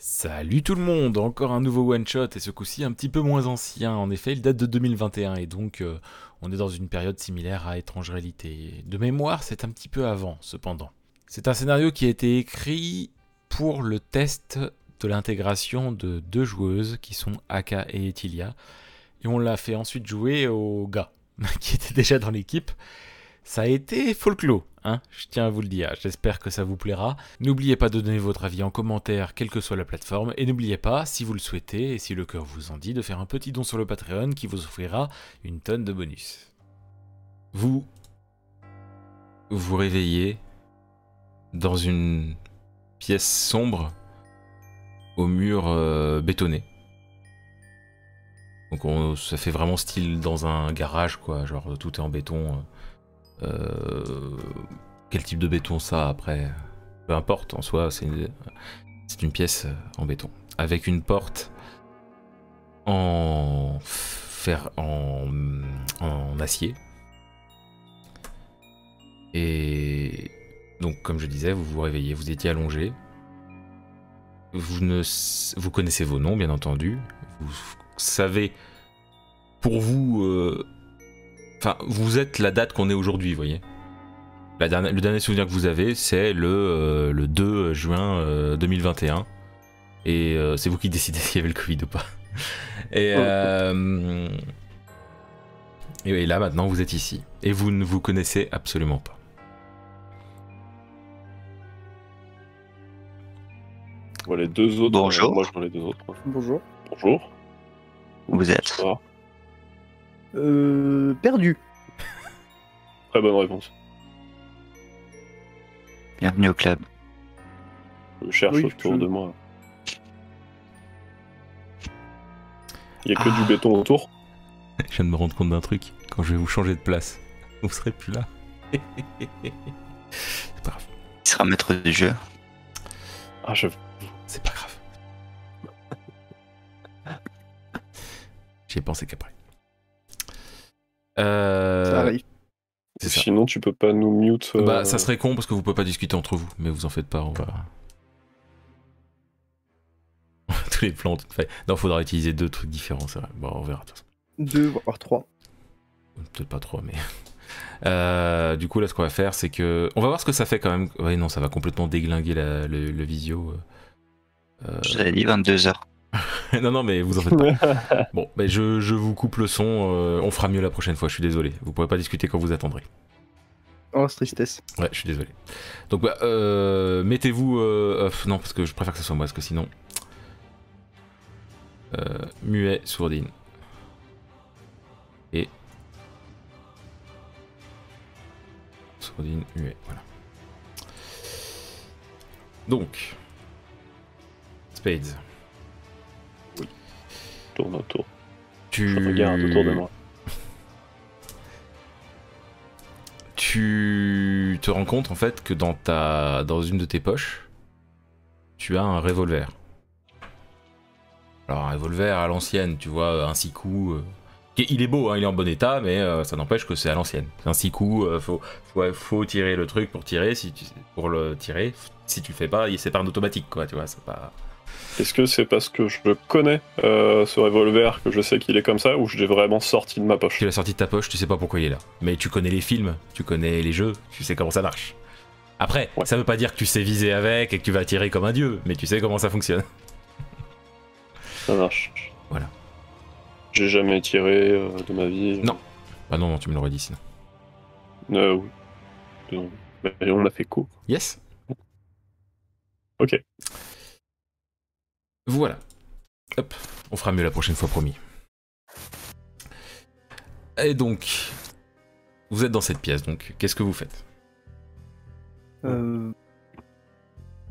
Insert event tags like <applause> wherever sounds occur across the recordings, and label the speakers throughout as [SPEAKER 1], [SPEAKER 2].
[SPEAKER 1] Salut tout le monde, encore un nouveau one shot et ce coup-ci un petit peu moins ancien. En effet, il date de 2021 et donc euh, on est dans une période similaire à Étrange Réalité. De mémoire, c'est un petit peu avant cependant. C'est un scénario qui a été écrit pour le test de l'intégration de deux joueuses qui sont Aka et Etilia et on l'a fait ensuite jouer au gars <laughs> qui était déjà dans l'équipe. Ça a été folklore, hein, je tiens à vous le dire, j'espère que ça vous plaira. N'oubliez pas de donner votre avis en commentaire, quelle que soit la plateforme, et n'oubliez pas, si vous le souhaitez, et si le cœur vous en dit, de faire un petit don sur le Patreon qui vous offrira une tonne de bonus. Vous vous réveillez dans une pièce sombre au mur euh, bétonné. Donc on- ça fait vraiment style dans un garage, quoi. Genre tout est en béton. Euh, quel type de béton ça après Peu importe, en soi, c'est une, c'est une pièce euh, en béton. Avec une porte en fer, en, en acier. Et donc, comme je disais, vous vous réveillez, vous étiez allongé. Vous, ne, s- vous connaissez vos noms, bien entendu. Vous savez, pour vous, euh, enfin, vous êtes la date qu'on est aujourd'hui, vous voyez. La dernière- le dernier souvenir que vous avez, c'est le, euh, le 2 juin euh, 2021. Et euh, c'est vous qui décidez <laughs> s'il y avait le Covid ou pas. Et, euh, et et là, maintenant, vous êtes ici. Et vous ne vous connaissez absolument pas.
[SPEAKER 2] Bon, les deux autres.
[SPEAKER 3] Bonjour.
[SPEAKER 2] euh, Moi, je prends les deux autres.
[SPEAKER 4] Bonjour.
[SPEAKER 2] Bonjour.
[SPEAKER 3] Vous êtes
[SPEAKER 2] Ah,
[SPEAKER 4] Euh, perdu.
[SPEAKER 2] très bonne réponse.
[SPEAKER 3] bienvenue au club.
[SPEAKER 2] Je cherche
[SPEAKER 4] Oui,
[SPEAKER 2] autour
[SPEAKER 4] je-
[SPEAKER 2] de moi. Il y a que
[SPEAKER 1] Ah.
[SPEAKER 2] du béton autour.
[SPEAKER 1] Je viens de me rendre compte d'un truc. Quand je vais vous changer de place, vous serez plus là. c'est pas grave.
[SPEAKER 3] Il sera maître du jeu.
[SPEAKER 2] Ah, je.
[SPEAKER 1] C'est pas grave. J'y ai pensé qu'après. Euh,
[SPEAKER 4] Ça arrive.
[SPEAKER 1] c'est ça.
[SPEAKER 2] Sinon, tu peux pas nous mute. euh,
[SPEAKER 1] Bah, ça serait con parce que vous pouvez pas discuter entre vous, mais vous en faites pas, on va. <laughs> Tous les plans, toutes failles. Non, faudra utiliser deux trucs différents, c'est vrai. Bon, on verra de toute façon.
[SPEAKER 4] Deux, voire trois.
[SPEAKER 1] Peut-être pas trois, mais. <laughs> Euh, du coup, là, ce qu'on va faire, c'est que. On va voir ce que ça fait quand même. Ouais, non, ça va complètement déglinguer la- le, le visio. Euh,
[SPEAKER 3] Je vous avais dit 22h.
[SPEAKER 1] <laughs> non, non, mais vous en faites pas.
[SPEAKER 2] <laughs>
[SPEAKER 1] Bon, mais je, je vous coupe le son. euh, on fera mieux la prochaine fois, je suis désolé. Vous pourrez pas discuter quand vous attendrez.
[SPEAKER 4] Oh, c'est tristesse.
[SPEAKER 1] Ouais, je suis désolé. Donc, bah, euh, mettez-vous. euh, euh, pff, non, parce que je préfère que ce soit moi, parce que sinon. Euh, muet, sourdine. Et. Sourdine, muet, voilà. Donc. Spades.
[SPEAKER 2] Tourne autour.
[SPEAKER 1] Tu.
[SPEAKER 2] Je regarde autour de moi.
[SPEAKER 1] tu te rends compte en fait que dans ta dans une de tes poches, tu as un revolver. Alors un revolver à l'ancienne, tu vois, un six coups. euh, qui- Il est beau, hein, il est en bon état, mais euh, ça n'empêche que c'est à l'ancienne. C'est un six coups, euh, faut, faut, faut tirer le truc pour tirer, si tu- pour le tirer. Si tu le fais pas, il- c'est pas un automatique, quoi, tu vois, c'est pas.
[SPEAKER 2] Est-ce que c'est parce que je connais euh, ce revolver que je sais qu'il est comme ça ou je l'ai vraiment sorti de ma poche
[SPEAKER 1] Tu l'as sorti de ta poche, tu sais pas pourquoi il est là. Mais tu connais les films, tu connais les jeux, tu sais comment ça marche. Après,
[SPEAKER 2] Ouais.
[SPEAKER 1] ça veut pas dire que tu sais viser avec et que tu vas tirer comme un dieu, mais tu sais comment ça fonctionne. <laughs>
[SPEAKER 2] Ça marche.
[SPEAKER 1] Voilà.
[SPEAKER 2] J'ai jamais tiré euh, de ma vie.
[SPEAKER 1] Non. Ah non, non, tu me l'aurais dit sinon.
[SPEAKER 2] Euh, oui. Non. Mais on a fait co.
[SPEAKER 1] Yes
[SPEAKER 2] Ok.
[SPEAKER 1] Voilà. Hop, on fera mieux la prochaine fois, promis. Et donc, vous êtes dans cette pièce, donc qu'est-ce que vous faites
[SPEAKER 4] Euh,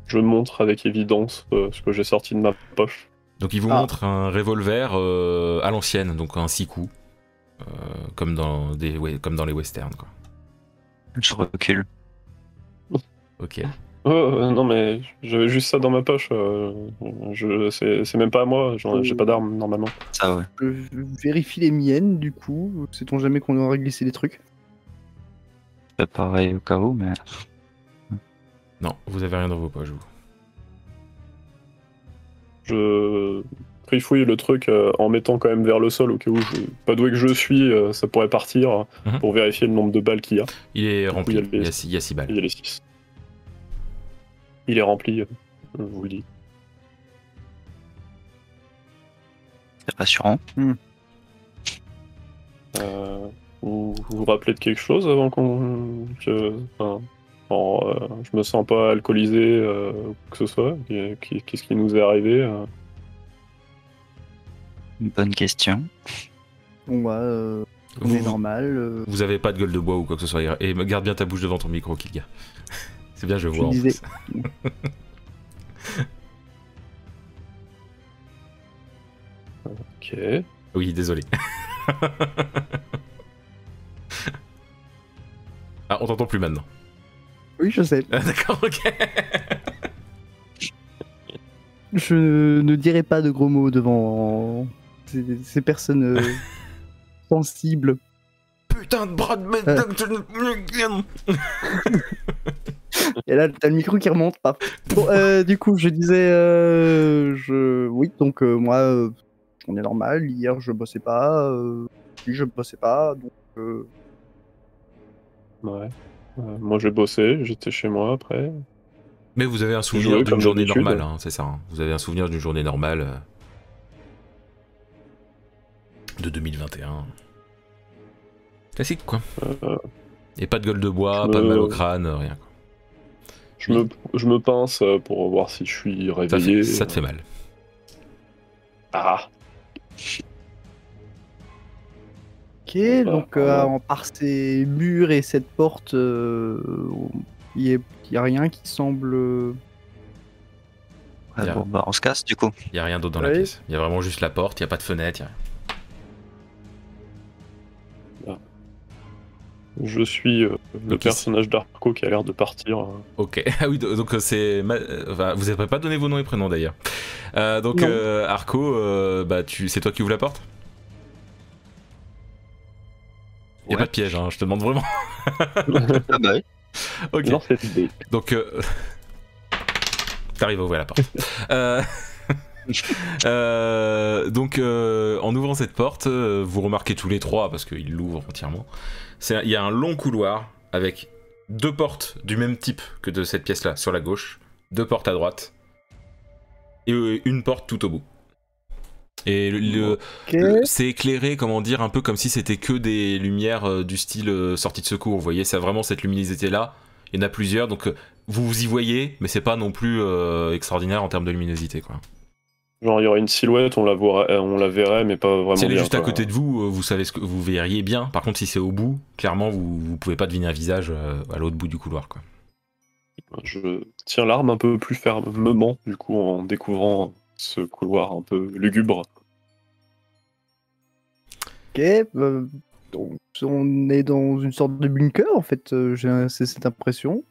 [SPEAKER 2] Je montre avec évidence euh, ce que j'ai sorti de ma poche.
[SPEAKER 1] Donc il vous
[SPEAKER 4] Ah.
[SPEAKER 1] montre un revolver euh, à l'ancienne, donc un six coups, euh, comme dans des ouais, comme dans les westerns quoi.
[SPEAKER 3] Je recule.
[SPEAKER 1] Ok.
[SPEAKER 4] Ah.
[SPEAKER 2] Oh, euh, non, mais j'avais juste ça dans ma poche. euh, je, c'est, c'est même pas à moi, j'en- j'ai pas d'arme normalement.
[SPEAKER 3] Ça, ouais.
[SPEAKER 4] je vérifie les miennes, du coup. Sait-on jamais qu'on aura glissé des trucs
[SPEAKER 3] Pas pareil au cas où, mais
[SPEAKER 1] Non, vous avez rien dans vos poches vous.
[SPEAKER 2] Je trifouille le truc euh, en mettant quand même vers le sol au cas où, je, pas doué que je suis, euh, ça pourrait partir
[SPEAKER 1] Mhm.
[SPEAKER 2] pour vérifier le nombre de balles qu'il y a.
[SPEAKER 1] Il est rempli.
[SPEAKER 2] il y a les-
[SPEAKER 1] Il y a six- il y a 6 balles.
[SPEAKER 2] Il y a les 6. Il est rempli, euh, je vous le dis.
[SPEAKER 3] C'est rassurant.
[SPEAKER 2] Euh, vous vous vous rappelez de quelque chose avant qu'on. que- enfin, en, euh, je me sens pas alcoolisé, euh, ou que ce soit. Qu'est- Qu'est-ce qui nous est arrivé euh,
[SPEAKER 3] Une bonne question.
[SPEAKER 4] Bon bah, euh, on est
[SPEAKER 1] Vous,
[SPEAKER 4] normal. euh,
[SPEAKER 1] vous avez pas de gueule de bois ou quoi que ce soit. Et garde bien ta bouche devant ton micro, Kilga. <laughs> C'est bien, je
[SPEAKER 4] Je
[SPEAKER 1] vois. en
[SPEAKER 4] disais.
[SPEAKER 1] plus.
[SPEAKER 2] Ok.
[SPEAKER 1] Oui, désolé. <laughs> ah, on t'entend plus maintenant.
[SPEAKER 4] Oui, je sais.
[SPEAKER 1] Ah, D'accord, ok.
[SPEAKER 4] Je ne dirai pas de gros mots devant ces, ces personnes euh,
[SPEAKER 1] <laughs>
[SPEAKER 4] sensibles.
[SPEAKER 1] <laughs> Putain de bras de
[SPEAKER 4] Euh.
[SPEAKER 1] merde.
[SPEAKER 4] Et là, t'as le micro qui remonte. Pas. Bon, euh, du coup, je disais, euh, je, oui, donc euh, moi, euh, on est normal. Hier, je bossais pas. Euh, puis je bossais pas. Donc, euh,
[SPEAKER 2] Ouais. Euh, moi j'ai bossé, j'étais chez moi après.
[SPEAKER 1] Mais vous avez un souvenir
[SPEAKER 2] Jouer
[SPEAKER 1] d'une
[SPEAKER 2] comme
[SPEAKER 1] journée
[SPEAKER 2] d'habitude.
[SPEAKER 1] normale, hein, c'est ça. hein. Vous avez un souvenir d'une journée normale euh, de 2021. Classique, quoi.
[SPEAKER 2] Euh,
[SPEAKER 1] Et pas de gueule de bois,
[SPEAKER 2] Je
[SPEAKER 1] pas de mal
[SPEAKER 2] me-
[SPEAKER 1] au crâne, euh, rien. quoi.
[SPEAKER 2] Je, me, je me pince euh, pour voir si je suis
[SPEAKER 1] Ça, fait-
[SPEAKER 2] réveillé.
[SPEAKER 1] ça te fait mal.
[SPEAKER 2] Ah
[SPEAKER 4] ok,
[SPEAKER 2] Bah,
[SPEAKER 4] donc euh,
[SPEAKER 2] pardon.
[SPEAKER 4] en- par ces murs et cette porte, euh, il n'y a, rien qui semble.
[SPEAKER 3] Ah,
[SPEAKER 1] Bien.
[SPEAKER 3] bon, bah, on se casse du coup.
[SPEAKER 1] Il y a rien d'autre dans la
[SPEAKER 4] Ouais.
[SPEAKER 1] pièce. Il y a vraiment juste la porte, il y a pas de fenêtre. y a rien.
[SPEAKER 2] Je suis euh, le
[SPEAKER 1] Donc,
[SPEAKER 2] personnage d'Arco qui a l'air de partir. euh.
[SPEAKER 1] Ok. <laughs> Ah oui, do- donc euh, c'est. ma- euh, enfin, vous n'avez pas donné vos noms et prénoms d'ailleurs. Euh, donc
[SPEAKER 4] Non.
[SPEAKER 1] euh, Arco, euh, bah tu, c'est toi qui ouvre la porte. Il y a
[SPEAKER 3] Ouais.
[SPEAKER 1] pas de piège, hein, je te demande vraiment. <laughs>
[SPEAKER 3] Ah bah oui.
[SPEAKER 1] ok.
[SPEAKER 2] Non, c'est l'idée.
[SPEAKER 1] Donc, euh, <laughs> t'arrives à ouvrir la porte. Euh, <laughs> euh, donc, euh, en ouvrant cette porte, euh, vous remarquez tous les trois, parce qu'ils l'ouvrent entièrement, c'est un- il y a un long couloir avec deux portes du même type que de cette pièce-là sur la gauche, deux portes à droite, et euh, une porte tout au bout. Et le- le,
[SPEAKER 4] Ok.
[SPEAKER 1] le- C'est éclairé, comment dire, un peu comme si c'était que des lumières euh, du style euh, sortie de secours. Vous voyez, ça vraiment cette luminosité-là. Il y en a plusieurs, donc euh, vous vous y voyez, mais c'est pas non plus euh, extraordinaire en termes de luminosité. Quoi.
[SPEAKER 2] Genre, il y aurait une silhouette, on la, voirait- euh, on la verrait, mais pas vraiment.
[SPEAKER 1] Si elle est
[SPEAKER 2] bien,
[SPEAKER 1] juste à
[SPEAKER 2] quoi.
[SPEAKER 1] côté de vous, euh, vous savez ce que vous verriez bien. Par contre, si c'est au bout, clairement, vous, vous pouvez pas deviner un visage euh, à l'autre bout du couloir. Quoi.
[SPEAKER 2] Je tiens l'arme un peu plus fermement, du coup, en découvrant ce couloir un peu lugubre.
[SPEAKER 4] Ok, euh, donc on est dans une sorte de bunker en fait, euh, j'ai un- c'est cette impression.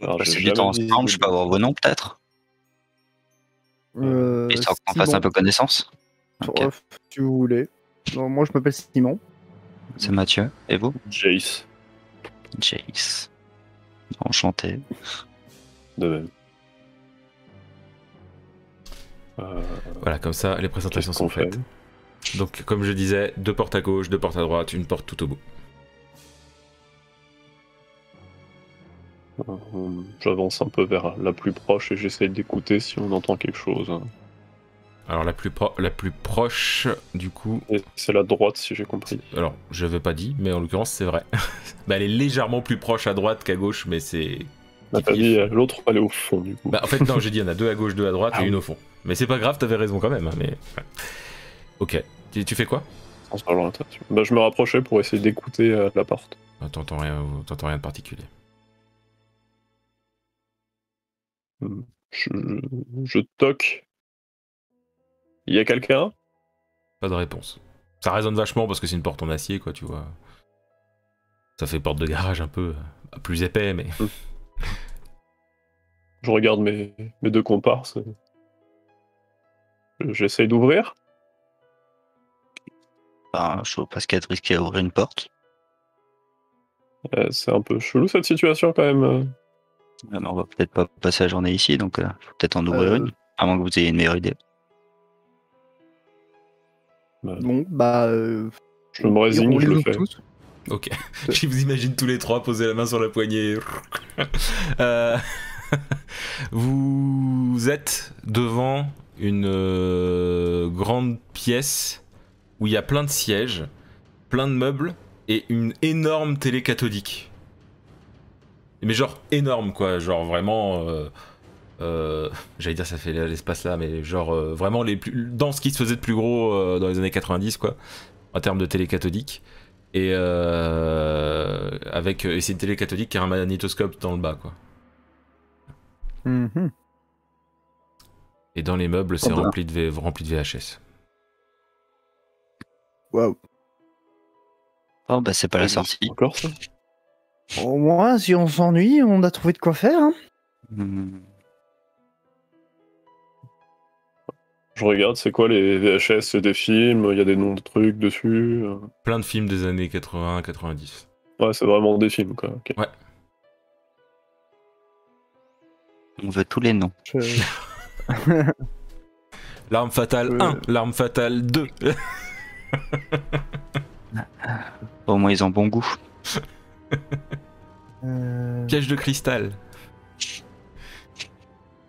[SPEAKER 2] Alors, j'ai
[SPEAKER 3] Passer du
[SPEAKER 2] jamais
[SPEAKER 3] temps
[SPEAKER 2] visité-
[SPEAKER 3] ensemble, je peux avoir vos noms peut-être.
[SPEAKER 4] Euh,
[SPEAKER 3] Histoire qu'on
[SPEAKER 4] Simon,
[SPEAKER 3] fasse un peu connaissance. Ok,
[SPEAKER 4] euh, si vous voulez. Non, moi je m'appelle Simon.
[SPEAKER 3] c'est Mathieu. Et vous
[SPEAKER 2] Jace,
[SPEAKER 3] Jace. Enchanté.
[SPEAKER 2] de même. Euh,
[SPEAKER 1] Voilà, comme ça, les présentations
[SPEAKER 2] qu'est-ce
[SPEAKER 1] sont
[SPEAKER 2] qu'on fait
[SPEAKER 1] faites. Donc, comme je disais, deux portes à gauche, deux portes à droite, une porte tout au bout.
[SPEAKER 2] Euh, J'avance un peu vers la plus proche et j'essaye d'écouter si on entend quelque chose.
[SPEAKER 1] Alors, la plus, pro- la plus proche, du coup,
[SPEAKER 2] Et c'est la droite, si j'ai compris.
[SPEAKER 1] Alors, je n'avais pas dit, mais en l'occurrence, c'est vrai. <laughs> bah, elle est légèrement plus proche à droite qu'à gauche, mais c'est.
[SPEAKER 2] Ah, T'as dit euh, l'autre, elle est au fond, du coup.
[SPEAKER 1] Bah, en fait, non, j'ai dit, il y en a deux à gauche, deux à droite
[SPEAKER 2] Ah
[SPEAKER 1] et
[SPEAKER 2] oui.
[SPEAKER 1] une au fond. Mais c'est pas grave, t'avais raison quand même. hein, Mais... ouais. Ok. Tu, tu fais quoi
[SPEAKER 2] Sans se parler l'intention. Bah, je me rapprochais pour essayer d'écouter euh, la porte.
[SPEAKER 1] Ah, T'entends rien, t'entends rien de particulier.
[SPEAKER 2] Je, je toque. Il y a quelqu'un
[SPEAKER 1] Pas de réponse. Ça résonne vachement parce que c'est une porte en acier, quoi, tu vois. Ça fait porte de garage un peu euh, plus épais, mais.
[SPEAKER 2] Je regarde mes, mes deux comparses. J'essaye d'ouvrir.
[SPEAKER 3] Enfin, je vois pas ce qu'il y a de risqué à ouvrir une porte.
[SPEAKER 2] Euh, c'est un peu chelou cette situation quand même.
[SPEAKER 3] Ah, mais on va peut-être pas passer la journée ici, donc euh, faut peut-être en ouvrir
[SPEAKER 4] Euh,
[SPEAKER 3] une. À moins que vous ayez une meilleure idée.
[SPEAKER 4] Bon, bah. euh,
[SPEAKER 2] Je me résigne,
[SPEAKER 4] on
[SPEAKER 2] je
[SPEAKER 4] les
[SPEAKER 2] le
[SPEAKER 4] ouvre
[SPEAKER 2] fais.
[SPEAKER 4] tous.
[SPEAKER 1] Ok. <laughs> Je vous imagine tous les trois poser la main sur la poignée. Euh, <laughs> vous êtes devant une euh, grande pièce où il y a plein de sièges, plein de meubles et une énorme télé cathodique. Mais genre énorme quoi, genre vraiment. euh, euh, J'allais dire ça fait l'espace là, mais genre euh, vraiment les plus, dans ce qui se faisait de plus gros euh, dans les années 90 quoi, en termes de télé cathodique et euh, avec et c'est une télé cathodique qui a un magnétoscope dans le bas quoi.
[SPEAKER 4] Mhm.
[SPEAKER 1] Et dans les meubles, c'est
[SPEAKER 3] Oh bah.
[SPEAKER 1] rempli de V- rempli de VHS.
[SPEAKER 4] Waouh.
[SPEAKER 3] Oh, bah, c'est pas la sortie.
[SPEAKER 2] Encore ça
[SPEAKER 4] Au moins, si on s'ennuie, on a trouvé de quoi faire. hein.
[SPEAKER 3] Hmm.
[SPEAKER 2] Je regarde, c'est quoi les VHS, c'est des films, il y a des noms de trucs dessus. euh.
[SPEAKER 1] Plein de films des années 80, 90.
[SPEAKER 2] Ouais, c'est vraiment des films quoi. ok.
[SPEAKER 3] On veut tous les noms.
[SPEAKER 4] Je-
[SPEAKER 1] L'arme fatale
[SPEAKER 4] Euh.
[SPEAKER 1] 1, l'arme fatale 2.
[SPEAKER 3] Au moins, ils ont bon goût.
[SPEAKER 1] <laughs>
[SPEAKER 4] euh,
[SPEAKER 1] Piège de cristal.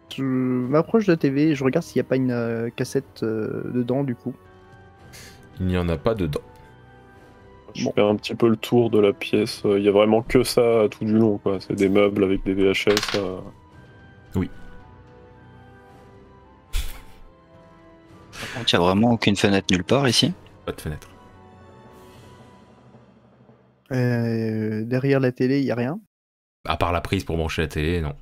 [SPEAKER 4] je m'approche de la TV et je regarde s'il n'y a pas une euh, cassette euh, dedans, du coup.
[SPEAKER 1] Il n'y en a pas dedans.
[SPEAKER 2] Je
[SPEAKER 4] Bon.
[SPEAKER 2] fais un petit peu le tour de la pièce. euh, Il y a vraiment que ça tout du long quoi. C'est des meubles avec des VHS. euh.
[SPEAKER 3] Par contre, il n'y a Ah, vraiment aucune fenêtre nulle part ici.
[SPEAKER 1] Pas de fenêtre.
[SPEAKER 4] Euh, derrière la télé, il n'y a rien. <laughs>
[SPEAKER 1] À part la prise pour brancher la télé, non.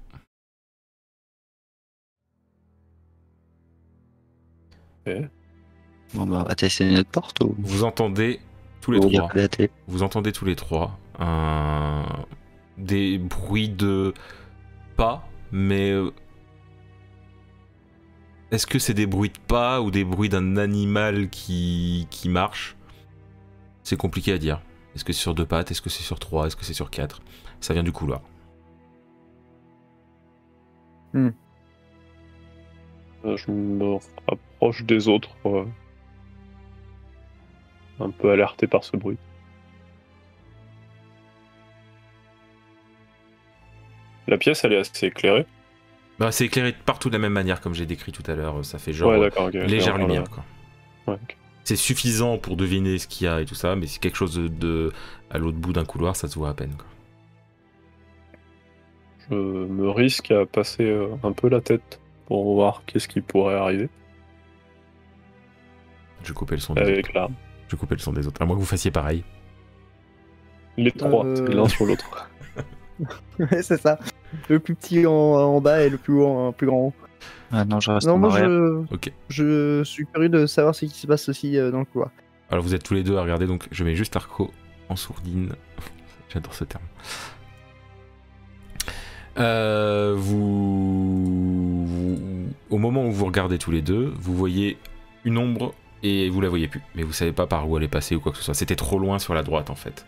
[SPEAKER 3] Bon, bah, on va tester notre porte ou.
[SPEAKER 1] Vous entendez tous les
[SPEAKER 3] ou il y a
[SPEAKER 1] trois.
[SPEAKER 3] pas la télé
[SPEAKER 1] Vous entendez tous les trois un... des bruits de pas, mais euh, est-ce que c'est des bruits de pas ou des bruits d'un animal qui, qui marche C'est compliqué à dire. Est-ce que c'est sur deux pattes Est-ce que c'est sur trois Est-ce que c'est sur quatre Ça vient du couloir.
[SPEAKER 2] Euh, Je me rapproche des autres. euh, Un peu alerté par ce bruit. La pièce, elle est assez éclairée.
[SPEAKER 1] Bah, c'est éclairé partout de la même manière comme j'ai décrit tout à l'heure. Ça fait genre
[SPEAKER 2] ouais,
[SPEAKER 1] euh,
[SPEAKER 2] d'accord. ok,
[SPEAKER 1] légère
[SPEAKER 2] voilà.
[SPEAKER 1] lumière. Quoi.
[SPEAKER 2] Ouais, ok.
[SPEAKER 1] C'est suffisant pour deviner ce qu'il y a et tout ça, mais c'est quelque chose de, de- à l'autre bout d'un couloir, ça se voit à peine. quoi.
[SPEAKER 2] Je me risque à passer euh, un peu la tête pour voir qu'est-ce qui pourrait arriver
[SPEAKER 1] Je coupais le
[SPEAKER 2] Euh,
[SPEAKER 1] son. des autres.
[SPEAKER 2] avec l'arme.
[SPEAKER 1] Je coupais le son des autres. À moins que vous fassiez pareil.
[SPEAKER 2] Les trois,
[SPEAKER 4] Euh,
[SPEAKER 2] l'un sur l'autre.
[SPEAKER 4] Ouais, c'est ça. Le plus petit en, en bas et le plus, haut en- plus grand en haut.
[SPEAKER 3] Ah non, je reste
[SPEAKER 4] Non,
[SPEAKER 3] en
[SPEAKER 4] moi
[SPEAKER 3] arrière.
[SPEAKER 4] je,
[SPEAKER 1] Ok.
[SPEAKER 4] je suis curieux de savoir ce qui se passe aussi euh, dans le couloir.
[SPEAKER 1] Alors vous êtes tous les deux à regarder, donc je mets juste Arco en sourdine. <laughs> J'adore ce terme. Euh, vous... vous- Au moment où vous regardez tous les deux, vous voyez une ombre et vous la voyez plus. Mais vous savez pas par où elle est passée ou quoi que ce soit. C'était trop loin sur la droite en fait.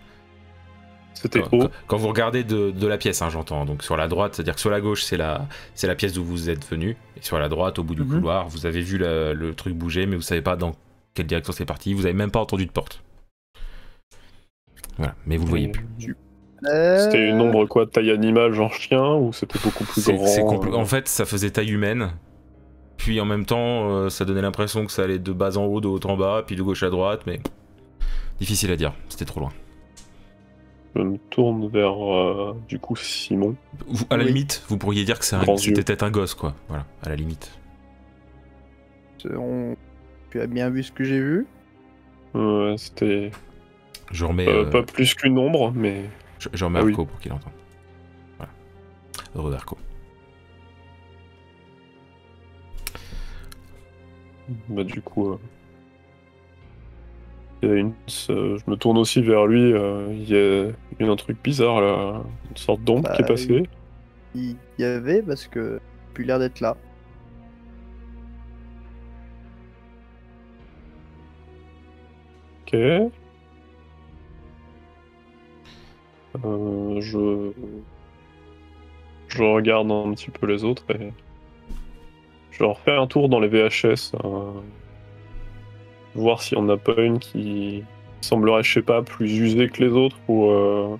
[SPEAKER 2] C'était
[SPEAKER 1] Quand,
[SPEAKER 2] haut.
[SPEAKER 1] quand- quand vous regardez de, de la pièce, hein, j'entends. Donc sur la droite, c'est-à-dire que sur la gauche, c'est la, c'est la pièce d'où vous êtes venu. Et sur la droite, au bout du
[SPEAKER 4] Mhm.
[SPEAKER 1] couloir, vous avez vu la- le truc bouger, mais vous savez pas dans quelle direction c'est parti. Vous avez même pas entendu de porte. Voilà, mais
[SPEAKER 2] Mmh.
[SPEAKER 1] vous le voyez plus.
[SPEAKER 2] C'était une
[SPEAKER 4] Euh,
[SPEAKER 2] ombre quoi, taille animale, genre chien, ou c'était beaucoup plus
[SPEAKER 1] C'est-
[SPEAKER 2] grand
[SPEAKER 1] c'est compl-
[SPEAKER 2] euh,
[SPEAKER 1] En fait, ça faisait taille humaine. Puis en même temps, euh, ça donnait l'impression que ça allait de bas en haut, de haut en bas, puis de gauche à droite, mais difficile à dire. C'était trop loin.
[SPEAKER 2] Je me tourne vers euh, du coup Simon.
[SPEAKER 1] Vous- à la
[SPEAKER 4] Oui.
[SPEAKER 1] limite, vous pourriez dire que c'est un-
[SPEAKER 2] Grand
[SPEAKER 1] c'était
[SPEAKER 2] yeux.
[SPEAKER 1] peut-être un gosse, quoi. Voilà, à la limite.
[SPEAKER 4] Euh, on- Tu as bien vu ce que j'ai vu.
[SPEAKER 2] Euh, c'était
[SPEAKER 1] Je remets.
[SPEAKER 2] euh,
[SPEAKER 1] euh,
[SPEAKER 2] pas plus qu'une ombre, mais
[SPEAKER 1] Je, je remets
[SPEAKER 2] Ah oui.
[SPEAKER 1] Arco pour qu'il entende. Voilà. Heureux Arco.
[SPEAKER 2] bah, du coup. euh, il y a une- ce- Je me tourne aussi vers lui. euh, Il y, a... il y a un truc bizarre là, une sorte d'ombre
[SPEAKER 4] Bah,
[SPEAKER 2] qui est passée.
[SPEAKER 4] Il y avait parce que plus l'air d'être là.
[SPEAKER 2] Ok. Euh, je... je regarde un petit peu les autres et Je vais refaire un tour dans les VHS. euh, voir s'il n'y en a pas une qui semblerait, je sais pas, plus usée que les autres ou. euh,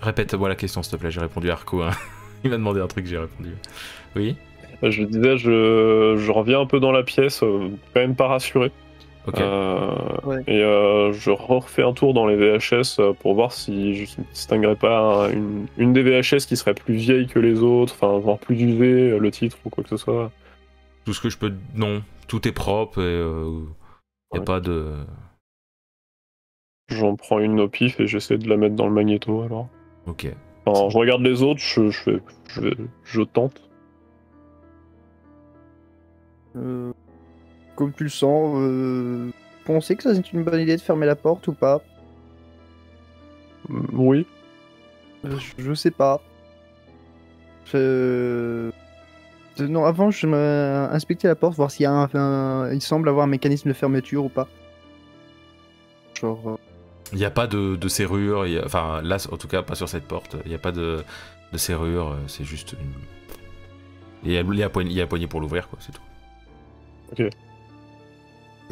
[SPEAKER 1] Répète-moi la question, s'il te plaît. J'ai répondu à Arco. hein. <laughs> Il m'a demandé un truc, j'ai répondu. Oui
[SPEAKER 2] Je disais, je, je reviens un peu dans la pièce, euh, quand même pas rassuré.
[SPEAKER 1] Ok.
[SPEAKER 2] Euh,
[SPEAKER 4] Ouais.
[SPEAKER 2] Et euh, je refais un tour dans les VHS euh, pour voir si je ne distinguerais pas un- une, une des VHS qui serait plus vieille que les autres, enfin, voire plus usée, euh, le titre ou quoi que ce soit.
[SPEAKER 1] Tout ce que je peux. Non, tout est propre et. n'y a
[SPEAKER 2] Ouais.
[SPEAKER 1] pas de.
[SPEAKER 2] J'en prends une au pif et j'essaie de la mettre dans le magnéto alors.
[SPEAKER 1] Ok.
[SPEAKER 2] Enfin, je regarde les autres, je, je, fais- je, je tente.
[SPEAKER 4] Euh, comme tu le sens, euh, pensez que ça c'est une bonne idée de fermer la porte ou pas
[SPEAKER 2] Mm, Oui,
[SPEAKER 4] Euh, je- Je sais pas. Je- Euh, Non, avant, je m'ai inspecté la porte, voir s'il y a un, un- Il semble avoir un mécanisme de fermeture ou pas. Genre. euh,
[SPEAKER 1] Il n'y a pas de, de serrure, il y a- enfin là en tout cas pas sur cette porte, il n'y a pas de, de serrure, euh, c'est juste une... Il y a, il y a poignée- il y a poignée pour l'ouvrir quoi, c'est tout.
[SPEAKER 4] euh,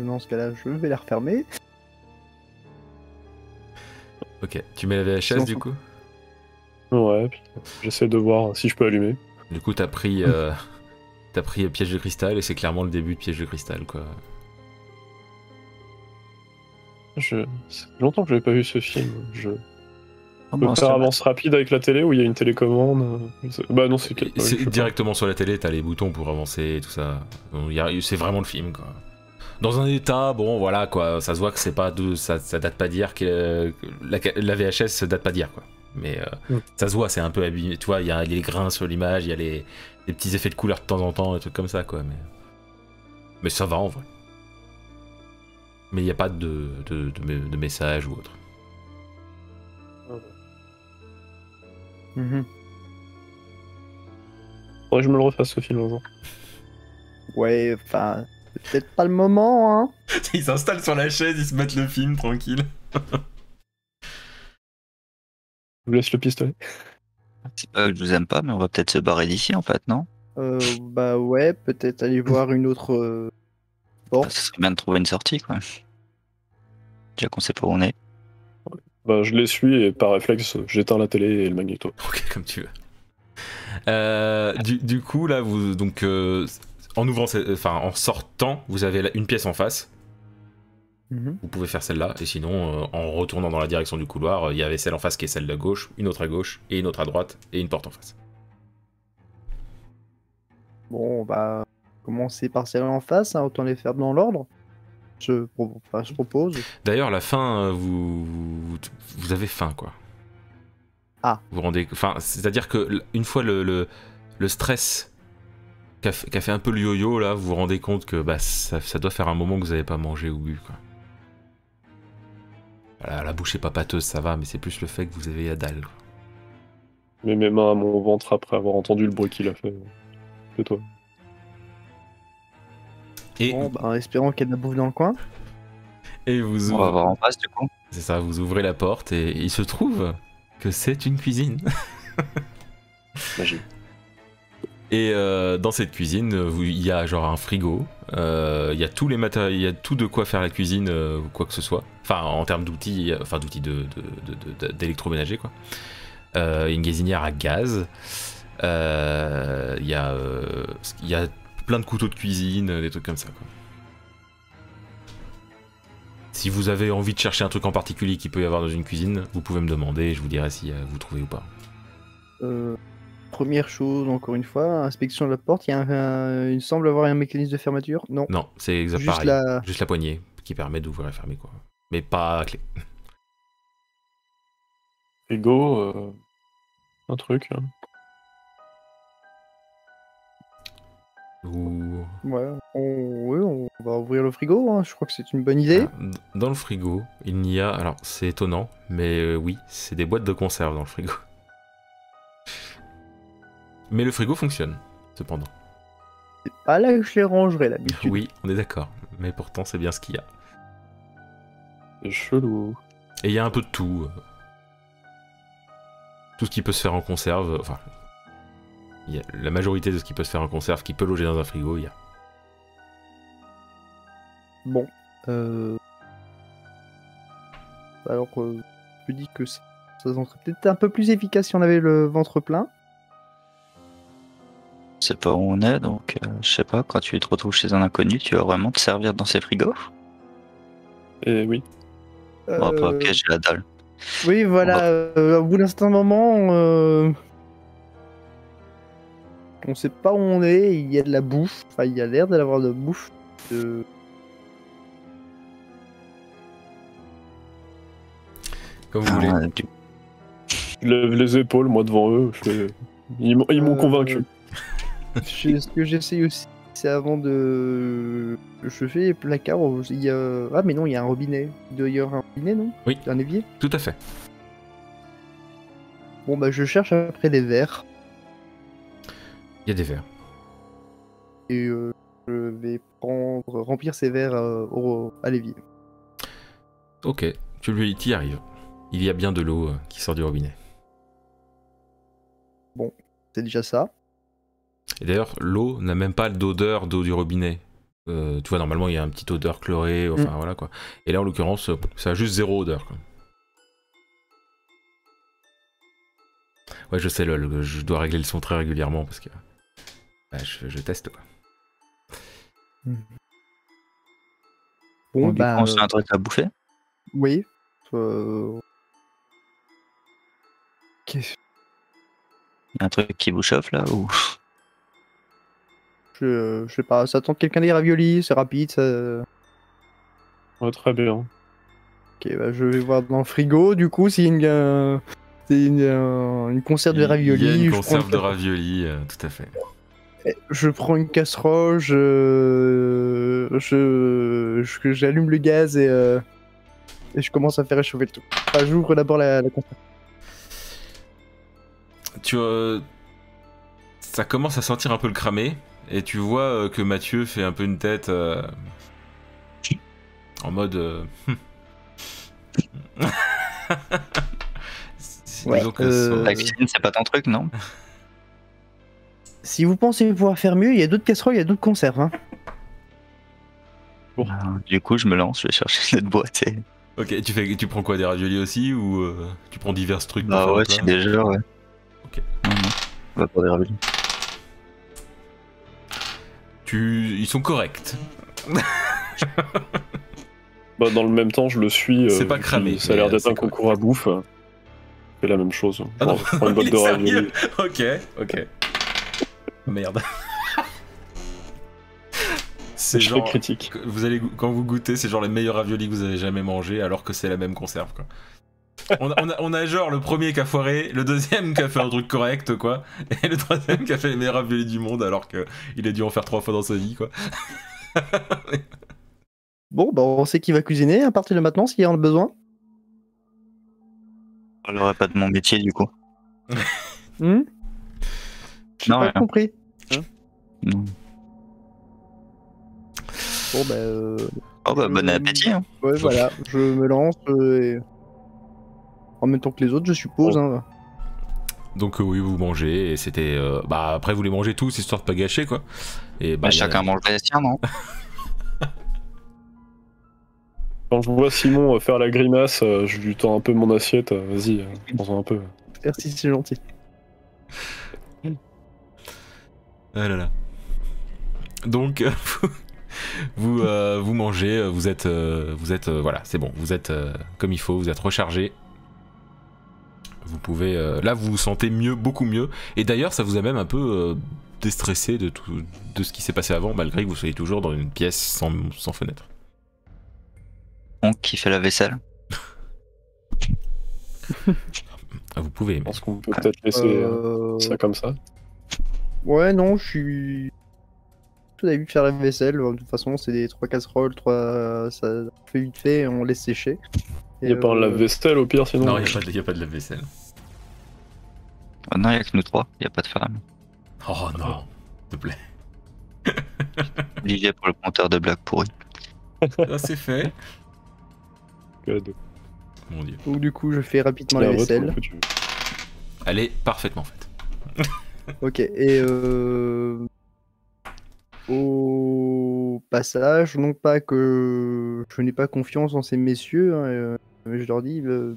[SPEAKER 4] Dans ce cas-là, je vais la refermer.
[SPEAKER 1] Ok, tu mets la VHS
[SPEAKER 4] Sinon,
[SPEAKER 1] du
[SPEAKER 4] faut-
[SPEAKER 1] coup
[SPEAKER 2] ouais, puis j'essaie de voir si je peux allumer.
[SPEAKER 1] Du coup t'as pris, euh, <laughs> t'as pris euh, piège de cristal et c'est clairement le début de piège de cristal quoi.
[SPEAKER 2] Je... C'est longtemps que je n'avais pas vu ce film. Je...
[SPEAKER 3] Oh,
[SPEAKER 2] Peut
[SPEAKER 3] bon,
[SPEAKER 2] faire
[SPEAKER 3] ça va.
[SPEAKER 2] avance rapide avec la télé ou il y a une télécommande euh, c'est- Bah non, c'est
[SPEAKER 1] Et
[SPEAKER 2] quatre-
[SPEAKER 1] c'est
[SPEAKER 2] je sais pas.
[SPEAKER 1] directement sur la télé, t'as les boutons pour avancer et tout ça. Donc, il y a- C'est vraiment le film quoi. Dans un état, bon voilà quoi, ça se voit que c'est pas de, ça, ça date pas d'hier, que, euh, que la, la VHS ça date pas d'hier quoi. Mais euh,
[SPEAKER 2] Mm.
[SPEAKER 1] ça se voit, c'est un peu abîmé, tu vois, il y a les grains sur l'image, il y a les, les petits effets de couleur de temps en temps, des trucs comme ça quoi. Mais, mais ça va en vrai. Mais il n'y a pas de, de, de, me- de message ou autre.
[SPEAKER 2] Mhm. Faudrait que je me le refasse ce film un jour.
[SPEAKER 4] Ouais, enfin, c'est peut-être pas le moment, hein.
[SPEAKER 1] ils s'installent sur la chaise, ils se mettent le film tranquille.
[SPEAKER 2] Je vous laisse le pistolet.
[SPEAKER 3] C'est pas que je vous aime pas, mais on va peut-être se barrer d'ici en fait, non
[SPEAKER 4] Euh, bah ouais, peut-être aller voir une autre euh,
[SPEAKER 3] Bah,
[SPEAKER 4] porte.
[SPEAKER 3] Ce serait bien de trouver une sortie quoi. Déjà qu'on sait pas où on est.
[SPEAKER 2] Bah je les suis et par réflexe j'éteins la télé et le magnéto.
[SPEAKER 1] <laughs> Ok, comme tu veux. Euh, du, du coup, là, vous, donc, euh, en ouvrant, cette- enfin, en sortant, vous avez la- une pièce en face.
[SPEAKER 4] Mhm.
[SPEAKER 1] Vous pouvez faire celle-là, et sinon, euh, en retournant dans la direction du couloir, euh, il y avait celle en face qui est celle de gauche, une autre à gauche, et une autre à droite, et une porte en face.
[SPEAKER 4] Bon, on va commencer par celle en face, hein, autant les faire dans l'ordre. Je, pro- enfin, je propose.
[SPEAKER 1] D'ailleurs, la fin, euh, vous, vous, vous avez faim, quoi.
[SPEAKER 4] Ah.
[SPEAKER 1] Vous vous rendez, enfin, c'est-à-dire que l- une fois le, le, le stress qu'a fait qu'a fait un peu le yo-yo là, vous vous rendez compte que bah ça, ça doit faire un moment que vous n'avez pas mangé ou bu, quoi. Voilà, la bouche est pas pâteuse, ça va, mais c'est plus le fait que vous avez la dalle. quoi.
[SPEAKER 2] Mets mes mains à mon ventre après avoir entendu le bruit qu'il a fait. C'est toi.
[SPEAKER 1] Et,
[SPEAKER 4] Bon, bah, en espérant qu'il y a de la bouffe dans le coin.
[SPEAKER 1] et vous
[SPEAKER 3] On va voir
[SPEAKER 1] ouvrez,
[SPEAKER 3] en face du coup.
[SPEAKER 1] c'est ça, vous ouvrez la porte et il se trouve que c'est une cuisine.
[SPEAKER 2] Magie.
[SPEAKER 1] Et euh, dans cette cuisine, euh, vous- il y a genre un frigo, euh, il y a tous les matériaux, il y a tout de quoi faire la cuisine, euh, ou quoi que ce soit. Enfin, en termes d'outils, euh, enfin d'outils de- de- de- de- d'électroménager, quoi. Euh, une gazinière à gaz. Euh, Il y, a, euh, il y a plein de couteaux de cuisine, euh, des trucs comme ça, quoi. Si vous avez envie de chercher un truc en particulier qu'il peut y avoir dans une cuisine, vous pouvez me demander, je vous dirai si euh, vous trouvez ou pas.
[SPEAKER 4] Euh, première chose, encore une fois, inspection de la porte. Il, y a un- un- il semble avoir un mécanisme de fermeture. Non,
[SPEAKER 1] Non, c'est exactement
[SPEAKER 4] juste
[SPEAKER 1] pareil.
[SPEAKER 4] la.
[SPEAKER 1] Juste la poignée qui permet d'ouvrir et fermer quoi. Mais pas la clé.
[SPEAKER 2] Frigo, euh, un truc. hein.
[SPEAKER 1] Ou...
[SPEAKER 4] Ouais, on, ouais, on va ouvrir le frigo. hein, Je crois que c'est une bonne idée.
[SPEAKER 1] Ah, d- Dans le frigo, il n'y a... Alors c'est étonnant, mais euh, oui, c'est des boîtes de conserve dans le frigo. <laughs> Mais le frigo fonctionne, cependant.
[SPEAKER 4] C'est pas là que je les rangerai l'habitude.
[SPEAKER 1] Oui, on est d'accord. Mais pourtant c'est bien ce qu'il y a.
[SPEAKER 2] C'est chelou.
[SPEAKER 1] Et il y a un peu de tout. euh, Tout ce qui peut se faire en conserve, enfin, Il y a la majorité de ce qui peut se faire en conserve, qui peut loger dans un frigo, il y a.
[SPEAKER 4] Bon. Euh... Alors, euh, je me dis que ça, ça serait peut-être un peu plus efficace si on avait le ventre plein.
[SPEAKER 3] Je sais pas où on est, donc euh, je sais pas, quand tu te retrouves chez un inconnu, tu vas vraiment te servir dans ses frigos
[SPEAKER 2] Et Eh oui.
[SPEAKER 3] Bon, après,
[SPEAKER 4] Euh,
[SPEAKER 3] ok, j'ai la dalle.
[SPEAKER 4] Oui, voilà, euh, au bout d'un certain moment, euh, on sait pas où on est, il y a de la bouffe, enfin il y a l'air d'avoir de la bouffe. euh,
[SPEAKER 1] Comme vous voulez.
[SPEAKER 3] Ah, du-
[SPEAKER 2] Je lève les épaules, moi, devant eux. je fais- Ils m'ont ils m'ont
[SPEAKER 4] Euh,
[SPEAKER 2] convaincu.
[SPEAKER 4] je- ce que j'essaye aussi, c'est avant de... Je fais les placards, où il y a... Ah mais non, il y a un robinet. Il doit y avoir un robinet, non
[SPEAKER 1] Oui.
[SPEAKER 4] Un évier
[SPEAKER 1] Tout à fait.
[SPEAKER 4] Bon bah je cherche après des verres,
[SPEAKER 1] Il y a des verres.
[SPEAKER 4] et euh, je vais prendre... remplir ces verres euh, au- à l'évier.
[SPEAKER 1] Ok, tu lui t'y arrives. Il y a bien de l'eau euh, qui sort du robinet.
[SPEAKER 4] C'est déjà ça.
[SPEAKER 1] Et d'ailleurs, l'eau n'a même pas d'odeur d'eau du robinet. Euh, tu vois, normalement, il y a un petit odeur chlorée, enfin voilà quoi. Et là, en l'occurrence, euh, ça a juste zéro odeur. quoi. Ouais, je sais, lol, je dois régler le son très régulièrement parce que bah, je, je teste quoi.
[SPEAKER 4] Bon
[SPEAKER 3] du coup,
[SPEAKER 4] bah...
[SPEAKER 3] on se fait un truc à bouffer
[SPEAKER 4] Oui. Euh... Qu'est-ce
[SPEAKER 3] Y a un truc qui vous chauffe là ou...
[SPEAKER 4] je, je sais pas, ça tente quelqu'un des raviolis, c'est rapide. Ça...
[SPEAKER 2] Ouais, très bien.
[SPEAKER 4] Ok, bah, je vais voir dans le frigo, du coup, s'il y a une, euh, s'il y a une, euh, une conserve de raviolis.
[SPEAKER 1] Il y a une
[SPEAKER 4] je, prends
[SPEAKER 1] conserve
[SPEAKER 4] une
[SPEAKER 1] de
[SPEAKER 4] ca-
[SPEAKER 1] ravioli, euh, tout à fait.
[SPEAKER 4] je prends une casserole, je, je, je- j'allume le gaz et, euh, et je commence à faire réchauffer le tout. Enfin, j'ouvre d'abord la, la conserve.
[SPEAKER 1] Tu euh, ça commence à sentir un peu le cramé et tu vois euh, que Mathieu fait un peu une tête euh, en mode euh, <laughs> C'est-
[SPEAKER 4] Ouais,
[SPEAKER 1] disons que
[SPEAKER 4] euh,
[SPEAKER 1] son-
[SPEAKER 3] <laughs> La cuisine, c'est pas ton truc, non
[SPEAKER 4] Si vous pensez pouvoir faire mieux, il y a d'autres casseroles, il y a d'autres conserves. Hein.
[SPEAKER 3] Alors, Du coup, je me lance, je vais chercher <laughs> notre boîte. Et...
[SPEAKER 1] Ok, tu fais tu prends quoi des raviolis aussi ou euh, tu prends divers trucs pour
[SPEAKER 3] Bah
[SPEAKER 1] faire le
[SPEAKER 3] ouais,
[SPEAKER 1] plat
[SPEAKER 3] c'est déjà, ouais.
[SPEAKER 1] Ok.
[SPEAKER 3] Non, non, on va pas des raviolis.
[SPEAKER 1] Tu ils sont corrects.
[SPEAKER 2] Bah, dans le même temps, je le suis. euh,
[SPEAKER 1] C'est pas
[SPEAKER 2] vu
[SPEAKER 1] cramé,
[SPEAKER 2] qu'il- Ça a l'air
[SPEAKER 1] mais,
[SPEAKER 2] d'être
[SPEAKER 1] euh,
[SPEAKER 2] un
[SPEAKER 1] c'est
[SPEAKER 2] concours à bouffe. euh, Je fais la même chose.
[SPEAKER 1] Ah non,
[SPEAKER 2] Bon,
[SPEAKER 1] <laughs>
[SPEAKER 2] je prends une boîte
[SPEAKER 1] il
[SPEAKER 2] de
[SPEAKER 1] est
[SPEAKER 2] ravioli.
[SPEAKER 1] sérieux. <laughs> OK, OK. Merde. <laughs>
[SPEAKER 2] C'est
[SPEAKER 1] c'est
[SPEAKER 2] très
[SPEAKER 1] genre
[SPEAKER 2] critique.
[SPEAKER 1] Que- Vous allez, go- quand vous goûtez, c'est genre les meilleurs raviolis que vous avez jamais mangé, alors que c'est la même conserve, quoi. On a, on a- on a genre le premier qui a foiré, le deuxième qui a fait un truc correct, quoi, et le troisième qui a fait les meilleurs raviolis du monde, alors que il a dû en faire trois fois dans sa vie, quoi.
[SPEAKER 4] Bon, bah, on sait qui va cuisiner à partir de maintenant s'il y en a besoin.
[SPEAKER 3] On parlera pas de mon métier, du coup.
[SPEAKER 4] Hmm J'ai
[SPEAKER 3] Non,
[SPEAKER 4] pas
[SPEAKER 3] rien.
[SPEAKER 4] compris.
[SPEAKER 3] Non.
[SPEAKER 4] Bon, bah, euh,
[SPEAKER 3] Oh bah,
[SPEAKER 4] Je-
[SPEAKER 3] bon appétit, hein.
[SPEAKER 4] ouais, voilà, je me lance euh, et... en même temps que les autres, je suppose. hein.
[SPEAKER 1] Donc euh, oui, vous mangez, et c'était, euh, bah après vous les mangez tous histoire de pas gâcher, quoi. Et bah,
[SPEAKER 3] Bah,
[SPEAKER 1] y en a-
[SPEAKER 3] chacun mange les siens, non
[SPEAKER 2] Quand je vois Simon euh, faire la grimace, euh, je lui tends un peu mon assiette. euh, Vas-y, euh, prends-en un peu.
[SPEAKER 4] Merci, c'est gentil.
[SPEAKER 1] Ah là là. Donc euh, <laughs> vous- vous euh, vous mangez, euh, vous êtes euh, vous êtes euh, voilà, c'est bon, vous êtes euh, comme il faut, vous êtes rechargé. Vous pouvez euh, là vous vous sentez mieux, beaucoup mieux. Et d'ailleurs ça vous a même un peu euh, déstressé de tout de ce qui s'est passé avant, malgré que vous soyez toujours dans une pièce sans, sans fenêtre.
[SPEAKER 3] <laughs> On qui fait la vaisselle.
[SPEAKER 1] Ah, Vous pouvez.
[SPEAKER 2] Je pense qu'on peut peut-être laisser euh,
[SPEAKER 4] Euh,
[SPEAKER 2] ça comme ça.
[SPEAKER 4] Ouais, non, je suis. Tout d'habitude faire la vaisselle. De toute façon, c'est des trois casseroles, trois. Ça fait vite fait, on laisse sécher.
[SPEAKER 2] Il n'y a
[SPEAKER 4] Et,
[SPEAKER 2] pas un
[SPEAKER 4] euh,
[SPEAKER 2] lave-vaisselle au pire, sinon.
[SPEAKER 1] Non, il n'y a, pas de- y a pas de lave-vaisselle.
[SPEAKER 3] Ah non, y a que nous trois, y a pas de femme.
[SPEAKER 1] Oh non, s'il te plaît.
[SPEAKER 3] Obligé pour le compteur de blagues pourries.
[SPEAKER 1] Là Ah, c'est fait.
[SPEAKER 2] que de-
[SPEAKER 1] Mon dieu.
[SPEAKER 4] Donc, du coup, je fais rapidement
[SPEAKER 2] Il y a
[SPEAKER 4] la
[SPEAKER 2] un vote,
[SPEAKER 4] vaisselle.
[SPEAKER 2] ou tu-
[SPEAKER 1] Elle est parfaitement faite.
[SPEAKER 4] Ok, et euh, au passage, non pas que je n'ai pas confiance en ces messieurs, hein, euh, mais je leur dis, euh,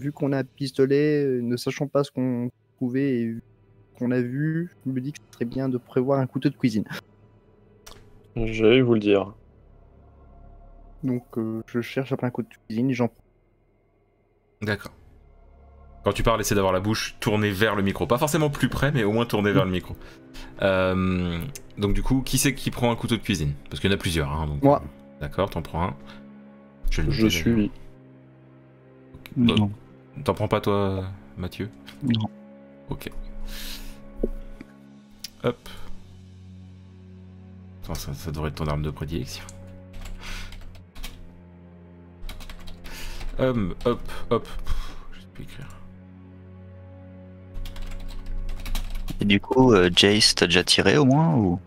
[SPEAKER 4] vu qu'on a un pistolet, euh, ne sachant pas ce qu'on trouvait et vu qu'on a vu, je me dis que ce serait bien de prévoir un couteau de cuisine.
[SPEAKER 2] J'allais vous le dire.
[SPEAKER 4] Donc euh, je cherche après un couteau de cuisine, j'en prends.
[SPEAKER 1] D'accord. Quand tu parles, essaie d'avoir la bouche tournée vers le micro. Pas forcément plus près, mais au moins tournée vers le micro. Euh, donc du coup, qui c'est qui prend un couteau de cuisine Parce qu'il y en a plusieurs. hein, donc,
[SPEAKER 4] Moi.
[SPEAKER 1] euh, D'accord, t'en prends un. vais le noter,
[SPEAKER 2] Je
[SPEAKER 1] d'ailleurs.
[SPEAKER 2] suis.
[SPEAKER 1] Bah,
[SPEAKER 3] Non.
[SPEAKER 1] T'en prends pas toi, Mathieu
[SPEAKER 3] Non.
[SPEAKER 1] Ok. Hop. Attends, ça, ça devrait être ton arme de prédilection. Hum, hop, hop. Pff, Je sais plus écrire.
[SPEAKER 3] Et du coup, euh, Jace, t'as déjà tiré au moins ou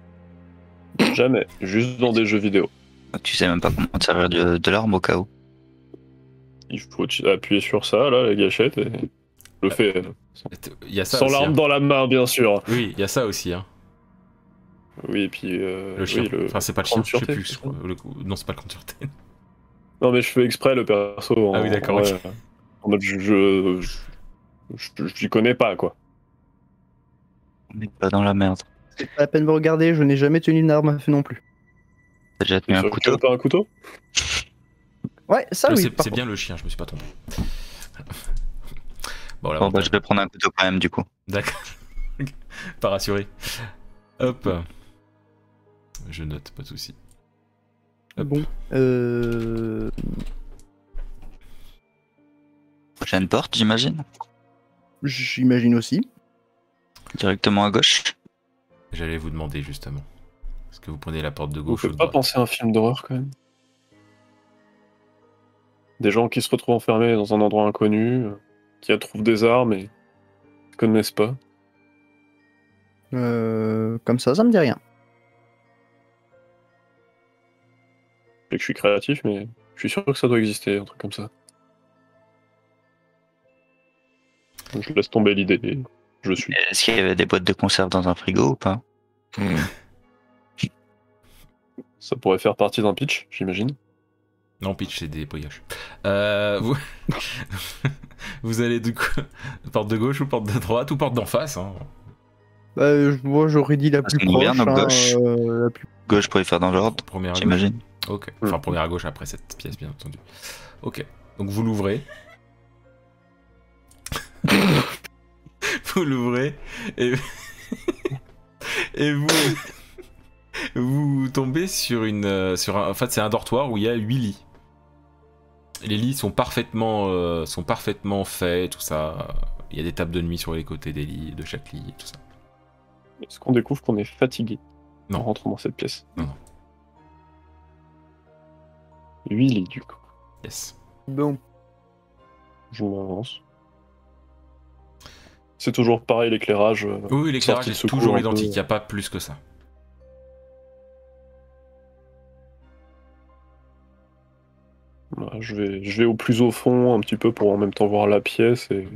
[SPEAKER 2] Jamais. Juste dans des jeux vidéo.
[SPEAKER 3] tu sais même pas comment te servir de, de l'arme au cas où
[SPEAKER 2] Il faut tu- appuyer sur ça, là, la gâchette, et le fait.
[SPEAKER 1] Il y a ça
[SPEAKER 2] Sans
[SPEAKER 1] aussi,
[SPEAKER 2] l'arme
[SPEAKER 1] hein.
[SPEAKER 2] dans la main, bien sûr.
[SPEAKER 1] Oui, il y a ça aussi. Hein.
[SPEAKER 2] Oui, et puis. euh,
[SPEAKER 1] Le chien.
[SPEAKER 2] oui, le-
[SPEAKER 1] Enfin, c'est pas le chien,
[SPEAKER 2] crâne
[SPEAKER 1] je sais
[SPEAKER 2] sûreté,
[SPEAKER 1] plus.
[SPEAKER 2] c'est
[SPEAKER 1] je crois, le coup- Non, c'est pas le crâne sûreté.
[SPEAKER 2] Non, mais je fais exprès le perso. en-
[SPEAKER 1] Ah oui, d'accord,
[SPEAKER 2] En,
[SPEAKER 1] ok.
[SPEAKER 2] ouais, en mode, je. Je, je, je- je l'y connais pas, quoi.
[SPEAKER 3] On est pas dans la merde.
[SPEAKER 4] C'est pas la peine de me regarder, je n'ai jamais tenu une arme à feu non plus.
[SPEAKER 3] T'as déjà
[SPEAKER 2] Tu
[SPEAKER 3] tenu un
[SPEAKER 2] veux
[SPEAKER 3] couteau
[SPEAKER 2] pas un couteau
[SPEAKER 4] Ouais,
[SPEAKER 2] Ah
[SPEAKER 4] ça
[SPEAKER 1] Euh,
[SPEAKER 4] oui,
[SPEAKER 1] c'est-
[SPEAKER 4] par
[SPEAKER 1] c'est
[SPEAKER 4] contre.
[SPEAKER 1] bien le chien, je me suis pas trompé. <laughs> bon, là,
[SPEAKER 3] Bon bah je vais prendre un couteau quand même du coup.
[SPEAKER 1] D'accord. pas rassuré. Hop. Je note, pas de soucis. Hop.
[SPEAKER 4] Bon, euh,
[SPEAKER 3] Prochaine porte j'imagine
[SPEAKER 4] j'imagine aussi.
[SPEAKER 3] Directement à gauche
[SPEAKER 1] J'allais vous demander justement. Est-ce que vous prenez la porte de
[SPEAKER 2] Vous
[SPEAKER 1] gauche ou
[SPEAKER 2] faites
[SPEAKER 1] de
[SPEAKER 2] pas
[SPEAKER 1] droite
[SPEAKER 2] penser à un film d'horreur, quand même Des gens qui se retrouvent enfermés dans un endroit inconnu, euh, qui trouvent des armes et ne connaissent pas.
[SPEAKER 4] Euh, Comme ça, ça me dit rien.
[SPEAKER 2] Et que je suis créatif, mais je suis sûr que ça doit exister, un truc comme ça. Donc, je laisse tomber l'idée. et Je suis.
[SPEAKER 3] Est-ce qu'il y avait des boîtes de conserve dans un frigo ou pas
[SPEAKER 2] Ça pourrait faire partie d'un pitch, j'imagine.
[SPEAKER 1] Non, pitch, c'est des brioches. Euh, vous... <laughs> vous allez du coup. Porte de gauche ou porte de droite ou porte d'en face hein.
[SPEAKER 4] Bah, euh, je- moi j'aurais dit la
[SPEAKER 3] Parce
[SPEAKER 4] plus
[SPEAKER 3] qu'on
[SPEAKER 4] proche.
[SPEAKER 3] vient de
[SPEAKER 4] hein,
[SPEAKER 3] gauche.
[SPEAKER 4] euh, la plus-
[SPEAKER 3] Gauche pour les faire dans l'ordre,
[SPEAKER 4] Ah
[SPEAKER 1] Première à gauche.
[SPEAKER 3] j'imagine.
[SPEAKER 1] Ok. Enfin, première à gauche après cette pièce, bien entendu. Ok. Donc vous l'ouvrez. <laughs> vous l'ouvrez et <laughs> et vous vous tombez sur une euh, sur un, en fait c'est un dortoir où il y a huit lits. Les lits sont parfaitement euh, sont parfaitement faits, tout ça. Il y a des tables de nuit sur les côtés des lits, de chaque lit, tout ça.
[SPEAKER 2] Est-ce qu'on découvre qu'on est fatigué
[SPEAKER 1] Non.
[SPEAKER 2] en rentrant dans cette pièce
[SPEAKER 1] Non, non.
[SPEAKER 2] 8 lits, du coup.
[SPEAKER 1] Yes.
[SPEAKER 4] Bon,
[SPEAKER 2] Je m'avance. C'est toujours pareil l'éclairage. euh,
[SPEAKER 1] Oui, oui, l'éclairage
[SPEAKER 2] Sortie de
[SPEAKER 1] est
[SPEAKER 2] secours
[SPEAKER 1] toujours
[SPEAKER 2] un peu.
[SPEAKER 1] identique. Il n'y a pas plus que ça.
[SPEAKER 2] voilà, Je vais, je vais au plus au fond un petit peu pour en même temps voir la pièce et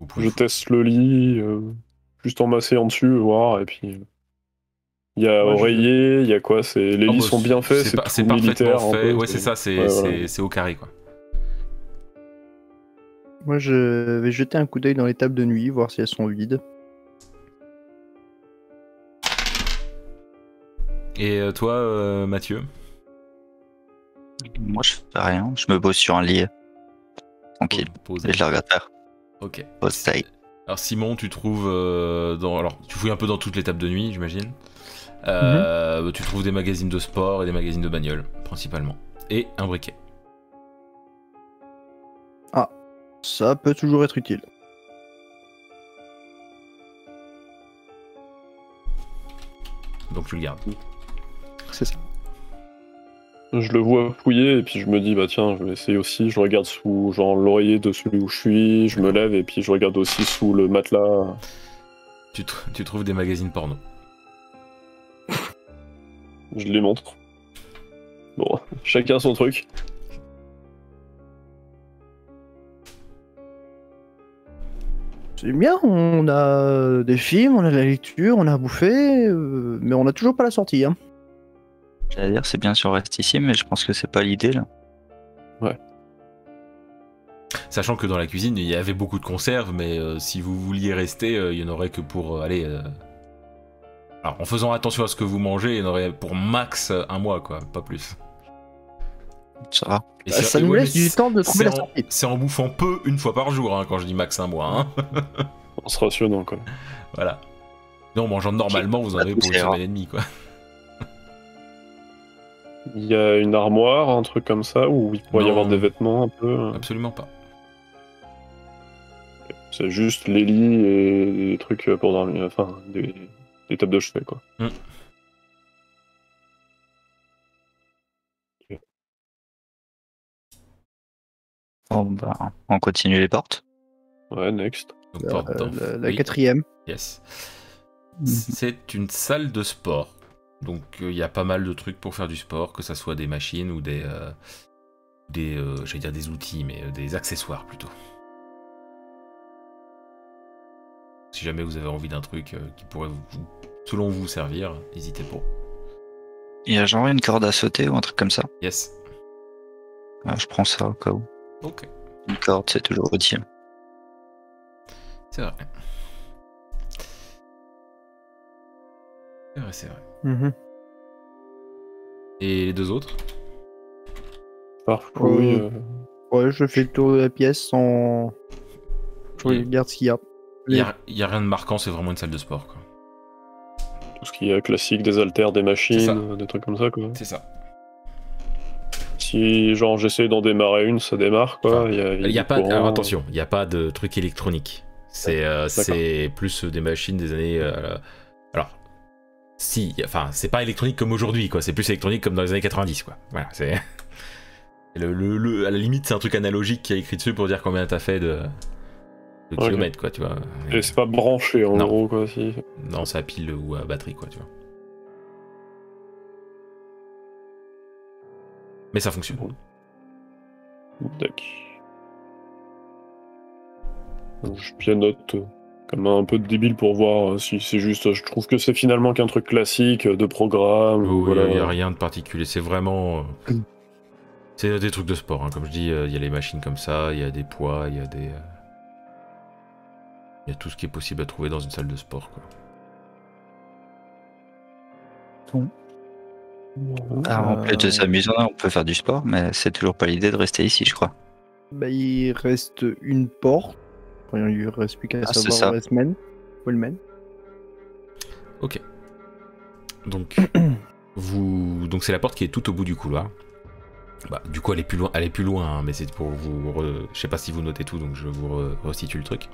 [SPEAKER 1] Vous pouvez
[SPEAKER 2] je teste le lit, euh, juste en m'asseyant dessus, voir et puis. euh, Il y a
[SPEAKER 4] Moi, je-
[SPEAKER 2] oreiller, il y a quoi C'est les
[SPEAKER 1] Oh,
[SPEAKER 2] lits
[SPEAKER 1] bah,
[SPEAKER 2] sont bien faits, c'est
[SPEAKER 1] pas-
[SPEAKER 2] tout militaire. un
[SPEAKER 1] parfaitement fait.
[SPEAKER 2] peu,
[SPEAKER 1] ouais, c'est ça, c'est
[SPEAKER 2] Ouais,
[SPEAKER 1] c'est-
[SPEAKER 2] voilà.
[SPEAKER 1] c'est au carré quoi.
[SPEAKER 4] moi je vais jeter un coup d'œil dans les tables de nuit, voir si elles sont vides.
[SPEAKER 1] Et euh, toi, euh, Mathieu
[SPEAKER 3] Moi je fais rien, je me pose sur un lit.
[SPEAKER 4] Oh,
[SPEAKER 3] Tranquille.
[SPEAKER 1] Pose-
[SPEAKER 3] Et je la regarde faire.
[SPEAKER 1] Ok.
[SPEAKER 3] Pose taille.
[SPEAKER 1] Alors Simon, tu trouves euh, dans alors tu fouilles un peu dans toutes les tables de nuit, j'imagine. Euh,
[SPEAKER 2] Mhm.
[SPEAKER 1] Tu trouves des magazines de sport et des magazines de bagnole principalement, et un briquet.
[SPEAKER 4] Ça peut toujours être utile.
[SPEAKER 1] Donc tu le gardes.
[SPEAKER 4] C'est ça.
[SPEAKER 2] Je le vois fouiller et puis je me dis bah tiens je vais essayer aussi, je regarde sous genre l'oreiller de celui où je suis, je me lève et puis je regarde aussi sous le matelas.
[SPEAKER 1] Tu, tr- tu trouves des magazines porno.
[SPEAKER 2] Je les montre. Bon, <laughs> chacun son truc.
[SPEAKER 4] C'est bien, on a des films, on a de la lecture, on a à bouffer, euh, mais on n'a toujours pas la sortie. Hein.
[SPEAKER 3] J'allais dire, c'est bien si on reste ici, mais je pense que c'est pas l'idée là.
[SPEAKER 1] Sachant que dans la cuisine, il y avait beaucoup de conserves, mais euh, si vous vouliez rester, euh, il n'y en aurait que pour euh, aller. euh, Alors, en faisant attention à ce que vous mangez, il y en aurait pour max euh, un mois, quoi, pas plus.
[SPEAKER 3] Ça va.
[SPEAKER 1] Et
[SPEAKER 4] Bah,
[SPEAKER 1] c'est-
[SPEAKER 4] ça
[SPEAKER 1] et
[SPEAKER 4] nous
[SPEAKER 1] ouais,
[SPEAKER 4] laisse
[SPEAKER 1] mais
[SPEAKER 4] du temps de trouver
[SPEAKER 1] c'est
[SPEAKER 4] la
[SPEAKER 1] en,
[SPEAKER 4] sortie.
[SPEAKER 1] c'est en bouffant peu une fois par jour, hein, quand je dis max un mois. hein. <laughs>
[SPEAKER 2] En se rationnant, quoi.
[SPEAKER 1] voilà. Et en mangeant normalement, vous en
[SPEAKER 3] Pas
[SPEAKER 1] avez
[SPEAKER 3] tout,
[SPEAKER 1] pour une
[SPEAKER 3] c'est rare.
[SPEAKER 1] semaine et demie, quoi.
[SPEAKER 2] Il y a une armoire, un truc comme ça, où il pourrait y
[SPEAKER 1] Non.
[SPEAKER 2] avoir des vêtements un peu. hein.
[SPEAKER 1] Absolument pas.
[SPEAKER 2] C'est juste les lits et des trucs pour dormir, enfin, des, des tables de chevet, quoi.
[SPEAKER 1] Hmm.
[SPEAKER 2] Ok.
[SPEAKER 3] Bon, bah, on continue les portes.
[SPEAKER 2] Ouais, next.
[SPEAKER 1] Donc,
[SPEAKER 4] Euh,
[SPEAKER 1] porte d'enf-
[SPEAKER 4] la la
[SPEAKER 1] oui,
[SPEAKER 4] quatrième. Mhm.
[SPEAKER 1] yes. C'est une salle de sport. Donc euh, il y a pas mal de trucs pour faire du sport, que ça soit des machines ou des. euh, des. euh, j'allais dire des outils, mais euh, des accessoires plutôt. Si jamais vous avez envie d'un truc euh, qui pourrait, vous- vous- selon vous, servir, n'hésitez pas.
[SPEAKER 3] Il y a genre une corde à sauter ou un truc comme ça.
[SPEAKER 1] Yes.
[SPEAKER 3] Ah, je prends ça au cas où.
[SPEAKER 1] Ok.
[SPEAKER 3] Une corde, c'est toujours utile.
[SPEAKER 1] C'est vrai. C'est vrai, c'est vrai.
[SPEAKER 4] Mhm.
[SPEAKER 1] Et les deux autres
[SPEAKER 2] Parfouille.
[SPEAKER 4] Euh, Ouais, je fais le tour de la pièce en. Je
[SPEAKER 1] Oui.
[SPEAKER 4] regarde ce qu'il y a.
[SPEAKER 1] Il n'y a, y a rien de marquant, c'est vraiment une salle de sport. quoi.
[SPEAKER 2] tout ce qui est classique, des haltères, des
[SPEAKER 1] C'est ça.
[SPEAKER 2] machines, euh, des trucs comme ça, quoi.
[SPEAKER 1] C'est ça.
[SPEAKER 2] Si, genre, j'essaie d'en démarrer une, ça démarre, quoi.
[SPEAKER 1] Enfin,
[SPEAKER 2] Il y a,
[SPEAKER 1] Il n'y a
[SPEAKER 2] du
[SPEAKER 1] pas.
[SPEAKER 2] courant.
[SPEAKER 1] Alors attention, il n'y a pas de truc électronique. C'est euh,
[SPEAKER 2] D'accord.
[SPEAKER 1] c'est plus des machines des années. euh, alors, si, y a- enfin, c'est pas électronique comme aujourd'hui, quoi. C'est plus électronique comme dans les années 90, quoi. Voilà, c'est. <laughs> Le, le- le- à la limite, c'est un truc analogique qui a écrit dessus pour dire combien t'as fait de, de
[SPEAKER 2] Ok.
[SPEAKER 1] kilomètres, quoi, tu vois.
[SPEAKER 2] Et c'est pas branché, en
[SPEAKER 1] Non.
[SPEAKER 2] gros, quoi. Si.
[SPEAKER 1] Non, c'est à pile ou à batterie, quoi, tu vois. Mais ça fonctionne.
[SPEAKER 2] Tac. Je pianote euh, comme un peu de débile pour voir euh, si c'est juste. euh, Je trouve que c'est finalement qu'un truc classique euh, de programme.
[SPEAKER 1] Oui,
[SPEAKER 2] ou
[SPEAKER 1] il
[SPEAKER 2] voilà.
[SPEAKER 1] n'y a rien de particulier, c'est vraiment. euh,
[SPEAKER 2] Mm.
[SPEAKER 1] C'est des trucs de sport, hein. comme je dis, il y a les machines comme ça, il y a des poids, il y a des. euh, Il y a tout ce qui est possible à trouver dans une salle de sport. Quoi.
[SPEAKER 3] Ah, en plus de
[SPEAKER 4] Euh,
[SPEAKER 3] s'amuser, on peut faire du sport, mais c'est toujours pas l'idée de rester ici, je crois.
[SPEAKER 4] Bah, il reste une porte. Enfin, il lui reste plus qu'à
[SPEAKER 3] Ah, c'est
[SPEAKER 4] savoir
[SPEAKER 3] ça.
[SPEAKER 4] où elle se mène. Où elle mène.
[SPEAKER 1] Donc, vous, donc c'est la porte qui est tout au bout du couloir. Bah, du coup, elle est plus loin, elle est plus loin, hein, mais c'est pour vous. re- Je sais pas si vous notez tout, donc je vous re- restitue le truc.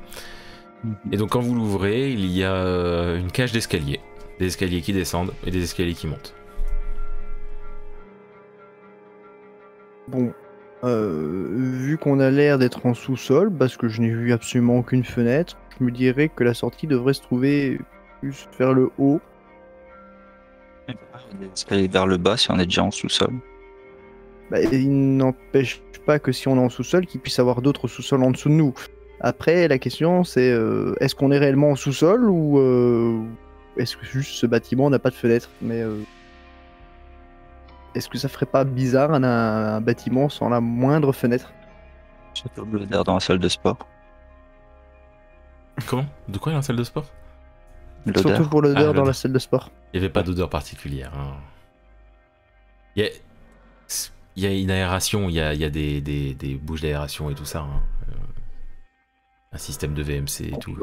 [SPEAKER 1] Et donc, quand vous l'ouvrez, il y a euh, une cage d'escalier, des escaliers qui descendent et des escaliers qui montent.
[SPEAKER 4] Bon. euh, vu qu'on a l'air d'être en sous-sol, parce que je n'ai vu absolument aucune fenêtre, je me dirais que la sortie devrait se trouver plus vers le haut.
[SPEAKER 3] Aller vers le bas si on est déjà en sous-sol.
[SPEAKER 4] Bah, il n'empêche pas que si on est en sous-sol, qu'il puisse avoir d'autres sous-sols en dessous de nous. Après, la question, c'est euh, est-ce qu'on est réellement en sous-sol ou euh, est-ce que juste ce bâtiment n'a pas de fenêtre Mais euh, est-ce que ça ferait pas bizarre un, un bâtiment sans la moindre fenêtre
[SPEAKER 3] Surtout le bleu d'air dans la salle de sport.
[SPEAKER 1] Comment De quoi il y a une salle de sport
[SPEAKER 4] Surtout
[SPEAKER 3] L'odeur.
[SPEAKER 4] pour
[SPEAKER 1] Ah,
[SPEAKER 4] l'odeur dans
[SPEAKER 1] l'odeur.
[SPEAKER 4] la salle de sport.
[SPEAKER 1] Il n'y avait pas d'odeur particulière. hein. Il y a, il y a une aération, il y a, il y a des, des- des bouches d'aération et tout ça. hein. Euh, Un système de VMC et tout.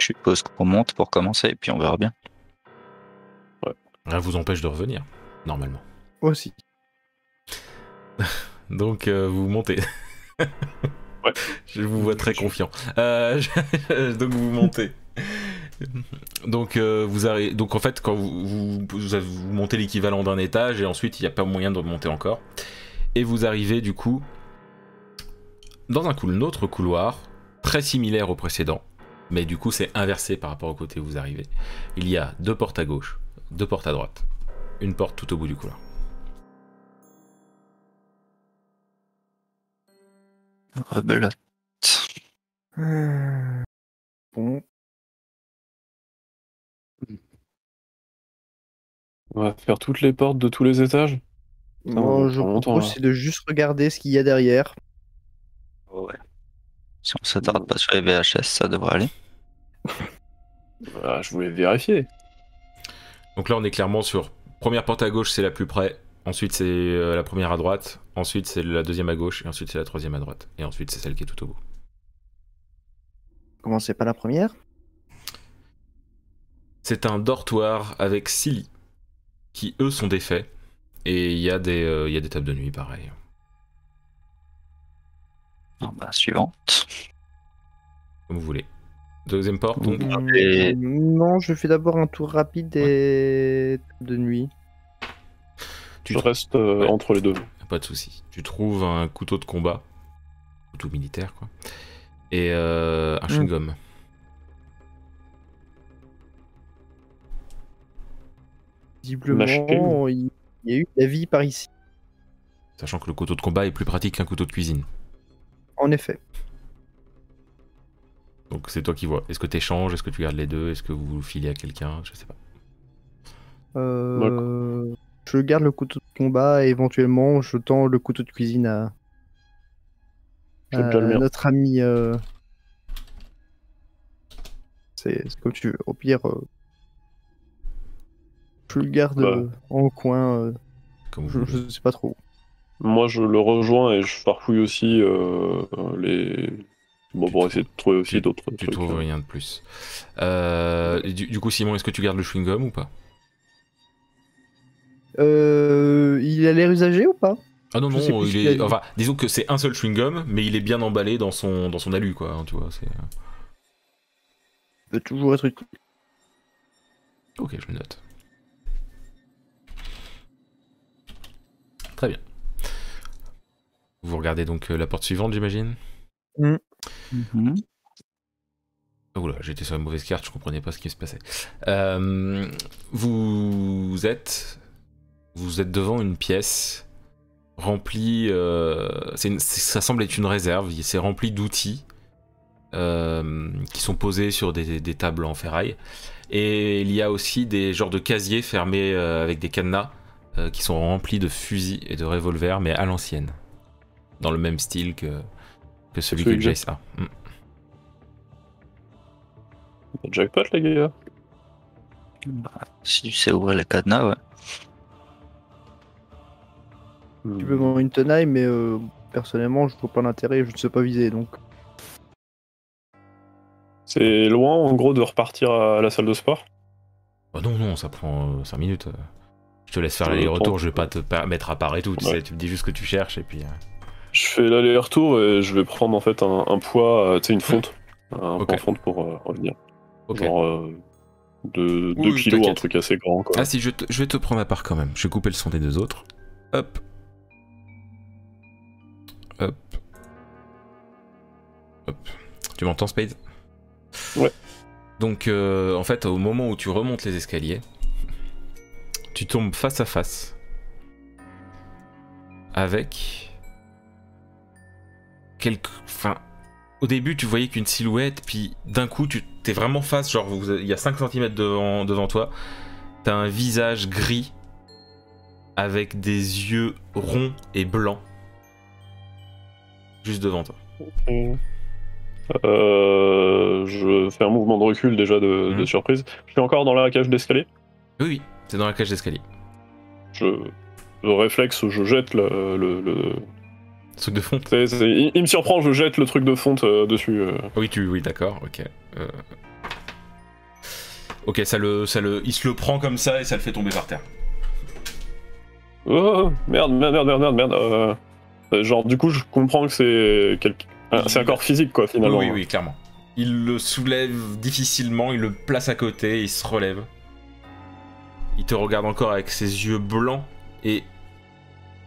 [SPEAKER 3] Je suppose qu'on monte pour commencer, et puis on verra bien.
[SPEAKER 1] Rien Ah, vous empêche de revenir, normalement.
[SPEAKER 4] Aussi.
[SPEAKER 1] Donc euh, vous montez.
[SPEAKER 2] Ouais.
[SPEAKER 1] Je vous vois très confiant. Euh, je- donc vous montez. Donc euh, vous arrivez. Donc en fait quand vous, vous, vous avez- vous montez l'équivalent d'un étage et ensuite il n'y a pas moyen de remonter encore. Et vous arrivez du coup dans un, cou- un autre couloir très similaire au précédent, mais du coup c'est inversé par rapport au côté où vous arrivez. Il y a deux portes à gauche, deux portes à droite, une porte tout au bout du couloir.
[SPEAKER 3] Rebelote.
[SPEAKER 4] Euh, Bon,
[SPEAKER 2] On va faire toutes les portes de tous les étages Putain, on
[SPEAKER 4] moi
[SPEAKER 2] va
[SPEAKER 4] je
[SPEAKER 2] prendre longtemps, hein.
[SPEAKER 4] propose
[SPEAKER 2] là.
[SPEAKER 4] c'est de juste regarder ce qu'il y a derrière.
[SPEAKER 3] Ouais. Si on s'attarde pas sur les VHS, ça devrait aller.
[SPEAKER 2] Voilà, Ah, Je voulais vérifier.
[SPEAKER 1] Donc là, on est clairement sur première porte à gauche, c'est la plus près. Ensuite, c'est euh, la première à droite. Ensuite, c'est la deuxième à gauche. Et ensuite, c'est la troisième à droite. Et ensuite, c'est celle qui est tout au bout.
[SPEAKER 4] Comment c'est pas la première
[SPEAKER 1] C'est un dortoir avec six lits qui, eux, sont défaits. Et il y, a des, euh, il y a des tables de nuit, pareil.
[SPEAKER 3] Non, bah, suivante.
[SPEAKER 1] Comme vous voulez. Deuxième porte, donc.
[SPEAKER 2] Ah, Mmh,
[SPEAKER 4] Hum,
[SPEAKER 3] Et-
[SPEAKER 4] Non, je fais d'abord un tour rapide des... de nuit.
[SPEAKER 1] Tu
[SPEAKER 2] je
[SPEAKER 1] trouves-
[SPEAKER 2] reste euh,
[SPEAKER 1] Ouais.
[SPEAKER 2] entre les deux.
[SPEAKER 1] Pas de souci. Tu trouves un couteau de combat, couteau militaire quoi, et euh, un chewing-gum.
[SPEAKER 4] Visiblement, il il y a eu de la vie par ici.
[SPEAKER 1] Sachant que le couteau de combat est plus pratique qu'un couteau de cuisine.
[SPEAKER 4] En effet.
[SPEAKER 1] Donc c'est toi qui vois. Est-ce que tu échanges Est-ce que tu gardes les deux Est-ce que vous vous filez à quelqu'un Je sais pas.
[SPEAKER 4] Euh, Je garde le couteau de combat et éventuellement je tends le couteau de cuisine à,
[SPEAKER 2] Je donne
[SPEAKER 4] à
[SPEAKER 2] le mien.
[SPEAKER 4] notre ami. euh, C'est c'est comme tu veux. Au pire, euh, je le garde
[SPEAKER 2] Bah.
[SPEAKER 4] euh, en coin. euh,
[SPEAKER 1] Comme <laughs> vous
[SPEAKER 4] je,
[SPEAKER 1] voulez.
[SPEAKER 4] je sais pas trop.
[SPEAKER 2] Moi, je le rejoins et je farfouille aussi euh, les. Bon,
[SPEAKER 1] Tu
[SPEAKER 2] pour
[SPEAKER 1] trouves-
[SPEAKER 2] essayer de trouver aussi d'autres
[SPEAKER 1] Tu
[SPEAKER 2] trucs.
[SPEAKER 1] trouves
[SPEAKER 2] hein.
[SPEAKER 1] rien de plus. Euh, et du, du coup Simon, est-ce que tu gardes le chewing-gum ou pas
[SPEAKER 4] Euh, il a l'air usagé ou pas
[SPEAKER 1] Ah non
[SPEAKER 4] Je
[SPEAKER 1] non,
[SPEAKER 4] sais
[SPEAKER 1] il
[SPEAKER 4] plus ce
[SPEAKER 1] est.
[SPEAKER 4] qu'il a dit.
[SPEAKER 1] Enfin, disons que c'est un seul chewing-gum, mais il est bien emballé dans son dans son alu quoi. hein, tu vois. C'est.
[SPEAKER 4] peut toujours être utile.
[SPEAKER 1] Ok, je me note. Très bien. Vous regardez donc euh, la porte suivante, j'imagine
[SPEAKER 3] Mhm.
[SPEAKER 1] Oula, j'étais sur la mauvaise carte, je comprenais pas ce qui se passait. Euh, vous êtes, vous êtes devant une pièce remplie. euh, c'est une- c'est- ça semble être une réserve. il- C'est rempli d'outils euh, qui sont posés sur des, des tables en ferraille. Et il y a aussi des genres de casiers fermés euh, avec des cadenas euh, qui sont remplis de fusils et de revolvers, mais à l'ancienne, dans le même style que que celui que
[SPEAKER 2] Celui que j'ai.
[SPEAKER 1] j'ai ça. Mm.
[SPEAKER 2] Jackpot, les gars.
[SPEAKER 3] Bah, si tu sais ouvrir les cadenas, ouais.
[SPEAKER 4] Tu peux demander une tenaille, mais euh, personnellement, je vois pas l'intérêt. Je ne sais pas viser, donc
[SPEAKER 2] C'est loin, en gros, de repartir à la salle de sport.
[SPEAKER 1] Oh non, non, ça prend 5 minutes. euh. Je te laisse faire
[SPEAKER 2] Ça
[SPEAKER 1] les
[SPEAKER 2] prend-
[SPEAKER 1] retours, je vais pas te pa- mettre à part et tout. Tu,
[SPEAKER 2] Ouais.
[SPEAKER 1] sais, tu me dis juste ce que tu cherches et puis. euh,
[SPEAKER 2] Je fais l'aller-retour et je vais prendre en fait un, un poids, euh, tu sais, une fonte. Un
[SPEAKER 1] Mmh. Ok.
[SPEAKER 2] poids fonte pour euh, revenir.
[SPEAKER 1] Ok.
[SPEAKER 2] Genre euh, de,
[SPEAKER 1] Oui,
[SPEAKER 2] 2
[SPEAKER 1] oui,
[SPEAKER 2] kilos, un
[SPEAKER 1] t'inquiète.
[SPEAKER 2] truc assez grand quoi.
[SPEAKER 1] Ah si, je, te- je vais te prendre à part quand même. Je vais couper le son des deux autres. Hop. Hop. Hop. Tu m'entends, Spade
[SPEAKER 2] Ouais.
[SPEAKER 1] Donc, euh, en fait, au moment où tu remontes les escaliers, tu tombes face à face avec quelque. Enfin, au début, tu voyais qu'une silhouette, puis d'un coup, tu t'es vraiment face, genre vous- il y a 5 cm devant, devant toi. T'as un visage gris avec des yeux ronds et blancs juste devant toi.
[SPEAKER 2] Euh, je fais un mouvement de recul déjà de,
[SPEAKER 1] Mhm.
[SPEAKER 2] de surprise. Je suis encore dans la cage d'escalier.
[SPEAKER 1] Oui, oui, c'est dans la cage d'escalier.
[SPEAKER 2] Je, le réflexe, je jette le. le- le-
[SPEAKER 1] Truc de fonte.
[SPEAKER 2] tu sais, c'est- il, il me surprend, je jette le truc de fonte euh, dessus. euh.
[SPEAKER 1] <laughs> Oui, tu, oui, d'accord, ok. Euh. Ok, ça le, ça le, il se le prend comme ça et ça le fait tomber par terre.
[SPEAKER 2] Oh merde, merde, merde, merde, merde, merde. euh. Euh, Genre, du coup, je comprends que c'est quel- ah, c'est un corps physique quoi finalement.
[SPEAKER 1] Oui, oui, oui, clairement. Il le soulève difficilement, il le place à côté, il se relève. Il te regarde encore avec ses yeux blancs et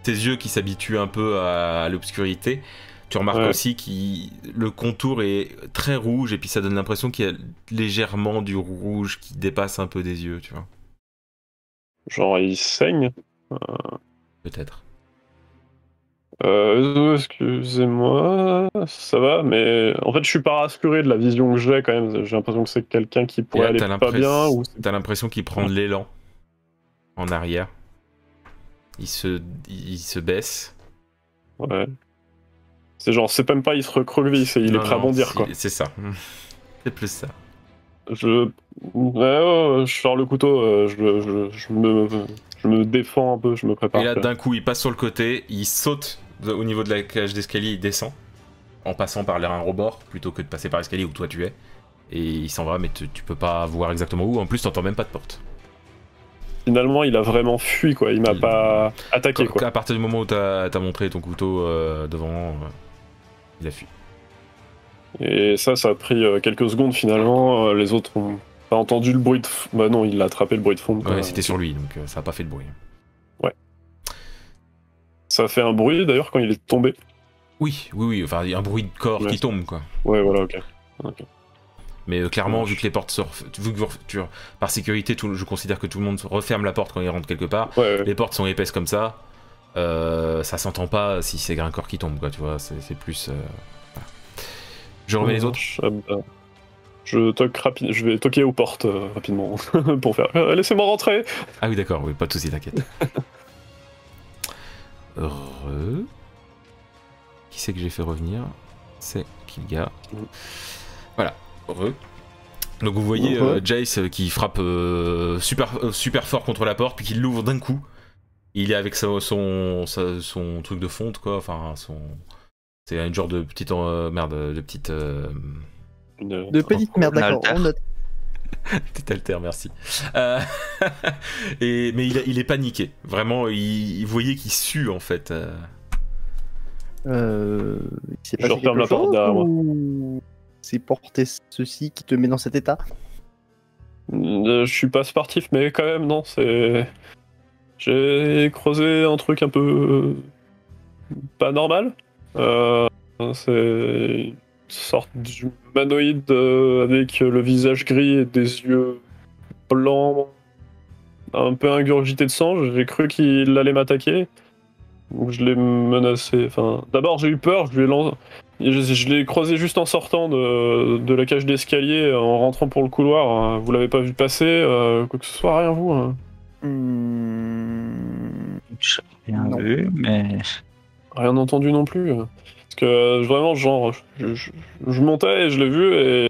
[SPEAKER 1] ses yeux qui s'habituent un peu à l'obscurité. Tu remarques
[SPEAKER 2] Ouais.
[SPEAKER 1] aussi que le contour est très rouge et puis ça donne l'impression qu'il y a légèrement du rouge qui dépasse un peu des yeux, tu vois.
[SPEAKER 2] Genre, il saigne.
[SPEAKER 1] Peut-être.
[SPEAKER 2] Euh, excusez-moi, ça va, mais en fait, je suis pas rassuré de la vision que j'ai quand même. J'ai l'impression que c'est quelqu'un qui
[SPEAKER 1] Et là,
[SPEAKER 2] pourrait aller
[SPEAKER 1] t'as
[SPEAKER 2] pas
[SPEAKER 1] l'impress-
[SPEAKER 2] bien ou
[SPEAKER 1] T'as l'impression qu'il prend de l'élan en arrière. Il se, il se baisse.
[SPEAKER 2] Ouais. C'est genre, c'est même pas, il se recroqueville, c'est il
[SPEAKER 1] Non,
[SPEAKER 2] est prêt à
[SPEAKER 1] non,
[SPEAKER 2] bondir,
[SPEAKER 1] c'est-
[SPEAKER 2] quoi.
[SPEAKER 1] C'est ça. <laughs> C'est plus ça.
[SPEAKER 2] Je... Ouais, ouais, je sors le couteau, euh, je, je, je me, je me défends un peu, je me prépare.
[SPEAKER 1] Et là,
[SPEAKER 2] quoi.
[SPEAKER 1] d'un coup, il passe sur le côté, il saute de- au niveau de la cage d'escalier, il descend, en passant par l'air un rebord, plutôt que de passer par l'escalier où toi tu es. Et il s'en va, mais tu, tu peux pas voir exactement où. En plus, t'entends même pas de porte.
[SPEAKER 2] Finalement, il a vraiment fui, quoi. Il m'a
[SPEAKER 1] Il-
[SPEAKER 2] pas attaqué, quoi.
[SPEAKER 1] à partir du moment où t'as t'as montré ton couteau euh, devant, euh, il a fui.
[SPEAKER 2] Et ça, ça a pris euh, quelques secondes, finalement. euh, les autres ont pas entendu le bruit de. f- Bah non, il a attrapé le bruit de fond.
[SPEAKER 1] Ouais, c'était sur lui, donc euh, ça a pas fait de bruit.
[SPEAKER 2] Ça a fait un bruit, d'ailleurs, quand il est tombé.
[SPEAKER 1] Oui, oui, oui. Enfin, il y a un bruit de corps
[SPEAKER 2] Ouais.
[SPEAKER 1] qui tombe, quoi.
[SPEAKER 2] Ouais, voilà, ok.
[SPEAKER 1] Mais euh, clairement,
[SPEAKER 2] Ouais.
[SPEAKER 1] vu que les portes se ref- vu que vous ref- tu- par sécurité, tout le- je considère que tout le monde referme la porte quand il rentre quelque part.
[SPEAKER 2] Ouais, ouais.
[SPEAKER 1] Les portes sont épaisses comme ça. euh, ça s'entend pas si c'est un corps qui tombe, quoi. Tu vois, c'est c'est plus. euh, voilà. Je remets les autres.
[SPEAKER 2] Ah bah, Je, toque rapi- je vais toquer aux portes euh, rapidement <laughs> pour faire euh, Laissez-moi rentrer
[SPEAKER 1] Ah oui, d'accord. Oui, pas de soucis, t'inquiète. Heureux. Qui c'est que j'ai fait revenir C'est Kilga. Voilà. Heureux. Donc vous voyez
[SPEAKER 4] Heureux.
[SPEAKER 1] euh, Jace euh, qui frappe euh, super, euh, super fort contre la porte puis qui l'ouvre d'un coup. Il est avec sa- son, sa- son truc de fonte quoi, enfin son c'est un genre de petite euh, merde de petite euh,
[SPEAKER 2] Une-
[SPEAKER 4] De petite merde, d'accord,
[SPEAKER 3] Alter.
[SPEAKER 4] on note.
[SPEAKER 1] Petit alter, merci. Euh, <laughs> et, mais il, a- il est paniqué. Vraiment, il, il voyait qu'il sue en fait. euh.
[SPEAKER 4] Euh, il s'est
[SPEAKER 2] Je
[SPEAKER 4] passé
[SPEAKER 2] referme
[SPEAKER 4] quelque
[SPEAKER 2] la porte
[SPEAKER 4] chose
[SPEAKER 2] derrière moi.
[SPEAKER 4] ou C'est porter ceci qui te met dans cet état.
[SPEAKER 2] Euh, Je suis pas sportif, mais quand même, non, c'est. J'ai creusé un truc un peu. euh, pas normal. Euh, c'est une sorte d'humanoïde euh, avec le visage gris et des yeux blancs, un peu ingurgité de sang. J'ai cru qu'il allait m'attaquer. Donc je l'ai menacé. Enfin, d'abord, j'ai eu peur, je lui ai lancé. Et Je, je l'ai croisé juste en sortant de, de la cage d'escalier, en rentrant pour le couloir. hein. Vous l'avez pas vu passer, euh, quoi que ce soit, rien vous. hein.
[SPEAKER 4] Hmm,
[SPEAKER 3] J'ai rien
[SPEAKER 4] Non.
[SPEAKER 3] vu, mais
[SPEAKER 2] Rien entendu non plus. hein. Parce que euh, vraiment, genre, je, je- je montais et je l'ai vu et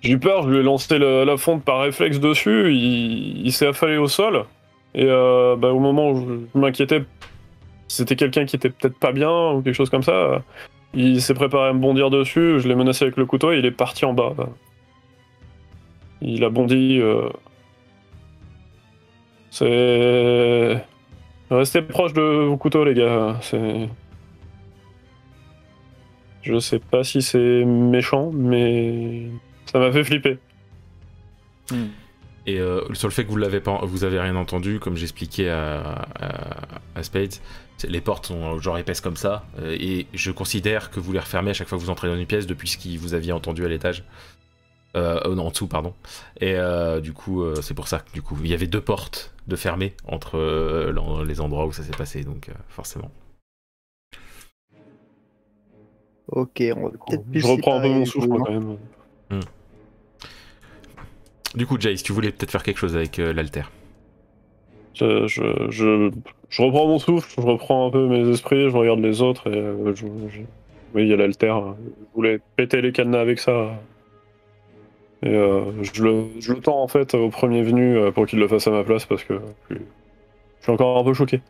[SPEAKER 2] j'ai eu peur, je lui ai lancé la, la fonte par réflexe dessus, il, il s'est affalé au sol. Et euh, bah, au moment où je, je m'inquiétais, c'était quelqu'un qui était peut-être pas bien ou quelque chose comme ça. Il s'est préparé à me bondir dessus, je l'ai menacé avec le couteau et il est parti en bas. bah. Il a bondi. euh. C'est. Restez proche de vos couteaux, les gars. C'est. Je sais pas si c'est méchant, mais ça m'a fait flipper.
[SPEAKER 1] Et euh, sur le fait que vous l'avez pas, vous avez rien entendu, comme j'expliquais à, à, à Spades, c'est- les portes sont euh, genre épaisses comme ça, euh, et je considère que vous les refermez à chaque fois que vous entrez dans une pièce depuis ce que vous aviez entendu à l'étage. Euh, euh, non, en dessous, pardon. Et euh, du coup, euh, c'est pour ça que du coup, il y avait deux portes de fermées entre euh, l'en- les endroits où ça s'est passé, donc euh, forcément.
[SPEAKER 4] Ok, on va peut-être plus
[SPEAKER 2] Je reprends un peu
[SPEAKER 4] séparer
[SPEAKER 2] mon
[SPEAKER 4] les
[SPEAKER 2] souffle
[SPEAKER 4] deux, hein.
[SPEAKER 2] quand même.
[SPEAKER 1] Du coup, Jace, tu voulais peut-être faire quelque chose avec euh, l'alter.
[SPEAKER 2] Je, je, je, je reprends mon souffle, je reprends un peu mes esprits, je regarde les autres et euh, je- je- oui, il y a l'alter. Je voulais péter les cadenas avec ça. Et euh, je, le, je le tends en fait au premier venu euh, pour qu'il le fasse à ma place parce que je suis- je suis encore un peu choqué.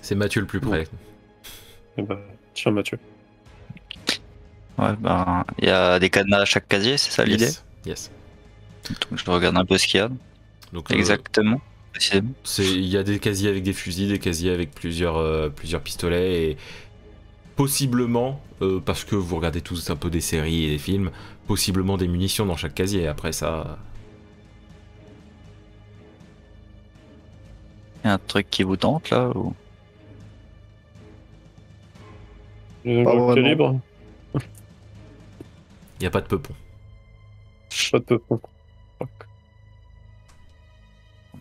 [SPEAKER 1] C'est Mathieu le plus près.
[SPEAKER 2] Et bah, tiens Mathieu.
[SPEAKER 3] ouais, ben, il y a des cadenas à chaque casier, c'est ça l'idée
[SPEAKER 1] Yes. Yes.
[SPEAKER 3] Donc je regarde un peu ce qu'il y a.
[SPEAKER 1] Donc, euh,
[SPEAKER 3] Exactement. précisément.
[SPEAKER 1] C'est- Il y a des casiers avec des fusils, des casiers avec plusieurs, euh, plusieurs pistolets et possiblement, euh, parce que vous regardez tous un peu des séries et des films, possiblement des munitions dans chaque casier. Après ça,
[SPEAKER 3] Il y a un truc qui vous tente là ou...
[SPEAKER 2] J'ai
[SPEAKER 4] Pas
[SPEAKER 2] un
[SPEAKER 4] vraiment.
[SPEAKER 2] calibre.
[SPEAKER 1] il n'y a pas de peupon.
[SPEAKER 2] Pas de peupon.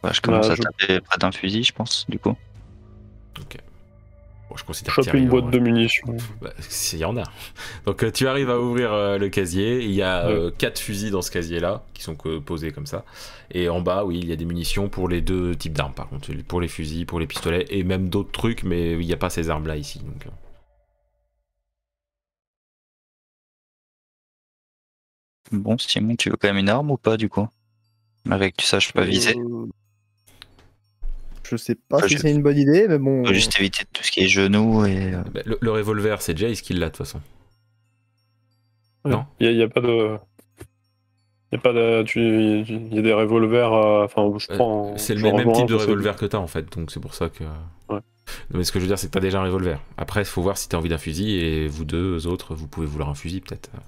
[SPEAKER 3] Bah, Je commence
[SPEAKER 2] Bah,
[SPEAKER 3] à
[SPEAKER 2] je-
[SPEAKER 3] Bah, taper près d'un fusil, je pense, du coup.
[SPEAKER 1] Bon, je considère que
[SPEAKER 2] Chope
[SPEAKER 1] t'y arrives
[SPEAKER 2] une boîte
[SPEAKER 1] en-
[SPEAKER 2] de munitions.
[SPEAKER 1] Bah, <laughs> S'il y en a. Donc euh, tu arrives à ouvrir euh, le casier, il y a
[SPEAKER 2] Ouais.
[SPEAKER 1] euh, quatre fusils dans ce casier-là, qui sont que- posés comme ça. Et en bas, oui, il y a des munitions pour les deux types d'armes, par contre, pour les fusils, pour les pistolets, et même d'autres trucs, mais il n'y a pas ces armes-là ici. Donc, euh.
[SPEAKER 3] Bon, Simon, tu veux quand même une arme ou pas du coup Avec, tu saches pas viser.
[SPEAKER 4] Euh, Je sais pas
[SPEAKER 3] Enfin,
[SPEAKER 4] si
[SPEAKER 3] je-
[SPEAKER 4] c'est une bonne idée, mais bon.
[SPEAKER 3] Faut juste éviter tout ce qui est genoux et. euh,
[SPEAKER 1] Bah, le, le revolver, c'est Jace qui l'a de toute façon. Non.
[SPEAKER 2] Il y, a pas de. Il y a pas de. tu- Il y a des revolvers. euh, Enfin, je
[SPEAKER 1] Euh,
[SPEAKER 2] prends.
[SPEAKER 1] C'est le
[SPEAKER 2] je
[SPEAKER 1] même,
[SPEAKER 2] rejoins,
[SPEAKER 1] type de
[SPEAKER 2] c'est-
[SPEAKER 1] revolver que t'as en fait, donc c'est pour ça que. Non, mais ce que je veux dire, c'est que t'as déjà un revolver. Après, il faut voir si t'as envie d'un fusil, et vous deux autres, vous pouvez vouloir un fusil peut-être. Euh,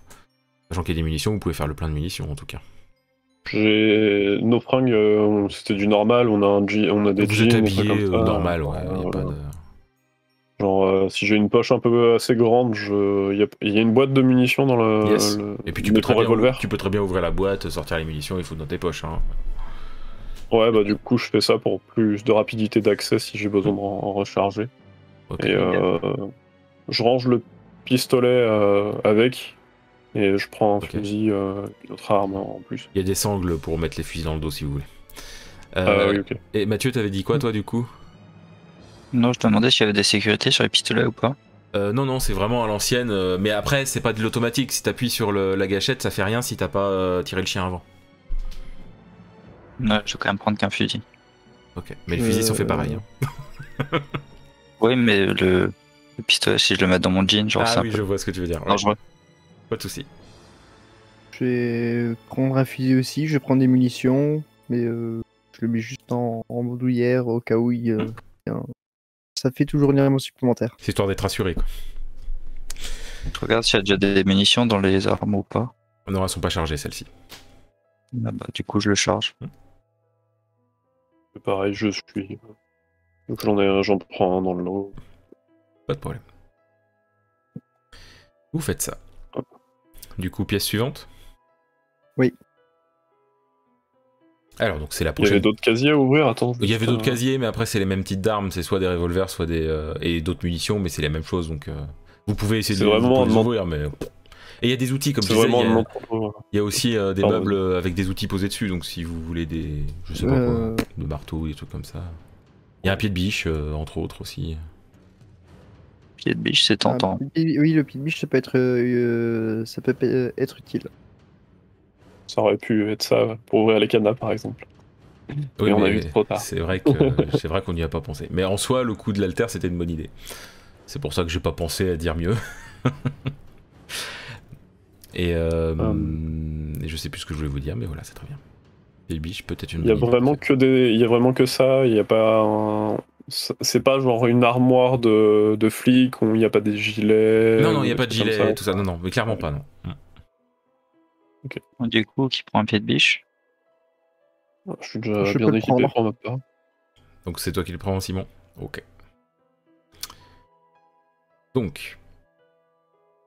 [SPEAKER 1] Sachant qu'il y a des munitions, vous pouvez faire le plein de munitions en tout cas.
[SPEAKER 2] J'ai nos fringues, euh, on- c'était du normal. On a un je- on a des
[SPEAKER 1] Vous
[SPEAKER 2] jeans,
[SPEAKER 1] êtes
[SPEAKER 2] des trucs
[SPEAKER 1] habillé
[SPEAKER 2] comme
[SPEAKER 1] euh,
[SPEAKER 2] ça.
[SPEAKER 1] normal, ouais.
[SPEAKER 2] Euh,
[SPEAKER 1] y a
[SPEAKER 2] voilà.
[SPEAKER 1] pas de-
[SPEAKER 2] Genre, euh, si j'ai une poche un peu assez grande, je... il y, a... il y a une boîte de munitions dans le.
[SPEAKER 1] Yes.
[SPEAKER 2] le-
[SPEAKER 1] Et puis tu peux,
[SPEAKER 2] mais
[SPEAKER 1] très
[SPEAKER 2] pour
[SPEAKER 1] bien,
[SPEAKER 2] revolver.
[SPEAKER 1] tu peux très bien ouvrir la boîte, sortir les munitions et foutre dans tes poches. Hein.
[SPEAKER 2] Ouais, bah du coup, je fais ça pour plus de rapidité d'accès si j'ai besoin d'en en recharger.
[SPEAKER 1] Ok.
[SPEAKER 2] Et euh, je range le pistolet euh, avec. Et je prends un
[SPEAKER 1] Ok.
[SPEAKER 2] fusil, euh, une autre arme en plus.
[SPEAKER 1] Il y a des sangles pour mettre les fusils dans le dos si vous voulez. Euh,
[SPEAKER 2] Ah oui, ok.
[SPEAKER 1] Et Mathieu, t'avais dit quoi toi du coup
[SPEAKER 3] Non, je te demandais s'il y avait des sécurités sur les pistolets ou pas.
[SPEAKER 1] Euh, non, non, c'est vraiment à l'ancienne. euh, mais après, c'est pas de l'automatique. Si t'appuies sur le- la gâchette, ça fait rien si t'as pas euh, tiré le chien avant.
[SPEAKER 3] Non, je vais quand même prendre qu'un fusil.
[SPEAKER 1] Ok. Mais les fusils sont faits
[SPEAKER 4] Euh,
[SPEAKER 1] pareil. hein.
[SPEAKER 3] Oui, mais le, le pistolet, si je le mets dans mon jean, genre c'est
[SPEAKER 1] Ah
[SPEAKER 3] un
[SPEAKER 1] oui,
[SPEAKER 3] peu
[SPEAKER 1] je vois ce que tu veux dire. ouais,
[SPEAKER 3] dangereux.
[SPEAKER 1] Pas de souci.
[SPEAKER 4] Je vais prendre un fusil aussi, je vais prendre des munitions, mais euh, je le mets juste en, en bandoulière au cas où il. euh, bien. Ça fait toujours une élément supplémentaire.
[SPEAKER 1] C'est histoire d'être rassuré. Quoi.
[SPEAKER 3] Je regarde s'il y a déjà des munitions dans les armes ou pas.
[SPEAKER 1] Non, elles sont pas chargées celles-ci.
[SPEAKER 3] Ah bah, du coup, je le charge.
[SPEAKER 2] Pareil, je suis. euh, Donc j'en ai un, j'en prends un dans le lot.
[SPEAKER 1] Pas de problème. Vous faites ça. Du coup, pièce suivante
[SPEAKER 4] Oui.
[SPEAKER 1] Alors, donc c'est la
[SPEAKER 2] Il y avait
[SPEAKER 1] prochaine.
[SPEAKER 2] d'autres hein. casiers à ouvrir, attends.
[SPEAKER 1] Il y avait d'autres casiers, mais après, c'est les mêmes types d'armes. C'est soit des revolvers, soit des. euh, et d'autres munitions, mais c'est la même chose. Donc, euh, vous pouvez essayer de
[SPEAKER 2] C'est
[SPEAKER 1] vous
[SPEAKER 2] vraiment
[SPEAKER 1] pouvez les
[SPEAKER 2] un
[SPEAKER 1] ouvrir, mais. Et il y a des outils, comme je
[SPEAKER 2] C'est
[SPEAKER 1] disais. Il y,
[SPEAKER 2] vraiment un
[SPEAKER 1] a-
[SPEAKER 2] entrepôt.
[SPEAKER 1] il y a aussi euh, des
[SPEAKER 2] Pardon.
[SPEAKER 1] meubles euh, avec des outils posés dessus. Donc, si vous voulez des. Je sais pas quoi.
[SPEAKER 4] Euh,
[SPEAKER 1] De marteaux, des trucs comme ça. Il y a un pied de biche, euh, entre autres aussi.
[SPEAKER 3] Pied de biche,
[SPEAKER 4] Ah
[SPEAKER 3] c'est tentant.
[SPEAKER 4] un petit- oui, le petit biche, ça peut être, euh, ça peut euh, être utile.
[SPEAKER 2] Ça aurait pu être ça pour ouvrir les cadenas, par exemple.
[SPEAKER 1] Oui,
[SPEAKER 2] mais on a
[SPEAKER 1] mais
[SPEAKER 2] eu trop tard.
[SPEAKER 1] C'est
[SPEAKER 2] <laughs>
[SPEAKER 1] vrai que c'est vrai qu'on n'y a pas pensé. Mais en soi, le coup de l'alter, c'était une bonne idée. C'est pour ça que j'ai pas pensé à dire mieux. <laughs> et euh,
[SPEAKER 2] Hum.
[SPEAKER 1] et je sais plus ce que je voulais vous dire, mais voilà, c'est très bien. Et le biche, peut-être une.
[SPEAKER 2] Il y a
[SPEAKER 1] bonne idée,
[SPEAKER 2] vraiment
[SPEAKER 1] peut-être.
[SPEAKER 2] que des, il y a vraiment que ça. Il y a pas, un- c'est pas genre une armoire de, de flics où il n'y a pas des gilets.
[SPEAKER 1] Non, non,
[SPEAKER 2] ou
[SPEAKER 1] il y a
[SPEAKER 2] des
[SPEAKER 1] pas de
[SPEAKER 2] trucs comme
[SPEAKER 1] gilet et tout ça. Non, non, mais clairement pas, non. Hum.
[SPEAKER 3] Du coup, qui prend un pied de biche
[SPEAKER 2] Je suis déjà
[SPEAKER 4] Je peux
[SPEAKER 2] bien
[SPEAKER 4] le
[SPEAKER 2] équipé
[SPEAKER 4] prendre.
[SPEAKER 2] pour ma part.
[SPEAKER 1] Donc c'est toi qui le prends, Simon. Ok. Donc,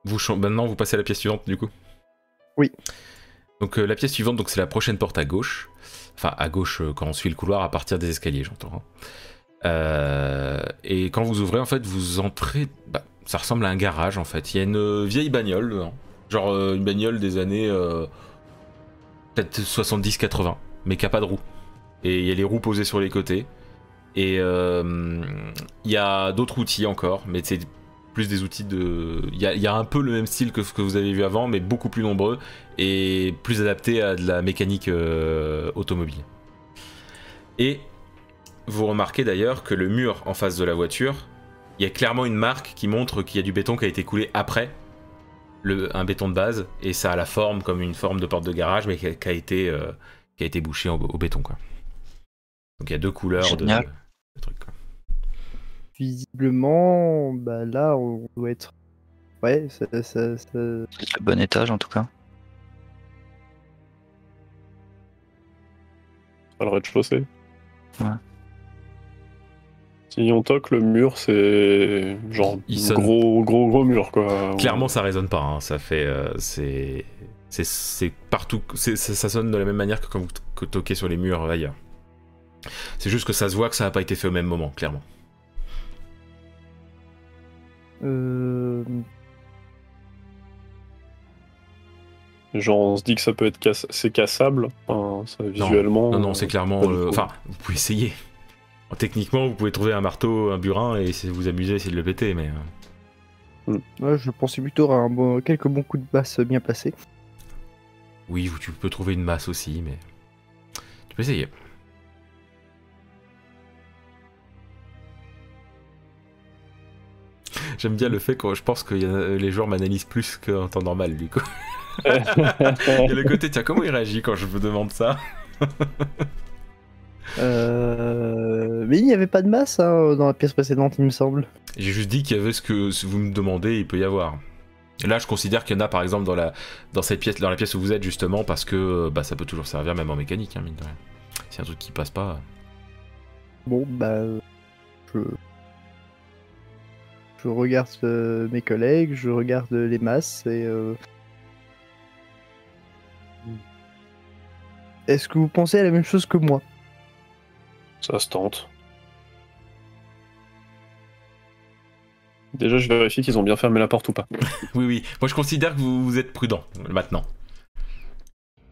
[SPEAKER 1] vous chan- maintenant vous passez à la pièce suivante du coup.
[SPEAKER 4] Oui.
[SPEAKER 1] Donc euh, la pièce suivante, donc c'est la prochaine porte à gauche. Enfin à gauche euh, quand on suit le couloir à partir des escaliers, j'entends. hein. Euh, et quand vous ouvrez, en fait, vous entrez. bah, ça ressemble à un garage en fait. Il y a une euh, vieille bagnole, hein. genre euh, une bagnole des années euh, peut-être 70-80, mais qui a pas de roues. Et il y a les roues posées sur les côtés. Et euh, il y a d'autres outils encore, mais c'est plus des outils de. Il y a, il y a un peu le même style que ce que vous avez vu avant, mais beaucoup plus nombreux et plus adapté à de la mécanique euh, automobile. Et vous remarquez d'ailleurs que le mur en face de la voiture, il y a clairement une marque qui montre qu'il y a du béton qui a été coulé après le, un béton de base, et ça a la forme comme une forme de porte de garage, mais qui a, qui a été, euh, qui a été bouchée au, au béton. Quoi. Donc il y a deux couleurs de,
[SPEAKER 3] Génial.
[SPEAKER 1] de trucs, quoi.
[SPEAKER 4] Visiblement, bah là, on doit être. Ouais, ça, ça- ça-
[SPEAKER 3] C'est le bon étage en tout cas.
[SPEAKER 2] Pas le rez-de-chaussée.
[SPEAKER 3] Ouais.
[SPEAKER 2] Si on toque le mur, c'est genre
[SPEAKER 1] Il sonne.
[SPEAKER 2] gros, gros, gros mur quoi.
[SPEAKER 1] Clairement, ça résonne pas. hein. Ça fait, euh, c'est, c'est, c'est partout. c'est- ça, ça sonne de la même manière que quand vous t- que toquez sur les murs ailleurs. C'est juste que ça se voit que ça n'a pas été fait au même moment, clairement.
[SPEAKER 4] Euh,
[SPEAKER 2] Genre, on se dit que ça peut être cass- c'est cassable. Enfin, ça, visuellement.
[SPEAKER 1] Non, non,
[SPEAKER 2] euh,
[SPEAKER 1] c'est clairement.
[SPEAKER 2] pas du
[SPEAKER 1] euh,
[SPEAKER 2] tout.
[SPEAKER 1] Enfin, vous pouvez essayer. Techniquement, vous pouvez trouver un marteau, un burin et essayer de vous amuser, essayer de le péter, mais. euh,
[SPEAKER 4] ouais, je pensais plutôt à un bon, quelques bons coups de basse bien placés.
[SPEAKER 1] Oui, ou tu peux trouver une masse aussi, mais. Tu peux essayer. J'aime bien le fait que je pense que y a- euh, les joueurs m'analysent plus qu'en temps normal, du coup. Il y a le côté, tiens, comment il réagit quand je me demande ça
[SPEAKER 4] Euh, Mais il n'y avait pas de masse hein, dans la pièce précédente, il me semble.
[SPEAKER 1] J'ai juste dit qu'il y avait ce que ce que vous me demandez, il peut y avoir. Et là, je considère qu'il y en a, par exemple, dans la, dans cette pièce, dans la pièce où vous êtes, justement, parce que euh, bah, ça peut toujours servir, même en mécanique, hein, mine de rien. C'est un truc qui passe pas.
[SPEAKER 4] Bon, bah. euh, Je. Je regarde euh, mes collègues, je regarde les masses et. euh, Est-ce que vous pensez à la même chose que moi
[SPEAKER 2] Ça se tente. Déjà, je vérifie qu'ils ont bien fermé la porte ou pas.
[SPEAKER 1] Oui, oui. Moi, je considère que vous, vous êtes prudent maintenant.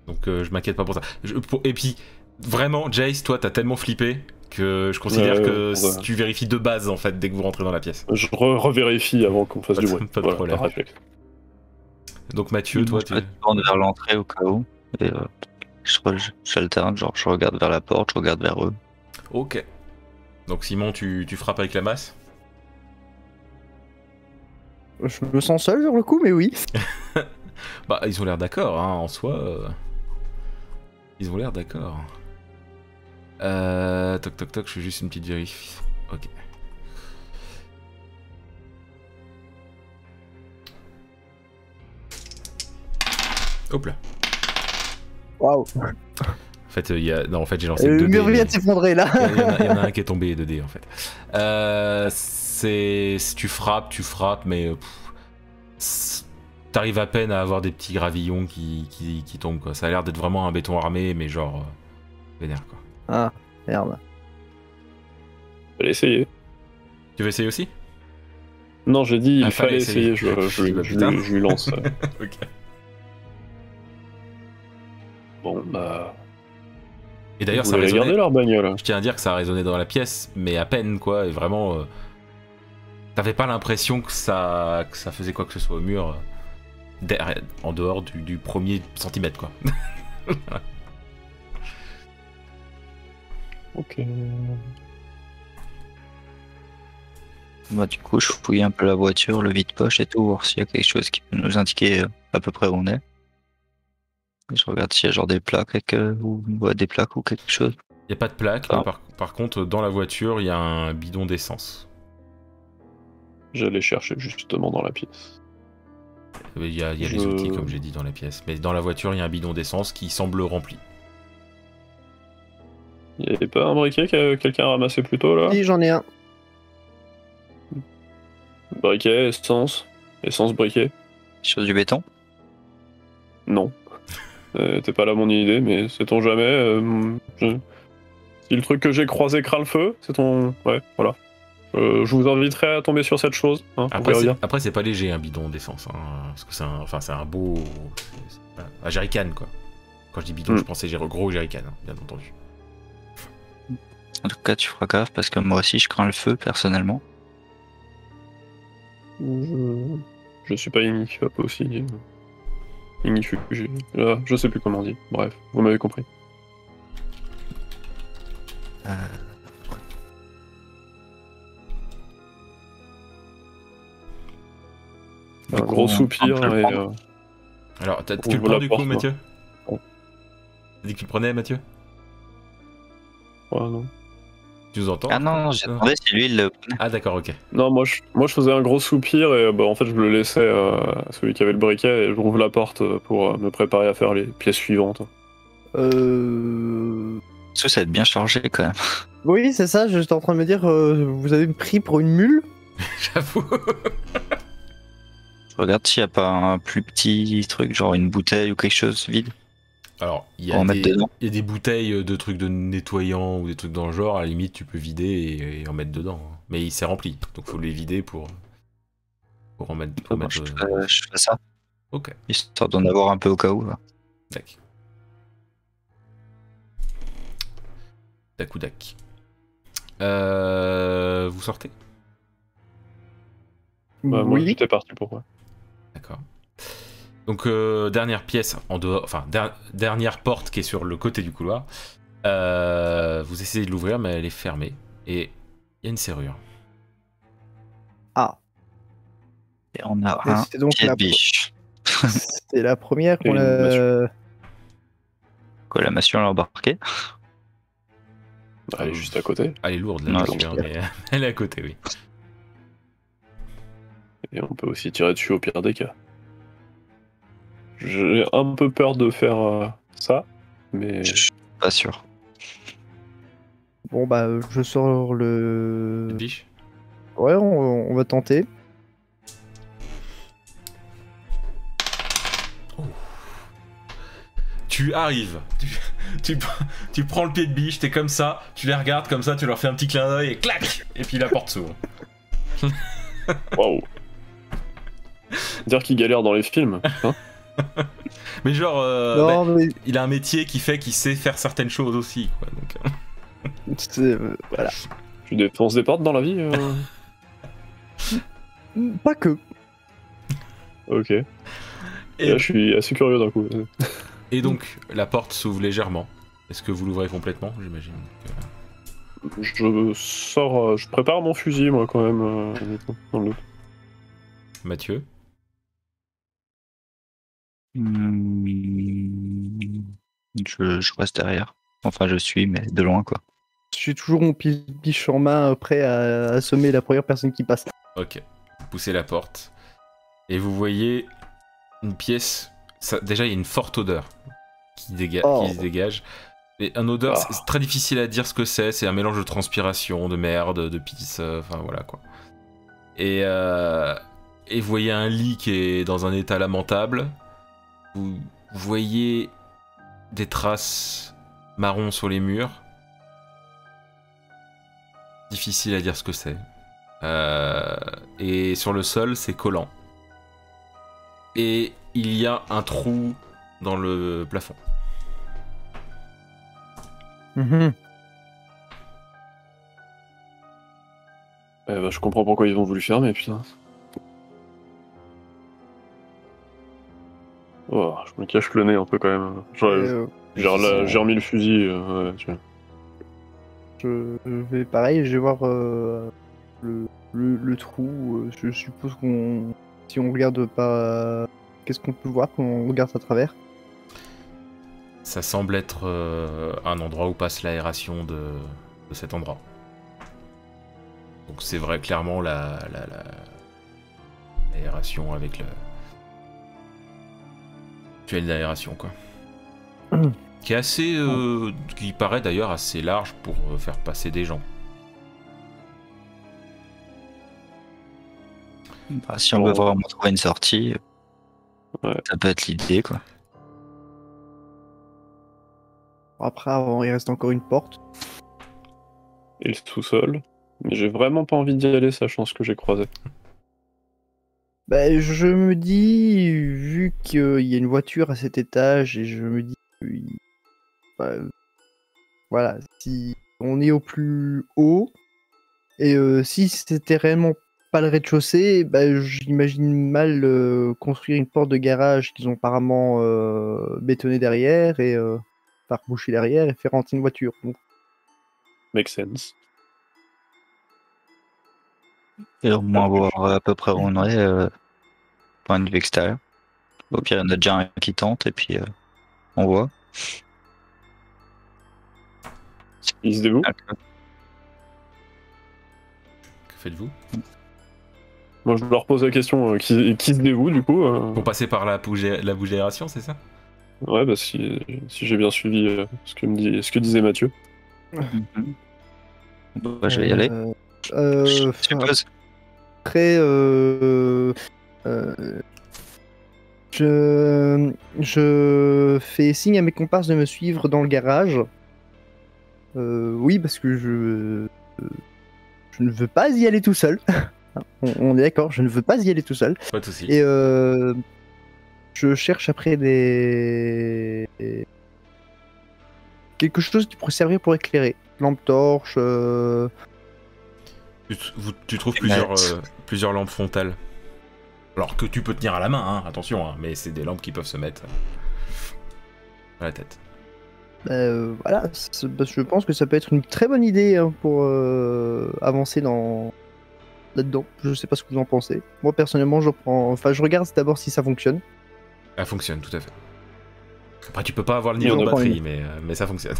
[SPEAKER 1] Donc, euh, je m'inquiète pas pour ça. Je- pour- et puis, vraiment, Jace, toi, t'as tellement flippé que je considère
[SPEAKER 2] Ouais,
[SPEAKER 1] que
[SPEAKER 2] ouais, ouais.
[SPEAKER 1] tu vérifies de base, en fait, dès que vous rentrez dans la pièce.
[SPEAKER 2] Je re- revérifie avant qu'on fasse
[SPEAKER 1] Pas
[SPEAKER 2] du
[SPEAKER 1] de-
[SPEAKER 2] bruit.
[SPEAKER 1] pas de
[SPEAKER 2] Voilà,
[SPEAKER 1] problème.
[SPEAKER 2] par réflexe.
[SPEAKER 1] Donc, Mathieu, toi, tu.
[SPEAKER 3] Je me tourne vers l'entrée au cas où. Et euh, je, re- je- j'alterne, genre je regarde vers la porte, je regarde vers eux.
[SPEAKER 1] Ok. Donc, Simon, tu, tu frappes avec la masse
[SPEAKER 4] Je me sens seul sur le coup, mais oui.
[SPEAKER 1] Bah, ils ont l'air d'accord, hein, en soi. euh, Ils ont l'air d'accord. Euh... Toc toc toc, je fais juste une petite vérif. Ok. Hop là.
[SPEAKER 4] Waouh.
[SPEAKER 1] En fait, euh, il y a... non, en fait j'ai lancé
[SPEAKER 4] Le
[SPEAKER 1] deux
[SPEAKER 4] mur
[SPEAKER 1] dés,
[SPEAKER 4] vient
[SPEAKER 1] mais-
[SPEAKER 4] de s'effondrer là.
[SPEAKER 1] <laughs> il y, en a- il y en a un qui est tombé, 2D en fait. Euh, c'est si tu frappes, tu frappes, mais euh, pff, c'est- t'arrives à peine à avoir des petits gravillons qui, qui, qui tombent quoi. Ça a l'air d'être vraiment un béton armé, mais genre euh, vénère quoi.
[SPEAKER 4] Ah, merde.
[SPEAKER 2] Fallait essayer.
[SPEAKER 1] Tu veux essayer
[SPEAKER 2] <laughs>
[SPEAKER 1] aussi
[SPEAKER 2] Non, j'ai dit, il
[SPEAKER 1] Ah, fallait
[SPEAKER 2] fallait
[SPEAKER 1] essayer.
[SPEAKER 2] essayer.
[SPEAKER 1] <laughs>
[SPEAKER 2] Je, je-
[SPEAKER 1] Bah,
[SPEAKER 2] je-
[SPEAKER 1] putain.
[SPEAKER 2] je lui
[SPEAKER 1] <laughs>
[SPEAKER 2] lance. euh,
[SPEAKER 1] Ok.
[SPEAKER 2] bon, bah.
[SPEAKER 1] Et d'ailleurs, ça
[SPEAKER 2] vous voulez
[SPEAKER 1] résonnait.
[SPEAKER 2] garder leur bagnole.
[SPEAKER 1] Je tiens à dire que ça a résonné dans la pièce, mais à peine quoi. Et vraiment, euh, t'avais pas l'impression que ça que ça faisait quoi que ce soit au mur, euh, derrière- en dehors du, du premier centimètre quoi.
[SPEAKER 2] Ok.
[SPEAKER 3] Moi, du coup, je fouille un peu la voiture, le vide-poche et tout, voir s'il y a quelque chose qui peut nous indiquer euh, à peu près où on est. Et je regarde s'il y a genre des plaques avec, euh, ou ouais, des plaques ou quelque chose.
[SPEAKER 1] Il n'y a pas de plaque,
[SPEAKER 3] Ah.
[SPEAKER 1] mais par, par contre, dans la voiture, il y a un bidon d'essence.
[SPEAKER 2] J'allais chercher justement dans la pièce.
[SPEAKER 1] Euh, Il y a, il y a
[SPEAKER 2] Je-
[SPEAKER 1] les outils, comme j'ai dit, dans la pièce. Mais dans la voiture, il y a un bidon d'essence qui semble rempli.
[SPEAKER 2] Il n'y avait pas un briquet que quelqu'un a ramassé plus tôt là
[SPEAKER 4] Oui, j'en ai un.
[SPEAKER 2] Briquet, essence. Essence, briquet.
[SPEAKER 3] Sur du béton.
[SPEAKER 2] Non. Euh, T'es pas là mon idée, mais sait-on jamais. euh, je- Si le truc que j'ai croisé craint le feu, c'est ton. Ouais, voilà. Euh, je vous inviterai à tomber sur cette chose. Hein, vous
[SPEAKER 1] Après,
[SPEAKER 2] verrez
[SPEAKER 1] c'est-
[SPEAKER 2] bien.
[SPEAKER 1] après, c'est pas léger, un bidon d'essence. hein, parce que c'est un, enfin, c'est un beau. c'est- c'est pas- un jerrycan, quoi. Quand je dis bidon,
[SPEAKER 2] Mm.
[SPEAKER 1] je pensais gér- gros jerrycan, hein, bien entendu.
[SPEAKER 3] En tout cas, tu feras gaffe parce que moi aussi, je crains le feu personnellement.
[SPEAKER 2] Je... je suis pas Ignifop aussi. Ignifugé. Ah, je sais plus comment on dit. Bref, vous m'avez compris.
[SPEAKER 3] Euh.
[SPEAKER 2] Un
[SPEAKER 3] Du coup,
[SPEAKER 2] gros
[SPEAKER 3] on-
[SPEAKER 2] soupir
[SPEAKER 3] on peut le
[SPEAKER 2] et.
[SPEAKER 3] prendre.
[SPEAKER 2] euh,
[SPEAKER 1] Alors, t'as- tu
[SPEAKER 2] Ouvre
[SPEAKER 1] le prends
[SPEAKER 2] la
[SPEAKER 1] du
[SPEAKER 2] porte, Oh.
[SPEAKER 1] coup,
[SPEAKER 2] moi.
[SPEAKER 1] Mathieu
[SPEAKER 2] Bon.
[SPEAKER 1] T'as dit que tu le prenais, Mathieu
[SPEAKER 2] euh, ouais, non.
[SPEAKER 1] Tu nous entends Euh.
[SPEAKER 3] Ah non, j'ai demandé si lui, il le prenait.
[SPEAKER 1] Ah, d'accord, ok. <laughs>
[SPEAKER 2] Non, moi je, moi je faisais un gros soupir et bah, en fait je le laissais euh, à celui qui avait le briquet et je rouvre la porte euh, pour euh, me préparer à faire les pièces suivantes.
[SPEAKER 4] Euh...
[SPEAKER 3] Sous, ça va être bien chargé quand même.
[SPEAKER 4] Oui, c'est ça, j'étais en train de me dire, euh, vous avez pris pour une mule
[SPEAKER 1] J'avoue.
[SPEAKER 3] Je regarde s'il n'y a pas un plus petit truc, genre une bouteille ou quelque chose vide.
[SPEAKER 1] Alors, il y,
[SPEAKER 3] On
[SPEAKER 1] a
[SPEAKER 3] va
[SPEAKER 1] des-
[SPEAKER 3] mettre dedans.
[SPEAKER 1] il y a des bouteilles euh, de trucs de nettoyant ou des trucs dans le genre, à la limite tu peux vider et, et en mettre dedans. hein. Mais il s'est rempli, donc faut les vider pour Pour remettre.
[SPEAKER 3] Bon,
[SPEAKER 1] remettre,
[SPEAKER 3] je,
[SPEAKER 1] euh,
[SPEAKER 3] fais, je fais ça.
[SPEAKER 1] Ok.
[SPEAKER 3] Histoire d'en avoir un peu au cas où. Là.
[SPEAKER 1] euh, Tac. Tac ou tac. Euh, vous sortez
[SPEAKER 2] Bah, moi,
[SPEAKER 4] oui,
[SPEAKER 2] j'étais parti pour moi.
[SPEAKER 1] D'accord. Donc euh, dernière pièce en dehors, enfin der- dernière porte qui est sur le côté du couloir. Euh, vous essayez de l'ouvrir, mais elle est fermée et il y a une serrure.
[SPEAKER 3] Et on a
[SPEAKER 4] Et
[SPEAKER 3] un
[SPEAKER 4] c'est donc
[SPEAKER 3] pied de
[SPEAKER 4] la, <laughs>
[SPEAKER 3] biche.
[SPEAKER 4] c'est la première qu'on
[SPEAKER 2] Et une
[SPEAKER 4] a.
[SPEAKER 3] Quoi, la massue, on l'a embarqué
[SPEAKER 2] Bah, Elle est juste à côté.
[SPEAKER 1] Elle est lourde la
[SPEAKER 3] Non,
[SPEAKER 1] blessure,
[SPEAKER 4] c'est
[SPEAKER 1] mais euh, <laughs> elle est à côté, oui.
[SPEAKER 2] Et on peut aussi tirer dessus au pire des cas. J'ai un peu peur de faire euh, ça, mais
[SPEAKER 3] Je suis pas sûr.
[SPEAKER 4] Bon, bah, euh, je sors le.
[SPEAKER 1] Une biche.
[SPEAKER 4] Ouais, on, on va tenter.
[SPEAKER 1] Tu arrives, tu, tu, pr- tu prends le pied de biche, t'es comme ça, tu les regardes comme ça, tu leur fais un petit clin d'œil et clac Et puis la porte s'ouvre.
[SPEAKER 2] waouh! Dire qu'il galère dans les films, hein.
[SPEAKER 1] Mais genre, euh, bah,
[SPEAKER 4] non, mais
[SPEAKER 1] il a un métier qui fait qu'il sait faire certaines choses aussi. Quoi, donc,
[SPEAKER 4] <laughs>
[SPEAKER 1] euh,
[SPEAKER 4] c'est- euh, voilà.
[SPEAKER 2] tu défonces des portes dans la vie. euh,
[SPEAKER 4] Mm, Pas que.
[SPEAKER 2] Ok.
[SPEAKER 1] Et-
[SPEAKER 4] Euh,
[SPEAKER 2] Là, je suis assez curieux d'un coup.
[SPEAKER 1] Et donc, la porte s'ouvre légèrement. Est-ce que vous l'ouvrez complètement J'imagine. euh, que-
[SPEAKER 2] Je sors, euh, je prépare mon fusil, moi, quand même. euh, honnêtement, dans le doute.
[SPEAKER 1] Mathieu
[SPEAKER 3] Hmm, Je, je reste derrière. Enfin, je suis, mais de loin, quoi.
[SPEAKER 4] Je suis toujours mon pi- biche en main, euh, prêt à assommer la première personne qui passe.
[SPEAKER 1] Ok. Vous poussez la porte. Et vous voyez une pièce. ça- déjà, il y a une forte odeur qui, déga-
[SPEAKER 4] Oh.
[SPEAKER 1] qui se dégage. Et un odeur,
[SPEAKER 2] Ah.
[SPEAKER 1] c'est- c'est très difficile à dire ce que c'est. C'est un mélange de transpiration, de merde, de pisse. euh, Enfin, voilà quoi. Et, euh, et vous voyez un lit qui est dans un état lamentable. Vous voyez des traces marron sur les murs. Difficile à dire ce que c'est. Euh, et sur le sol, c'est collant. Et il y a un trou dans le plafond.
[SPEAKER 4] Mhm.
[SPEAKER 2] Eh ben, je comprends pourquoi ils ont voulu fermer, putain. Oh, je me cache le nez un peu quand même. Genre,
[SPEAKER 4] Et, euh,
[SPEAKER 2] genre là,
[SPEAKER 1] sont-
[SPEAKER 2] j'ai remis le fusil. euh, ouais, tu vois.
[SPEAKER 4] je, je vais pareil, je vais voir euh, le, le- le trou. euh, je suppose qu'on. Si on regarde pas. Qu'est-ce qu'on peut voir quand on regarde à travers
[SPEAKER 1] Ça semble être euh, un endroit où passe l'aération de, de cet endroit. Donc c'est vrai clairement la la- la- l'aération avec le tunnel d'aération quoi. qui est assez euh, qui paraît d'ailleurs assez large pour euh, faire passer des gens.
[SPEAKER 3] Bah, si on veut vraiment trouver une sortie,
[SPEAKER 2] Ouais.
[SPEAKER 3] ça peut être l'idée, quoi.
[SPEAKER 4] Après, avant, il reste encore une porte.
[SPEAKER 2] Et le sous-sol. Mais j'ai vraiment pas envie d'y aller, sachant ce que j'ai croisé.
[SPEAKER 4] Bah, je me dis, vu qu'il y a une voiture à cet étage, et je me dis, oui, bah, voilà, si on est au plus haut, et euh, si c'était réellement pas le rez-de-chaussée, bah, j'imagine mal euh, construire une porte de garage qu'ils ont apparemment euh, bétonnée derrière et euh, par boucher derrière et faire rentrer une voiture. Donc,
[SPEAKER 2] Make sense.
[SPEAKER 3] Et au moins voir à peu près où on est, euh, point de vue extérieur. Au pire, il y en a déjà un qui tente, et puis euh, on voit.
[SPEAKER 2] Il se dévoue
[SPEAKER 1] Que faites-vous
[SPEAKER 2] Moi, je leur pose la question euh, qui, qui se dévoue du coup euh,
[SPEAKER 1] Pour passer par la bouge- la bouche d'aération, c'est ça
[SPEAKER 2] Ouais, bah si, si j'ai bien suivi euh, ce, que me dit, ce que disait Mathieu.
[SPEAKER 3] Bah, je vais y aller.
[SPEAKER 4] euh, euh,
[SPEAKER 3] Je
[SPEAKER 4] enfin,
[SPEAKER 3] suppose.
[SPEAKER 4] Après, euh, euh, je, je fais signe à mes comparses de me suivre dans le garage. Euh, oui, parce que je, euh, je ne veux pas y aller tout seul. <laughs> On, on est d'accord, je ne veux pas y aller tout seul.
[SPEAKER 1] Pas de soucis.
[SPEAKER 4] Et euh, je cherche après des. quelque chose qui pourrait servir pour éclairer. Lampe torche. euh,
[SPEAKER 1] Tu, t- vous- tu trouves plusieurs, euh, plusieurs lampes frontales. Alors que tu peux tenir à la main, hein, attention, hein, mais c'est des lampes qui peuvent se mettre à la tête.
[SPEAKER 4] euh, voilà, c'est- parce que je pense que ça peut être une très bonne idée hein, pour euh, avancer dans là-dedans. Je sais pas ce que vous en pensez. Moi personnellement, je reprends. Enfin, je regarde d'abord si ça fonctionne.
[SPEAKER 1] Elle fonctionne, tout à fait. Après, tu peux pas avoir le
[SPEAKER 2] Il y
[SPEAKER 1] niveau
[SPEAKER 2] en
[SPEAKER 1] de
[SPEAKER 4] a pas
[SPEAKER 1] batterie, mais, euh, mais ça fonctionne.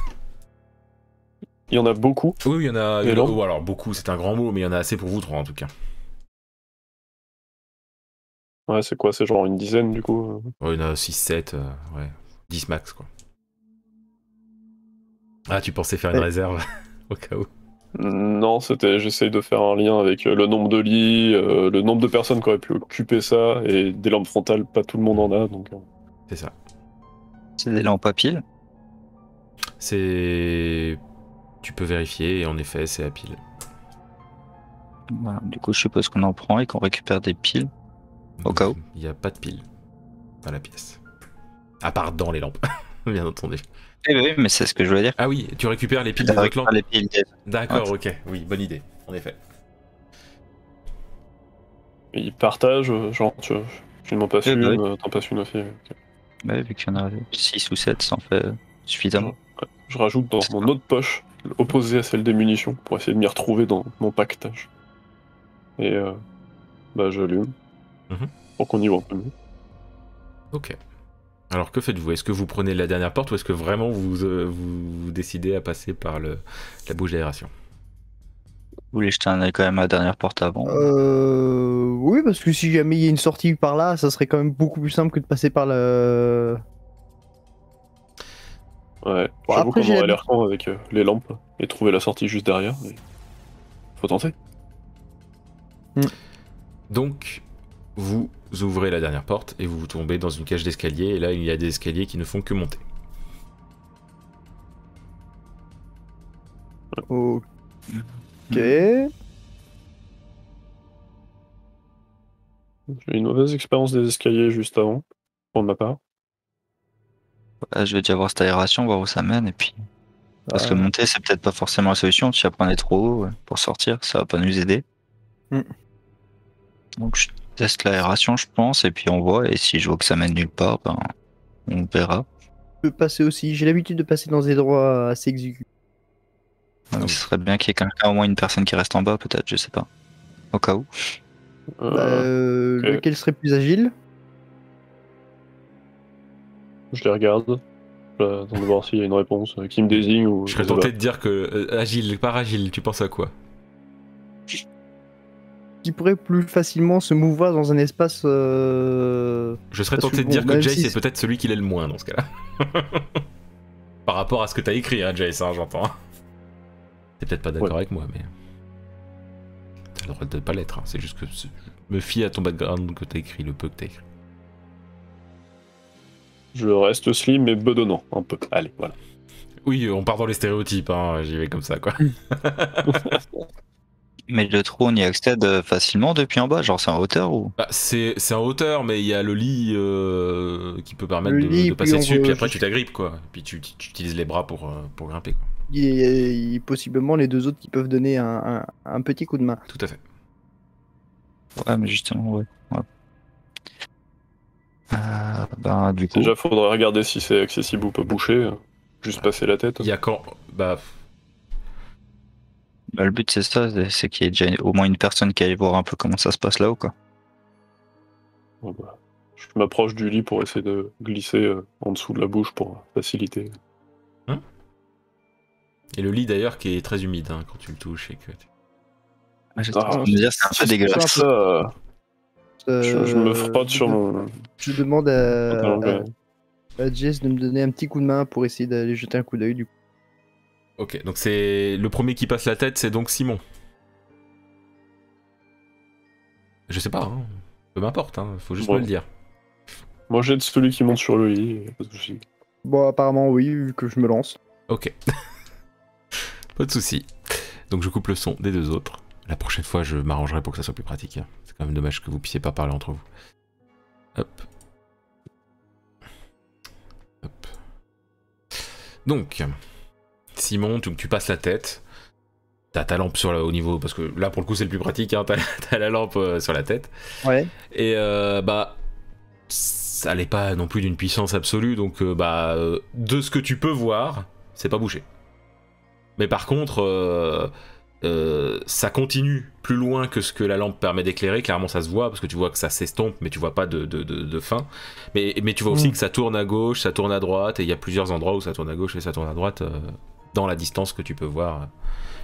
[SPEAKER 2] Il y en a beaucoup.
[SPEAKER 1] <laughs> Oui, oui, il y en a.
[SPEAKER 2] Et
[SPEAKER 1] il y en a-
[SPEAKER 2] lampes
[SPEAKER 1] oh, alors, beaucoup, c'est un grand mot, mais il y en a assez pour vous trois en tout cas.
[SPEAKER 2] Ouais, c'est quoi C'est genre une dizaine du coup. euh.
[SPEAKER 1] Ouais, il y en a 6, 7, ouais. 10 max, quoi. Ah, tu pensais faire une
[SPEAKER 4] Ouais.
[SPEAKER 1] réserve <laughs> au cas où.
[SPEAKER 2] Non, c'était j'essaye de faire un lien avec euh, le nombre de lits, euh, le nombre de personnes qui auraient pu occuper ça, et des lampes frontales, pas tout le monde en a. Donc, euh.
[SPEAKER 1] C'est ça.
[SPEAKER 3] C'est des lampes à pile.
[SPEAKER 1] C'est. Tu peux vérifier, et en effet, c'est à pile.
[SPEAKER 3] Voilà, Bah, Du coup, je suppose qu'on en prend et qu'on récupère des piles. Au cas où.
[SPEAKER 1] Il n'y a pas de pile dans la pièce. À part dans les lampes, <laughs> bien entendu.
[SPEAKER 3] Eh oui, mais c'est ce que je voulais dire.
[SPEAKER 1] Ah oui, tu récupères les piles des
[SPEAKER 3] On
[SPEAKER 1] autres
[SPEAKER 3] récupère
[SPEAKER 1] lampes.
[SPEAKER 3] les piles des-
[SPEAKER 1] D'accord, ok. Oui, bonne idée, en effet.
[SPEAKER 2] Ils partagent, euh, genre, tu, tu m'en passes
[SPEAKER 3] Eh
[SPEAKER 2] une,
[SPEAKER 3] ben
[SPEAKER 2] euh, t'en passes une aux filles. ok.
[SPEAKER 3] Bah oui, vu qu'il y en a 6 ou 7, ça en fait euh, suffisamment.
[SPEAKER 2] Je rajoute dans mon autre poche, opposée à celle des munitions, pour essayer de m'y retrouver dans mon paquetage. Et euh, bah, j'allume.
[SPEAKER 1] Mhm.
[SPEAKER 2] Pour qu'on y voit un peu mieux.
[SPEAKER 1] Ok. Alors que faites-vous Est-ce que vous prenez la dernière porte ou est-ce que vraiment vous, euh, vous, vous décidez à passer par le, la bouche d'aération
[SPEAKER 3] Vous voulez jeter un œil quand même à la dernière porte avant
[SPEAKER 4] Euh, oui, parce que si jamais il y a une sortie par là, ça serait quand même beaucoup plus simple que de passer par le.
[SPEAKER 2] Ouais,
[SPEAKER 4] Bon,
[SPEAKER 2] j'avoue
[SPEAKER 4] après,
[SPEAKER 2] qu'on
[SPEAKER 4] j'ai
[SPEAKER 2] aurait
[SPEAKER 4] l'habitude-
[SPEAKER 2] l'air con avec euh, les lampes et trouver la sortie juste derrière. mais Faut tenter.
[SPEAKER 1] Donc, vous ouvrez la dernière porte et vous tombez dans une cage d'escalier. Et là, il y a des escaliers qui ne font que monter.
[SPEAKER 4] Ok.
[SPEAKER 2] J'ai eu une mauvaise expérience des escaliers juste avant, pour ma part.
[SPEAKER 3] Voilà, Je vais déjà voir cette aération, voir où ça mène. Et puis... Parce que
[SPEAKER 4] Euh,
[SPEAKER 3] monter, c'est peut-être pas forcément la solution. Si après on est trop haut ouais, pour sortir, ça va pas nous aider.
[SPEAKER 4] Mm.
[SPEAKER 3] Donc je teste l'aération, je pense, et puis on voit. Et si je vois que ça mène nulle part, ben, on verra.
[SPEAKER 4] je peux passer aussi. J'ai l'habitude de passer dans des endroits assez exigus.
[SPEAKER 1] Ah
[SPEAKER 3] Donc,
[SPEAKER 1] oui.
[SPEAKER 3] ce serait bien qu'il y ait quelqu'un, au moins une personne qui reste en bas, peut-être, je sais pas. Au cas où.
[SPEAKER 4] Euh,
[SPEAKER 2] Euh, ok.
[SPEAKER 4] Lequel serait plus agile
[SPEAKER 2] Je les regarde, j'attends de voir s'il y a une réponse euh, qui me désigne ou.
[SPEAKER 1] Je serais
[SPEAKER 2] sais pas.
[SPEAKER 1] tenté de dire que euh, agile, par agile, tu penses à quoi
[SPEAKER 4] Qui pourrait plus facilement se mouvoir dans un espace. euh,
[SPEAKER 1] Je serais
[SPEAKER 4] Parce
[SPEAKER 1] tenté
[SPEAKER 4] que
[SPEAKER 1] de dire
[SPEAKER 4] bon,
[SPEAKER 1] que
[SPEAKER 4] même
[SPEAKER 1] Jace
[SPEAKER 4] si
[SPEAKER 1] est
[SPEAKER 4] c'est-
[SPEAKER 1] peut-être celui qui l'est le moins dans ce cas-là. <laughs> Par rapport à ce que t'as écrit, hein, Jace, hein, j'entends. T'es peut-être pas d'accord
[SPEAKER 2] Ouais.
[SPEAKER 1] avec moi, mais. T'as le droit de pas l'être, hein, c'est juste que c'est- je me fie à ton background que t'as écrit, le peu que t'as écrit.
[SPEAKER 2] Je reste slim mais bedonnant un peu. Allez, voilà.
[SPEAKER 1] Oui, euh, on part dans les stéréotypes, hein, j'y vais comme ça, quoi.
[SPEAKER 4] Mm.
[SPEAKER 3] Mais le trou, on y accède euh, facilement depuis en bas. Genre, c'est en hauteur ou
[SPEAKER 1] Bah, c'est c'est en hauteur, mais il y a le lit euh, qui peut permettre
[SPEAKER 4] Le
[SPEAKER 1] de,
[SPEAKER 4] lit,
[SPEAKER 1] de passer
[SPEAKER 4] puis euh, on
[SPEAKER 1] dessus, puis
[SPEAKER 4] peut-
[SPEAKER 1] après tu t'agrippes, quoi. Puis tu, tu- tu utilises les bras pour, euh, pour grimper, quoi.
[SPEAKER 4] Il y a- il y a possiblement les deux autres qui peuvent donner un, un- un petit coup de main.
[SPEAKER 1] Tout à fait.
[SPEAKER 3] Ouais, mais justement, ouais. ouais. Euh, ben, du coup,
[SPEAKER 2] Déjà, faudrait regarder si c'est accessible ou pas bouché. euh, Juste passer la tête.
[SPEAKER 1] Il y a quand. Bah,
[SPEAKER 3] bah, le but, c'est ça c'est qu'il y ait déjà au moins une personne qui aille voir un peu comment ça se passe là-haut, quoi.
[SPEAKER 2] Ouais, bah, Je m'approche du lit pour essayer de glisser euh, en dessous de la bouche pour faciliter.
[SPEAKER 1] et le lit d'ailleurs qui est très humide hein, quand tu le touches et que. tu-
[SPEAKER 2] Ah,
[SPEAKER 3] Bah, Je veux dire, c'est un peu dégueulasse.
[SPEAKER 2] Ça, euh, je, je me
[SPEAKER 4] Euh,
[SPEAKER 2] frotte sur mon.
[SPEAKER 4] Je demande à,
[SPEAKER 2] pantalon, ouais.
[SPEAKER 4] à, à Jess de me donner un petit coup de main pour essayer d'aller jeter un coup d'œil. Du coup,
[SPEAKER 1] Ok, donc c'est le premier qui passe la tête, c'est donc Simon. Je sais pas, hein. peu m'importe, hein. faut juste
[SPEAKER 2] Bon.
[SPEAKER 1] me le dire.
[SPEAKER 2] Moi, j'aide celui qui monte sur le lit. et pas de souci.
[SPEAKER 4] bon, apparemment, oui, vu que je me lance.
[SPEAKER 1] <laughs> Ok, pas de souci. Donc je coupe le son des deux autres. La prochaine fois, je m'arrangerai pour que ça soit plus pratique. hein. C'est quand même dommage que vous puissiez pas parler entre vous. Hop. Hop. Donc, Simon, tu, tu passes la tête. T'as ta lampe sur la, au niveau, parce que là pour le coup c'est le plus pratique, hein, <laughs> t'as, t'as la lampe euh, sur la tête.
[SPEAKER 4] Ouais.
[SPEAKER 1] Et euh, bah, ça n'est pas non plus d'une puissance absolue, donc euh, bah, euh, de ce que tu peux voir, c'est pas bouché. Mais par contre, euh, euh, ça continue plus loin que ce que la lampe permet d'éclairer, clairement ça se voit, parce que tu vois que ça s'estompe, mais tu vois pas de, de, de- de fin. Mais, mais tu vois aussi
[SPEAKER 4] Mm.
[SPEAKER 1] que ça tourne à gauche, ça tourne à droite, et il y a plusieurs endroits où ça tourne à gauche et ça tourne à droite, euh, dans la distance que tu peux voir.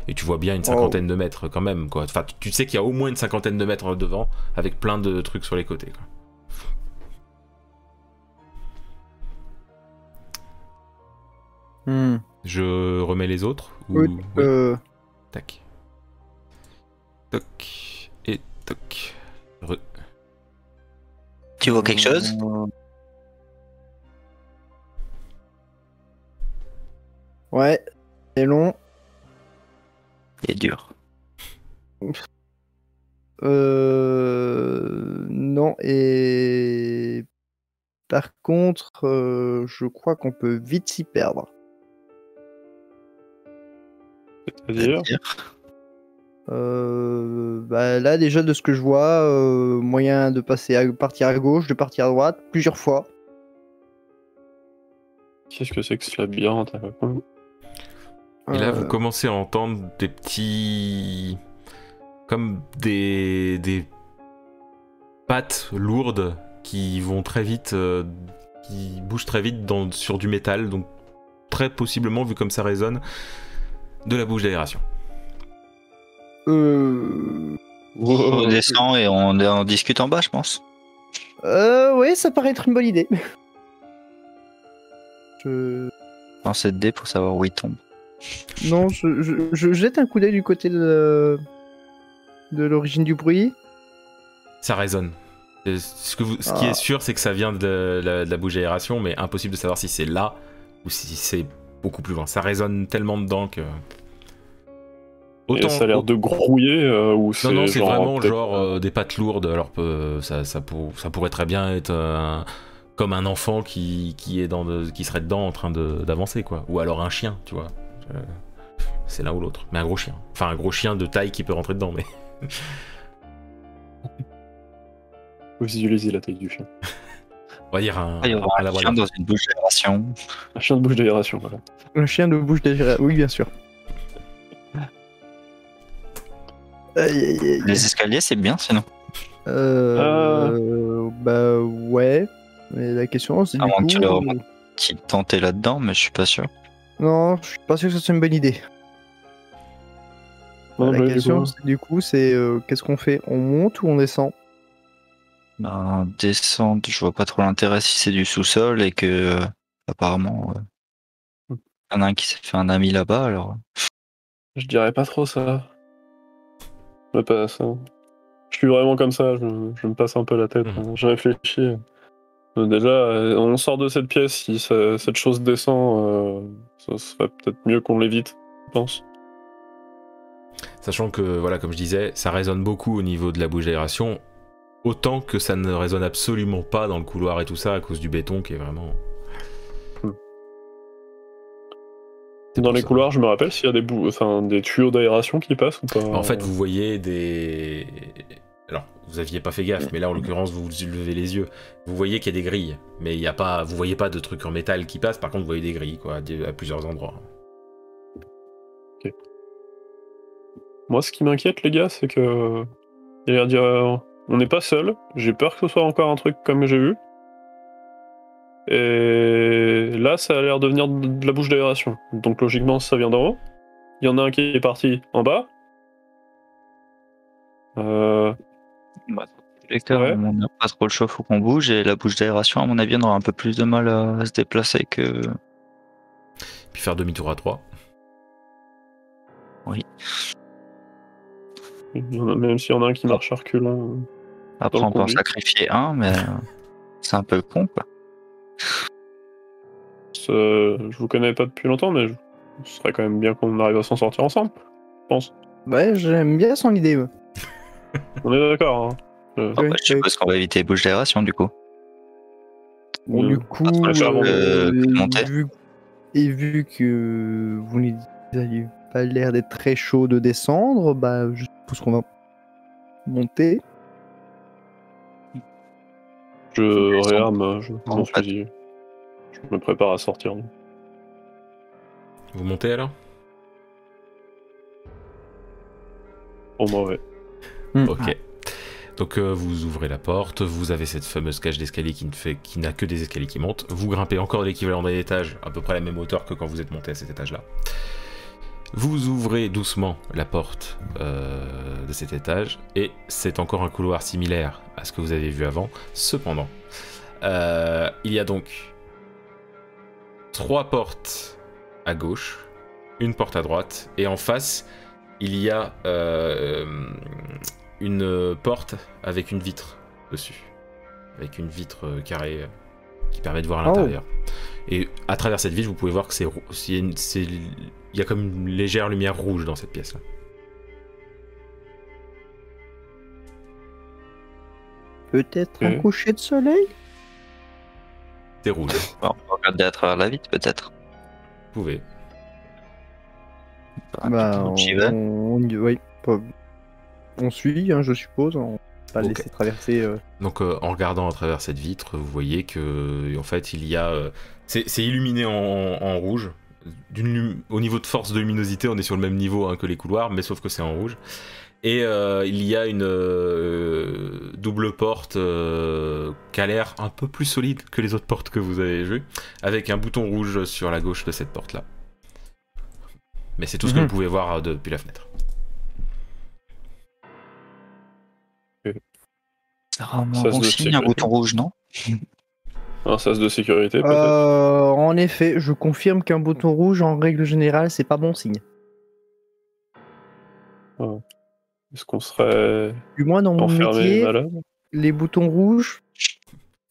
[SPEAKER 1] Et tu vois bien une
[SPEAKER 4] Oh.
[SPEAKER 1] cinquantaine de mètres quand même, quoi. Enfin, tu- tu sais qu'il y a au moins une cinquantaine de mètres devant, avec plein de trucs sur les côtés, quoi.
[SPEAKER 4] Hmm.
[SPEAKER 1] Je remets les autres ou...
[SPEAKER 4] Oui,
[SPEAKER 1] oui.
[SPEAKER 4] Euh,
[SPEAKER 1] Tac. Toc. Et toc.
[SPEAKER 3] Tu vois quelque chose
[SPEAKER 4] Ouais. C'est long.
[SPEAKER 3] Il est dur.
[SPEAKER 4] Euh... Non, et. Par contre, euh, je crois qu'on peut vite s'y perdre.
[SPEAKER 2] C'est-à-dire
[SPEAKER 4] Euh, bah là déjà de ce que je vois, euh, moyen de passer à partir à gauche, de partir à droite, plusieurs fois.
[SPEAKER 2] Qu'est-ce que c'est que ce labyrinthe hein? à la con
[SPEAKER 1] Et là, vous
[SPEAKER 4] Euh,
[SPEAKER 1] commencez à entendre des petits. Comme des. des pattes lourdes qui vont très vite. euh, qui bougent très vite dans, sur du métal. Donc, très possiblement, vu comme ça résonne, de la bouche d'aération.
[SPEAKER 4] euh,
[SPEAKER 3] On descend et on, on discute en bas, je pense.
[SPEAKER 4] euh, ouais, ça paraît être une bonne idée. <laughs> Je-
[SPEAKER 3] Lancer de dés pour savoir où il tombe.
[SPEAKER 4] Non, je, je- je jette un coup d'œil du côté de, de l'origine du bruit.
[SPEAKER 1] Ça résonne. Euh, Ce, que vous- ce qui
[SPEAKER 4] Ah.
[SPEAKER 1] est sûr, c'est que ça vient de, la- de la bouche d'aération, mais impossible de savoir si c'est là ou si c'est beaucoup plus loin. Ça résonne tellement dedans que.
[SPEAKER 2] Et ça a l'air de grouiller euh, ou c'est
[SPEAKER 1] Non, non, c'est
[SPEAKER 2] genre,
[SPEAKER 1] vraiment
[SPEAKER 2] peut-être-
[SPEAKER 1] genre euh, des pattes lourdes. Alors peu- ça, ça, pour- ça pourrait très bien être un- comme un enfant qui, qui est dans de- qui serait dedans en train de- d'avancer, quoi. Ou alors un chien, tu vois. Euh, C'est l'un ou l'autre. Mais un gros chien. Enfin, un gros chien de taille qui peut rentrer dedans, mais.
[SPEAKER 2] Visualiser la taille du chien.
[SPEAKER 1] On va dire un,
[SPEAKER 3] Ah, il y aura
[SPEAKER 1] un
[SPEAKER 3] un
[SPEAKER 1] labrador.
[SPEAKER 3] chien dans une bouche d'aération.
[SPEAKER 2] Un chien de bouche d'aération, voilà.
[SPEAKER 4] Un chien de bouche déjà. Oui, bien sûr. Aïe, aïe, aïe.
[SPEAKER 3] Les escaliers, c'est bien sinon.
[SPEAKER 4] Euh, Bah ouais. Mais la question
[SPEAKER 1] Ah,
[SPEAKER 4] c'est du
[SPEAKER 3] Avant que
[SPEAKER 4] coup...
[SPEAKER 3] tu le remontes. Qui tentait là-dedans, mais je suis pas sûr.
[SPEAKER 4] Non, je suis pas sûr que ce soit une bonne idée.
[SPEAKER 2] Non,
[SPEAKER 4] la
[SPEAKER 2] mais du
[SPEAKER 4] question
[SPEAKER 2] coup,
[SPEAKER 4] c'est- du coup c'est euh, qu'est-ce qu'on fait On monte ou on descend
[SPEAKER 3] Ben, descente, je vois pas trop l'intérêt si c'est du sous-sol et que, euh, apparemment, euh, y en a un qui s'est fait un ami là-bas, alors.
[SPEAKER 2] je dirais pas trop ça. Je me passe. hein. Je suis vraiment comme ça, je, je me passe un peu la tête.
[SPEAKER 1] Mhm.
[SPEAKER 2] hein. Je réfléchis. Euh, Déjà, euh, on sort de cette pièce, si ça- cette chose descend, euh, ça serait peut-être mieux qu'on l'évite, je pense.
[SPEAKER 1] Sachant que, voilà, comme je disais, ça résonne beaucoup au niveau de la bouche d'aération, autant que ça ne résonne absolument pas dans le couloir et tout ça à cause du béton qui est vraiment. C'est
[SPEAKER 2] Hmm. Dans
[SPEAKER 1] pour
[SPEAKER 2] les
[SPEAKER 1] ça.
[SPEAKER 2] couloirs, je me rappelle s'il y a des, bou- enfin, des tuyaux d'aération qui passent ou pas. euh,
[SPEAKER 1] En fait, vous voyez des. Alors, vous aviez pas fait gaffe, mais
[SPEAKER 2] Hmm.
[SPEAKER 1] là, en l'occurrence, vous vous levez les yeux. Vous voyez qu'il y a des grilles, mais il y a pas. Vous voyez pas de trucs en métal qui passent. Par contre, vous voyez des grilles, quoi, à des- à plusieurs endroits.
[SPEAKER 2] Moi, ce qui m'inquiète, les gars, c'est que. Il a l'air d'y avoir- On n'est pas seul. J'ai peur que ce soit encore un truc comme j'ai vu. Et là, ça a l'air de venir de de la bouche d'aération. Donc, logiquement, ça vient d'en haut. Il y en a un qui est parti en bas. Euh,
[SPEAKER 3] Bah, dans tous les cas,
[SPEAKER 2] Ouais.
[SPEAKER 3] on n'a pas trop le choix, faut qu'on bouge, et la bouche d'aération, à mon avis, on aura un peu plus de mal à se déplacer que.
[SPEAKER 1] Puis faire demi-tour à trois.
[SPEAKER 2] il y en a- même s'il y en a un qui marche à hein, reculons.
[SPEAKER 3] Après,
[SPEAKER 2] Dans le
[SPEAKER 3] on peut en
[SPEAKER 2] conduit.
[SPEAKER 3] sacrifier un, mais euh, c'est un peu con, quoi.
[SPEAKER 2] euh, Je vous connais pas depuis longtemps, mais je- ce serait quand même bien qu'on arrive à s'en sortir ensemble. Je pense.
[SPEAKER 4] Ouais, j'aime bien son idée. ouais.
[SPEAKER 2] On est d'accord. hein.
[SPEAKER 3] Ah
[SPEAKER 4] Ouais,
[SPEAKER 3] bah, je
[SPEAKER 4] ouais.
[SPEAKER 3] suppose qu'on va éviter les bouches d'aération du coup.
[SPEAKER 4] Bon,
[SPEAKER 2] Euh,
[SPEAKER 4] du
[SPEAKER 1] Ah,
[SPEAKER 4] coup,
[SPEAKER 3] on va
[SPEAKER 2] faire,
[SPEAKER 3] euh, monter.
[SPEAKER 4] vu, et vu que vous n'avez pas l'air d'être très chaud de descendre, bah, je suppose qu'on va monter.
[SPEAKER 2] Je réarme je...
[SPEAKER 3] En
[SPEAKER 2] mon
[SPEAKER 3] fait.
[SPEAKER 2] fusil. Je me prépare à sortir.
[SPEAKER 1] Vous montez alors
[SPEAKER 2] Pour moi, ouais. Hmm.
[SPEAKER 4] Mm.
[SPEAKER 1] Ok. Donc euh, vous ouvrez la porte, vous avez cette fameuse cage d'escalier qui ne fait, qui n'a que des escaliers qui montent. Vous grimpez encore l'équivalent d'un étage, à peu près la même hauteur que quand vous êtes monté à cet étage-là. Vous ouvrez doucement la porte euh, de cet étage et c'est encore un couloir similaire à ce que vous avez vu avant. Cependant, euh, il y a donc trois portes à gauche, une porte à droite et en face il y a euh, une euh, porte avec une vitre dessus. Avec une vitre euh, carrée euh, qui permet de voir à
[SPEAKER 4] Oh.
[SPEAKER 1] l'intérieur. Et à travers cette vitre, vous pouvez voir que c'est rou- c'est une- c'est- il y a comme une légère lumière rouge dans cette pièce-là.
[SPEAKER 4] Peut-être un
[SPEAKER 2] Ok.
[SPEAKER 4] coucher de soleil
[SPEAKER 1] C'est rouge,
[SPEAKER 3] Alors, on va regarder à travers la vitre peut-être.
[SPEAKER 1] vous pouvez.
[SPEAKER 4] Bah,
[SPEAKER 3] Donc,
[SPEAKER 4] on,
[SPEAKER 3] j'y vais.
[SPEAKER 4] on y- oui, pas- on suit, hein, je suppose. On va pas
[SPEAKER 1] Ok.
[SPEAKER 4] laisser traverser. euh.
[SPEAKER 1] Donc euh, en regardant à travers cette vitre, vous voyez que en fait il y a, euh, c'est c'est illuminé en, en rouge. D'une lum- Au niveau de force de luminosité, on est sur le même niveau hein, que les couloirs, mais sauf que c'est en rouge. Et euh, il y a une euh, double porte euh, qui a l'air un peu plus solide que les autres portes que vous avez vues, avec un bouton rouge sur la gauche de cette porte-là. Mais c'est tout ce que
[SPEAKER 4] Mhm.
[SPEAKER 1] vous pouvez voir euh, depuis la fenêtre.
[SPEAKER 3] C'est rarement
[SPEAKER 2] Ça,
[SPEAKER 3] bon
[SPEAKER 2] c'est le
[SPEAKER 3] signe, un
[SPEAKER 2] secret.
[SPEAKER 3] bouton rouge, non
[SPEAKER 2] Un sas de sécurité, peut-être.
[SPEAKER 4] Euh, en effet, je confirme qu'un bouton rouge, en règle générale, c'est pas bon signe.
[SPEAKER 2] Est-ce qu'on serait
[SPEAKER 4] Du moins, dans mon
[SPEAKER 2] enfermé
[SPEAKER 4] métier,
[SPEAKER 2] malade
[SPEAKER 4] les boutons rouges,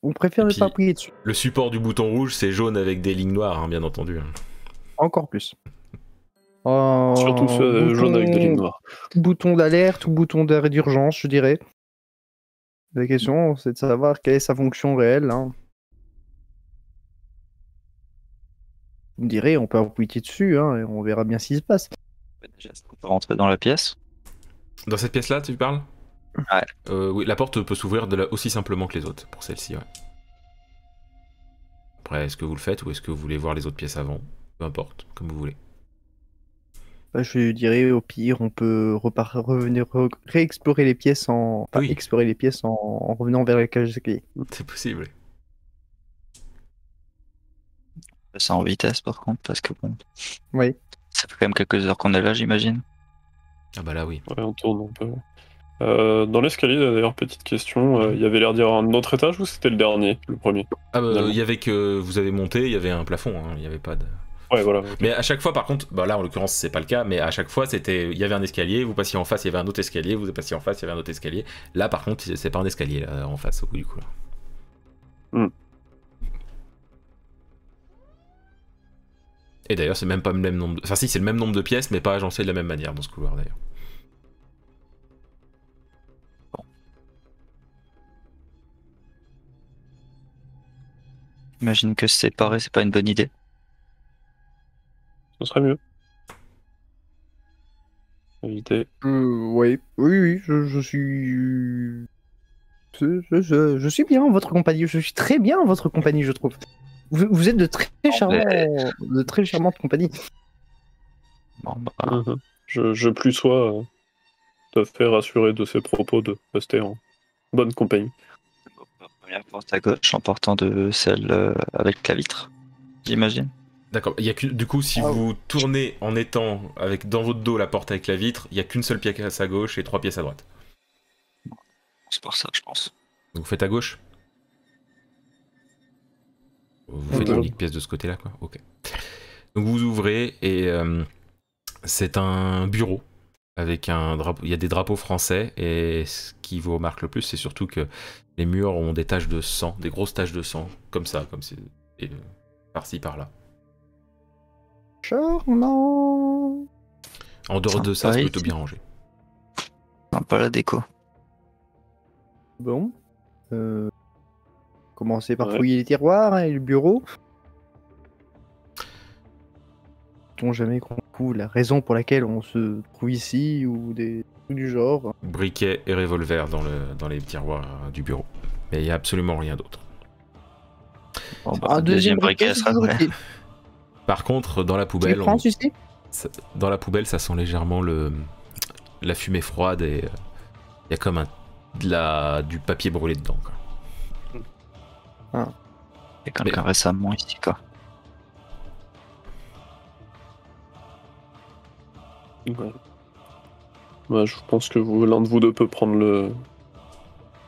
[SPEAKER 4] on préfère
[SPEAKER 1] Et
[SPEAKER 4] ne
[SPEAKER 1] puis-
[SPEAKER 4] pas appuyer dessus.
[SPEAKER 1] Le support du bouton rouge, c'est jaune avec des lignes noires, hein, bien entendu. hein.
[SPEAKER 4] Encore plus. Euh,
[SPEAKER 2] Surtout ceux euh, jaunes avec des lignes noires.
[SPEAKER 4] Bouton d'alerte ou bouton d'arrêt d'urgence, je dirais. La question, c'est de savoir quelle est sa fonction réelle. hein. Vous me direz, on peut appuyer dessus, hein, et on verra bien ce qui se passe.
[SPEAKER 3] Déjà, est-ce qu'on peut rentrer dans la pièce
[SPEAKER 1] Dans cette pièce-là, tu parles
[SPEAKER 3] Ouais.
[SPEAKER 1] Euh, oui, la porte peut s'ouvrir de la- aussi simplement que les autres, pour celle-ci, ouais. Après, est-ce que vous le faites ou est-ce que vous voulez voir les autres pièces avant Peu importe, comme vous voulez.
[SPEAKER 4] Bah, je dirais, au pire, on peut repar- revenir re- réexplorer les pièces en enfin,
[SPEAKER 1] Oui.
[SPEAKER 4] explorer les pièces en, en revenant vers la cage d'escalier.
[SPEAKER 1] C'est possible.
[SPEAKER 3] C'est en vitesse par contre, parce que bon.
[SPEAKER 4] Oui.
[SPEAKER 3] Ça fait quand même quelques heures qu'on est là, j'imagine.
[SPEAKER 1] Ah bah là, oui.
[SPEAKER 2] Ouais, on tourne un peu. Euh, dans l'escalier, d'ailleurs, petite question. euh, Il y avait l'air d'y avoir un autre étage ou c'était le dernier, le premier
[SPEAKER 1] Ah bah,
[SPEAKER 2] Finalement.
[SPEAKER 1] il y avait que vous avez monté, il y avait un plafond, hein, il y avait pas de...
[SPEAKER 2] Ouais, voilà.
[SPEAKER 1] Mais à chaque fois, par contre, bah là en l'occurrence c'est pas le cas, mais à chaque fois c'était, il y avait un escalier, vous passiez en face, il y avait un autre escalier, vous passiez en face, il y avait un autre escalier. Là par contre, c'est pas un escalier là, en face au bout du coup. là.
[SPEAKER 2] Hmm.
[SPEAKER 1] Et d'ailleurs, c'est même pas le même nombre. De... Enfin, si, c'est le même nombre de pièces, mais pas agencées de la même manière dans ce couloir d'ailleurs.
[SPEAKER 3] J'imagine que se séparer, c'est pas une bonne idée.
[SPEAKER 2] Ce serait mieux. Éviter.
[SPEAKER 4] Euh, ouais. Oui, oui, je, je suis. Je, je- je- je suis bien en votre compagnie. Je suis très bien en votre compagnie, je trouve. Vous, vous êtes de très charmants, de très charmantes compagnies.
[SPEAKER 3] Bon, bah,
[SPEAKER 2] Mhm. Je, je plus sois euh, tout à fait rassuré de ses propos de rester en bonne compagnie.
[SPEAKER 3] la première porte à gauche en partant de celle euh, avec la vitre, j'imagine.
[SPEAKER 1] D'accord. Il y a qu'une- du coup, si
[SPEAKER 4] Ah.
[SPEAKER 1] vous tournez en étant avec dans votre dos la porte avec la vitre, il y a qu'une seule pièce à gauche et trois pièces à droite.
[SPEAKER 3] C'est pour ça, je pense.
[SPEAKER 1] Donc vous faites à gauche Vous
[SPEAKER 4] Ah,
[SPEAKER 1] faites
[SPEAKER 4] bah.
[SPEAKER 1] l'unique pièce de ce côté-là, quoi. Ok. Donc vous ouvrez et euh, c'est un bureau avec un drapeau. Il y a des drapeaux français et ce qui vous remarque le plus, c'est surtout que les murs ont des taches de sang, des grosses taches de sang, comme ça, comme c'est et, euh, par-ci par-là.
[SPEAKER 4] Charmant.
[SPEAKER 1] En dehors de ça,
[SPEAKER 3] Sympa,
[SPEAKER 1] c'est
[SPEAKER 3] et-
[SPEAKER 1] plutôt bien rangé.
[SPEAKER 3] Sympa la déco.
[SPEAKER 4] Bon. Euh, commencez par
[SPEAKER 2] Ouais.
[SPEAKER 4] fouiller les tiroirs hein, et le bureau. On jamais qu'on trouve la raison pour laquelle on se trouve ici ou des trucs du genre.
[SPEAKER 1] Briquet et revolver dans, le, dans les tiroirs euh, du bureau. Mais il n'y a absolument rien d'autre.
[SPEAKER 3] Bon, bah, deuxième briquet elle sera prêt. <laughs>
[SPEAKER 4] Tu
[SPEAKER 1] Par contre, dans la
[SPEAKER 4] les
[SPEAKER 1] poubelle, on-
[SPEAKER 4] prends,
[SPEAKER 3] hein.
[SPEAKER 4] celui-ci
[SPEAKER 1] ça- dans la poubelle, ça sent légèrement le la fumée froide et euh, il y a comme un, de la, du papier brûlé dedans. quoi.
[SPEAKER 3] Il y a quelqu'un récemment ici, quoi.
[SPEAKER 2] Ouais. Ouais, je pense que vous- l'un de vous deux peut prendre le,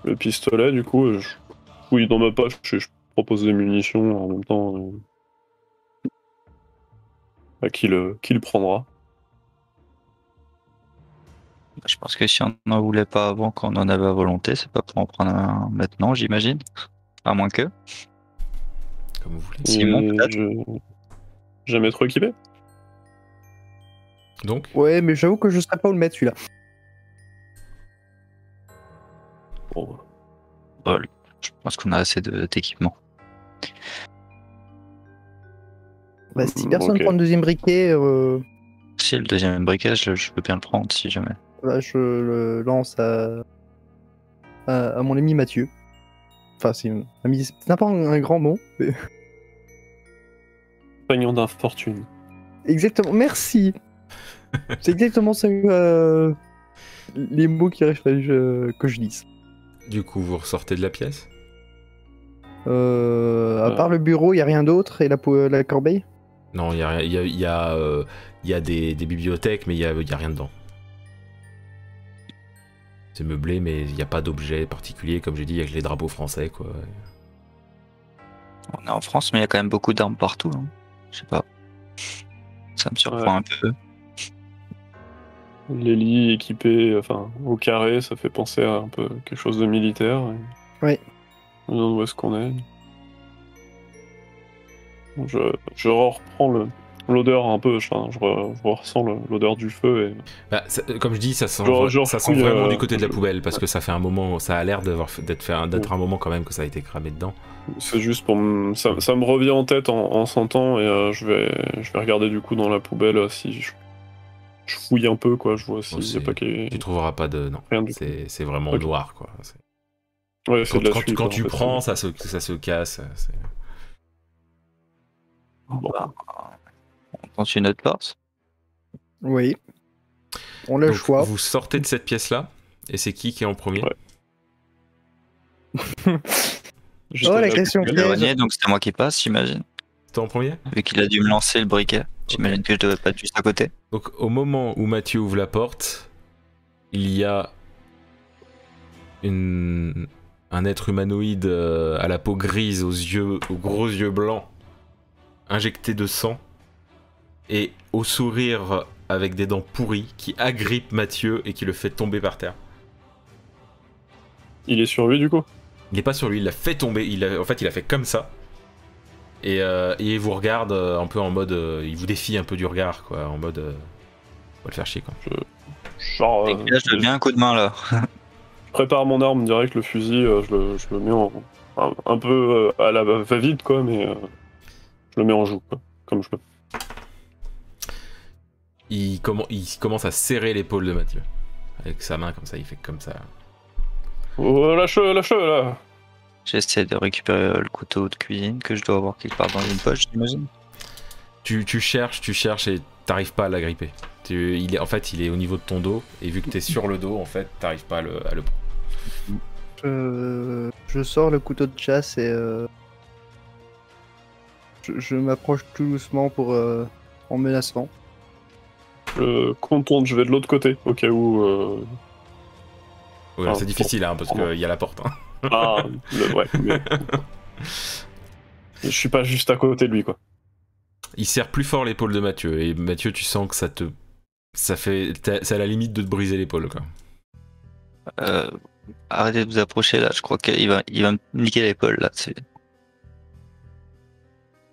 [SPEAKER 2] le pistolet, du coup. euh, Je fouille dans ma poche et je propose des munitions en même temps. euh, bah, À qui le, qui le prendra
[SPEAKER 3] Bah, Je pense que si on n'en voulait pas avant qu'on en avait à volonté, c'est pas pour en prendre un maintenant, j'imagine. À moins que.
[SPEAKER 1] Comme vous voulez.
[SPEAKER 3] Simon,
[SPEAKER 2] Et
[SPEAKER 3] peut-être
[SPEAKER 2] je- Jamais trop équipé
[SPEAKER 1] Donc,
[SPEAKER 4] Ouais, mais j'avoue que je sais pas où le mettre celui-là.
[SPEAKER 2] Bon,
[SPEAKER 3] Bah, Je pense qu'on a assez de- d'équipement.
[SPEAKER 4] Bah, si
[SPEAKER 3] Mmh,
[SPEAKER 2] Mm,
[SPEAKER 4] personne
[SPEAKER 2] ok.
[SPEAKER 4] prend le deuxième briquet, euh,
[SPEAKER 3] Si le deuxième briquet, je, je peux bien le prendre si jamais.
[SPEAKER 4] bah, je le lance à... à, à mon ami Mathieu. Enfin, c'est un ami- c'est pas un un grand mot. mais-
[SPEAKER 2] compagnon d'infortune.
[SPEAKER 4] Exactement, merci. C'est exactement ça euh, les mots qu'il aurait fallu euh, que je dise.
[SPEAKER 1] du coup, vous ressortez de la pièce.
[SPEAKER 4] Euh, à
[SPEAKER 2] Ouais.
[SPEAKER 4] part le bureau, il y a rien d'autre et la, pou- la corbeille.
[SPEAKER 1] Non, il y a, rien- il y a, il y a, euh, il y a des, des bibliothèques, mais il y a, il y a rien dedans. C'est meublé, mais il n'y a pas d'objet particulier. Comme j'ai dit, il y a que les drapeaux français, quoi.
[SPEAKER 3] On est en France, mais il y a quand même beaucoup d'armes partout. hein. Je sais pas. Ça me surprend un peu.
[SPEAKER 2] Les lits équipés, enfin, au carré, ça fait penser à un peu quelque chose de militaire. hein.
[SPEAKER 4] Ouais.
[SPEAKER 2] On demande où est-ce qu'on est. Je, je reprends le- l'odeur un peu, enfin, je, re- je ressens le- l'odeur du feu et
[SPEAKER 1] Bah, ça- comme je dis, ça sent,
[SPEAKER 2] Genre- genre
[SPEAKER 1] ça sent
[SPEAKER 2] fouille,
[SPEAKER 1] vraiment
[SPEAKER 2] euh,
[SPEAKER 1] du côté de la poubelle parce que ça fait un moment, ça a l'air d'avoir fait- d'être fait un- d'être un moment quand même que ça a été cramé dedans.
[SPEAKER 2] c'est juste pour me- ça, ça me revient en tête en, en sentant et euh, je vais je vais regarder du coup dans la poubelle euh, si je, je fouille un peu quoi, je vois s'il
[SPEAKER 1] Oh,
[SPEAKER 2] n'y a
[SPEAKER 1] c'est-
[SPEAKER 2] pas qu'il y ait
[SPEAKER 1] Tu trouveras pas de, non,
[SPEAKER 2] rien du tout.
[SPEAKER 1] c'est c'est vraiment
[SPEAKER 2] Ok.
[SPEAKER 1] noir, quoi. C'est-
[SPEAKER 2] Ouais, c'est
[SPEAKER 1] Quand,
[SPEAKER 2] de la
[SPEAKER 1] quand-
[SPEAKER 2] suie,
[SPEAKER 1] quand
[SPEAKER 2] quoi, en
[SPEAKER 1] tu
[SPEAKER 2] fait.
[SPEAKER 1] prends, ça se, ça se casse. euh, c'est-
[SPEAKER 3] Bon,
[SPEAKER 1] Ah.
[SPEAKER 3] bah, on tente une autre porte.
[SPEAKER 4] Oui. On a le
[SPEAKER 1] Donc,
[SPEAKER 4] choix.
[SPEAKER 1] Vous sortez de cette pièce-là et c'est qui qui est en premier
[SPEAKER 2] Ouais. Juste
[SPEAKER 4] Oh
[SPEAKER 2] à
[SPEAKER 4] la question
[SPEAKER 3] Je
[SPEAKER 2] poubelle.
[SPEAKER 3] l'ai
[SPEAKER 4] piège.
[SPEAKER 3] rogné, donc c'était moi qui passe, j'imagine.
[SPEAKER 1] T'es en premier
[SPEAKER 3] Vu qu'il a dû me lancer le briquet, j'imagine que je devais pas être juste à côté.
[SPEAKER 1] Donc au moment où Mathieu ouvre la porte, il y a une- un être humanoïde euh, à la peau grise, aux yeux, aux gros yeux blancs, injecté de sang, et au sourire avec des dents pourries, qui agrippe Mathieu et qui le fait tomber par terre.
[SPEAKER 2] Il est sur lui du coup.
[SPEAKER 1] Il n'est pas sur lui, il l'a fait tomber. Il a- en fait, il a fait comme ça. Et, euh, et il vous regarde euh, un peu en mode. euh, il vous défie un peu du regard, quoi. En mode. euh, on va le faire chier, quoi.
[SPEAKER 2] Genre
[SPEAKER 3] Et
[SPEAKER 2] euh,
[SPEAKER 3] là, je veux bien un coup de main là.
[SPEAKER 2] je prépare mon arme direct, le fusil, euh, je, le, je le mets en, un, un peu euh, à la va-vite, quoi, mais euh, je le mets en joue, quoi, comme je peux.
[SPEAKER 1] Il, commen- il commence à serrer l'épaule de Mathieu. Avec sa main, comme ça, il fait comme ça.
[SPEAKER 2] Oh, lâche-le, lâche-le, là
[SPEAKER 3] J'essaie de récupérer euh, le couteau de cuisine que je dois avoir quelque part dans une poche, j'imagine.
[SPEAKER 1] Tu, tu cherches, tu cherches et t'arrives pas à l'agripper. Tu- il est, en fait, il est au niveau de ton dos. Et vu que t'es sur le dos, en fait, t'arrives pas à le, à le-
[SPEAKER 4] Je... Euh, je sors le couteau de chasse et euh, je, je m'approche tout doucement pour euh, en menaçant.
[SPEAKER 2] Je contourne, je vais de l'autre côté, au cas où...
[SPEAKER 3] <laughs>
[SPEAKER 2] euh,
[SPEAKER 1] Ouais, alors
[SPEAKER 2] Ah,
[SPEAKER 1] c'est difficile, hein, parce
[SPEAKER 2] pardon.
[SPEAKER 1] qu'il y a la porte. hein.
[SPEAKER 2] ah, le- ouais, mais... Je suis pas juste à côté de lui, quoi.
[SPEAKER 1] Il serre plus fort l'épaule de Mathieu. Et Mathieu, tu sens que ça te. Ça fait. t'as- C'est à la limite de te briser l'épaule, quoi.
[SPEAKER 3] Euh, arrêtez de vous approcher là, je crois qu'il va, il va me niquer l'épaule là. c'est-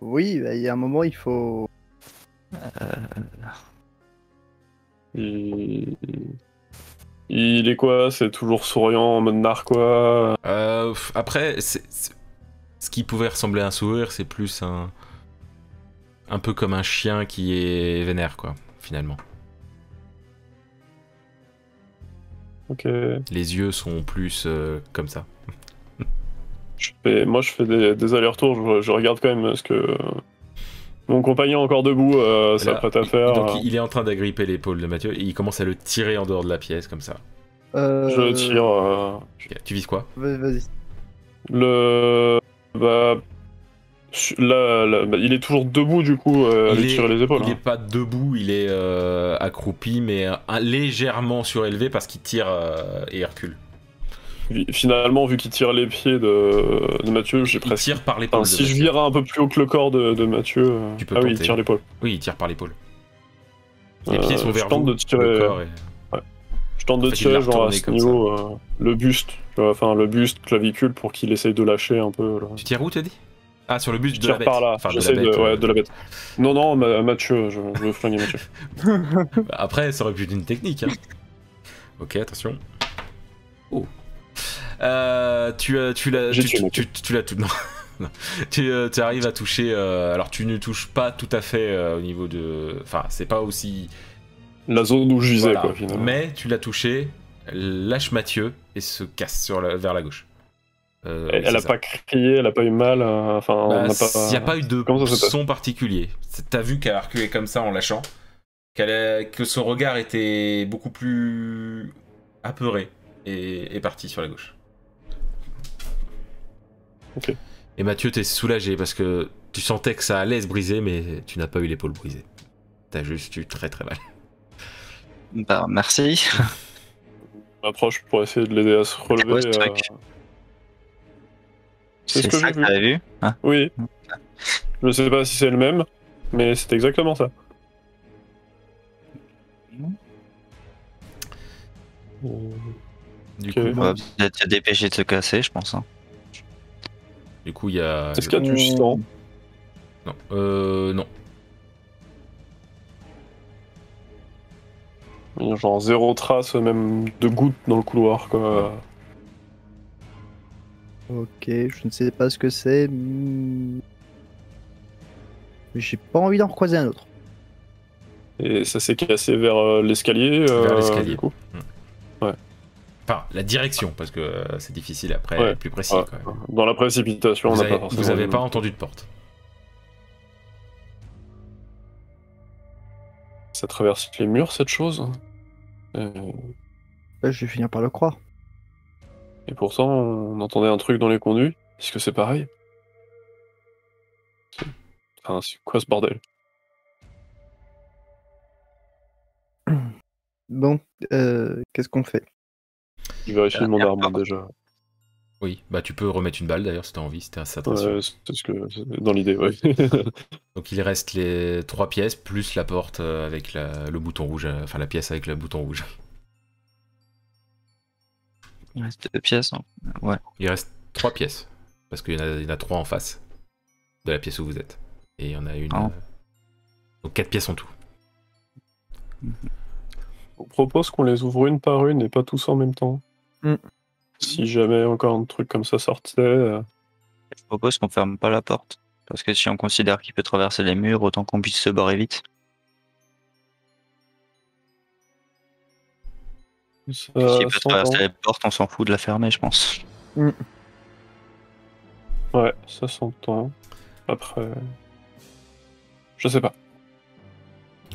[SPEAKER 4] Oui, bah, il y a un moment, il faut.
[SPEAKER 2] Il... il est quoi C'est toujours souriant, en mode narquois
[SPEAKER 1] Euh, pff, après, c'est- c'est- ce qui pouvait ressembler à un sourire, c'est plus un. Un peu comme un chien qui est vénère, quoi, finalement.
[SPEAKER 2] Ok.
[SPEAKER 1] Les yeux sont plus euh, comme ça.
[SPEAKER 2] Je fais- moi, je fais des, des allers-retours. Je, je regarde quand même ce que mon compagnon est encore debout. euh, ça
[SPEAKER 1] Là,
[SPEAKER 2] prête à
[SPEAKER 1] il-
[SPEAKER 2] faire.
[SPEAKER 1] Donc il est en train d'agripper l'épaule de Mathieu et il commence à le tirer en dehors de la pièce, comme ça.
[SPEAKER 4] Euh,
[SPEAKER 2] Je tire. euh,
[SPEAKER 1] Ok, Tu vises quoi
[SPEAKER 4] vas- Vas-y.
[SPEAKER 2] le. Bah, su- là, là, bah, il est toujours debout du coup. Euh, à
[SPEAKER 1] Il
[SPEAKER 2] lui
[SPEAKER 1] est-
[SPEAKER 2] tirer les épaules.
[SPEAKER 1] Il n'est
[SPEAKER 2] hein.
[SPEAKER 1] pas debout, il est euh, accroupi, mais euh, un- légèrement surélevé parce qu'il tire euh, et recule.
[SPEAKER 2] Vi- Finalement, vu qu'il tire les pieds de, de Mathieu, j'ai
[SPEAKER 1] Il
[SPEAKER 2] presque.
[SPEAKER 1] tire par l'épaule.
[SPEAKER 2] Enfin,
[SPEAKER 1] de
[SPEAKER 2] si je
[SPEAKER 1] Mathieu.
[SPEAKER 2] vire un peu plus haut que le corps de, de Mathieu. euh,
[SPEAKER 1] Tu peux
[SPEAKER 2] ah oui, il
[SPEAKER 1] tenter.
[SPEAKER 2] tire l'épaule.
[SPEAKER 1] Oui, il tire par l'épaule. Les
[SPEAKER 2] Euh,
[SPEAKER 1] pieds sont
[SPEAKER 2] je
[SPEAKER 1] vers
[SPEAKER 2] tente
[SPEAKER 1] vous.
[SPEAKER 2] de tirer.
[SPEAKER 1] le corps est-
[SPEAKER 2] Je tente de
[SPEAKER 1] En fait, il l'a
[SPEAKER 2] tirer genre à
[SPEAKER 1] retourné
[SPEAKER 2] ce
[SPEAKER 1] comme
[SPEAKER 2] niveau euh, le buste, tu vois, enfin le buste, clavicule pour qu'il essaye de lâcher un peu. Là.
[SPEAKER 1] Tu tires où, t'as dit Ah, sur le bus
[SPEAKER 2] Je
[SPEAKER 1] de la
[SPEAKER 2] tire
[SPEAKER 1] bête.
[SPEAKER 2] par là,
[SPEAKER 1] Enfin, de la
[SPEAKER 2] j'essaye de,
[SPEAKER 1] bête. euh,
[SPEAKER 2] ouais, de la bête. Non, non, Ma- Mathieu, je, je veux flinguer Mathieu.
[SPEAKER 1] bah, Après, ça aurait pu être une technique. hein. ok, attention. Oh. Euh, tu euh, tu l'as
[SPEAKER 2] J'ai
[SPEAKER 1] tu,
[SPEAKER 2] tué mon
[SPEAKER 1] tu, tu- tu l'as tout non. <laughs> non. tu, euh, tu arrives à toucher euh, alors tu ne touches pas tout à fait euh, au niveau de enfin c'est pas aussi
[SPEAKER 2] La zone où je visais,
[SPEAKER 1] voilà.
[SPEAKER 2] quoi, finalement.
[SPEAKER 1] mais tu l'as touché lâche Mathieu et se casse sur la- vers la gauche Euh,
[SPEAKER 2] elle
[SPEAKER 1] c'est
[SPEAKER 2] elle a
[SPEAKER 1] ça.
[SPEAKER 2] pas crié, elle a pas eu mal, euh, enfin, on
[SPEAKER 1] Bah,
[SPEAKER 2] n'a
[SPEAKER 1] Il n'y a
[SPEAKER 2] pas.
[SPEAKER 1] pas eu de
[SPEAKER 2] Comment ça se passe
[SPEAKER 1] son particulier. C'est- T'as vu qu'elle a reculé comme ça en lâchant, qu'elle a- que son regard était beaucoup plus apeuré et est parti sur la gauche.
[SPEAKER 2] Ok.
[SPEAKER 1] Et Mathieu, t'es soulagé parce que tu sentais que ça allait se briser, mais tu n'as pas eu l'épaule brisée. T'as juste eu très très mal.
[SPEAKER 3] Bah, merci.
[SPEAKER 2] Je m'approche pour essayer de l'aider à se relever. euh,
[SPEAKER 3] quoi, ce truc
[SPEAKER 2] C'est ce
[SPEAKER 3] C'est
[SPEAKER 2] que
[SPEAKER 3] ça
[SPEAKER 2] j'ai
[SPEAKER 3] que t'avais vu hein
[SPEAKER 2] Oui. Je sais pas si c'est le même, mais c'est exactement ça.
[SPEAKER 1] Mmh.
[SPEAKER 3] Non.
[SPEAKER 1] Du
[SPEAKER 2] Ok.
[SPEAKER 1] coup,
[SPEAKER 3] On va peut-être se dépêcher de se casser, je pense. hein.
[SPEAKER 1] du coup, il y a.
[SPEAKER 2] Est-ce qu'il y a du sang
[SPEAKER 1] Non. Euh, non.
[SPEAKER 2] Il y a Genre zéro trace, même de goutte dans le couloir, quoi.
[SPEAKER 4] Ok, je ne sais pas ce que c'est. hmm. Mais j'ai pas envie d'en croiser un autre.
[SPEAKER 2] Et ça s'est cassé vers euh, l'escalier.
[SPEAKER 1] Vers
[SPEAKER 2] euh,
[SPEAKER 1] l'escalier.
[SPEAKER 2] du coup.
[SPEAKER 1] Enfin, la direction, parce que euh, c'est difficile après,
[SPEAKER 2] Ouais.
[SPEAKER 1] plus précis
[SPEAKER 2] Ouais.
[SPEAKER 1] quand même.
[SPEAKER 2] Dans la précipitation,
[SPEAKER 1] vous
[SPEAKER 2] on n'a
[SPEAKER 1] avez,
[SPEAKER 2] pas forcément.
[SPEAKER 1] vous avez pas entendu de porte.
[SPEAKER 2] Ça traverse les murs, cette chose. Euh,
[SPEAKER 4] Là, je vais finir par le croire.
[SPEAKER 2] Et pourtant, on entendait un truc dans les conduits. Est-ce que c'est pareil C'est- Enfin, c'est quoi ce bordel
[SPEAKER 4] Bon, euh, qu'est-ce qu'on fait
[SPEAKER 2] Je
[SPEAKER 1] Euh,
[SPEAKER 2] vérifie mon
[SPEAKER 3] Dernière
[SPEAKER 2] arme
[SPEAKER 3] porte.
[SPEAKER 2] déjà.
[SPEAKER 1] Oui, bah tu peux remettre une balle d'ailleurs si t'as envie, c'était ça t'assure.
[SPEAKER 2] Ouais, c'est ce que c'est dans l'idée, ouais. <laughs>
[SPEAKER 1] Donc il reste les trois pièces plus la porte euh, avec la- le bouton rouge, euh, enfin la pièce avec le bouton rouge.
[SPEAKER 3] Il reste deux pièces. hein.
[SPEAKER 1] Il reste trois pièces parce qu'il y, en a- il y en a trois en face de la pièce où vous êtes et il y en a une.
[SPEAKER 3] Ah.
[SPEAKER 1] euh, Donc quatre pièces en tout.
[SPEAKER 2] on propose qu'on les ouvre une par une et pas tous en même temps.
[SPEAKER 4] Mm.
[SPEAKER 2] Si jamais encore un truc comme ça sortait. euh,
[SPEAKER 3] Je propose qu'on ferme pas la porte. Parce que si on considère qu'il peut traverser les murs, autant qu'on puisse se barrer vite.
[SPEAKER 2] ça
[SPEAKER 3] S'il peut
[SPEAKER 2] s'entend.
[SPEAKER 3] traverser les portes, on s'en fout de la fermer, je pense.
[SPEAKER 2] Ouais, ça s'entend. Après. Je sais pas.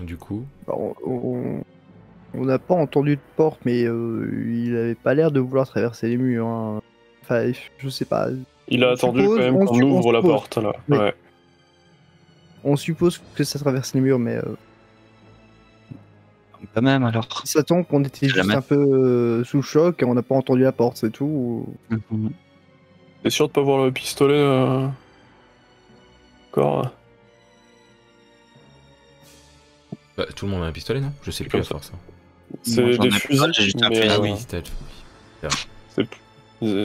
[SPEAKER 1] Du coup,
[SPEAKER 4] Bah, on- on- On n'a pas entendu de porte, mais euh, il avait pas l'air de vouloir traverser les murs. hein. Enfin, je sais pas.
[SPEAKER 2] Il a
[SPEAKER 4] On
[SPEAKER 2] attendu
[SPEAKER 4] suppose-
[SPEAKER 2] quand
[SPEAKER 4] on
[SPEAKER 2] même qu'on
[SPEAKER 4] su- on
[SPEAKER 2] ouvre la
[SPEAKER 4] suppose.
[SPEAKER 2] porte là.
[SPEAKER 4] Oui.
[SPEAKER 2] Ouais.
[SPEAKER 4] On suppose que ça traverse les murs, mais euh,
[SPEAKER 3] Quand même, alors.
[SPEAKER 4] ça tombe qu'on était juste
[SPEAKER 3] Jamais.
[SPEAKER 4] un peu euh, sous le choc et on n'a pas entendu la porte, c'est tout.
[SPEAKER 2] Mm-hmm.
[SPEAKER 3] Mhm.
[SPEAKER 2] T'es sûr de pas voir le pistolet euh, Encore hein
[SPEAKER 1] bah, tout le monde a un pistolet non Je sais plus
[SPEAKER 2] Comme
[SPEAKER 1] à
[SPEAKER 2] ça.
[SPEAKER 1] force. hein.
[SPEAKER 3] Moi,
[SPEAKER 2] C'est
[SPEAKER 3] j'en
[SPEAKER 2] des
[SPEAKER 3] ai pas,
[SPEAKER 2] fusils.
[SPEAKER 3] j'ai juste un
[SPEAKER 2] mais,
[SPEAKER 3] fusil.
[SPEAKER 1] Ah
[SPEAKER 2] euh,
[SPEAKER 1] oui, c'était.
[SPEAKER 2] c'est plus-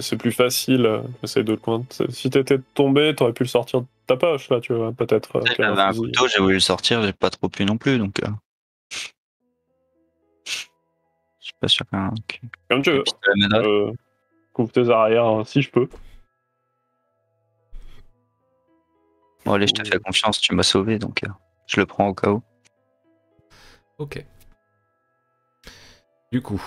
[SPEAKER 2] C'est plus facile, euh, j'essaie de le coin. Si t'étais tombé, t'aurais pu le sortir de ta poche, là, tu vois, peut-être. euh, qu'un
[SPEAKER 3] J'avais un
[SPEAKER 2] fusil.
[SPEAKER 3] couteau, j'ai voulu le sortir, j'ai pas trop pu non plus, donc. euh, suis pas sûr qu'un que-
[SPEAKER 2] Comme tu veux.
[SPEAKER 3] pistolet à manette.
[SPEAKER 2] Euh, couvre tes arrières hein, si je peux.
[SPEAKER 3] Bon, allez, je te
[SPEAKER 2] ou-
[SPEAKER 3] fais confiance, tu m'as sauvé, donc euh, je le prends au cas où.
[SPEAKER 1] Ok. Du coup,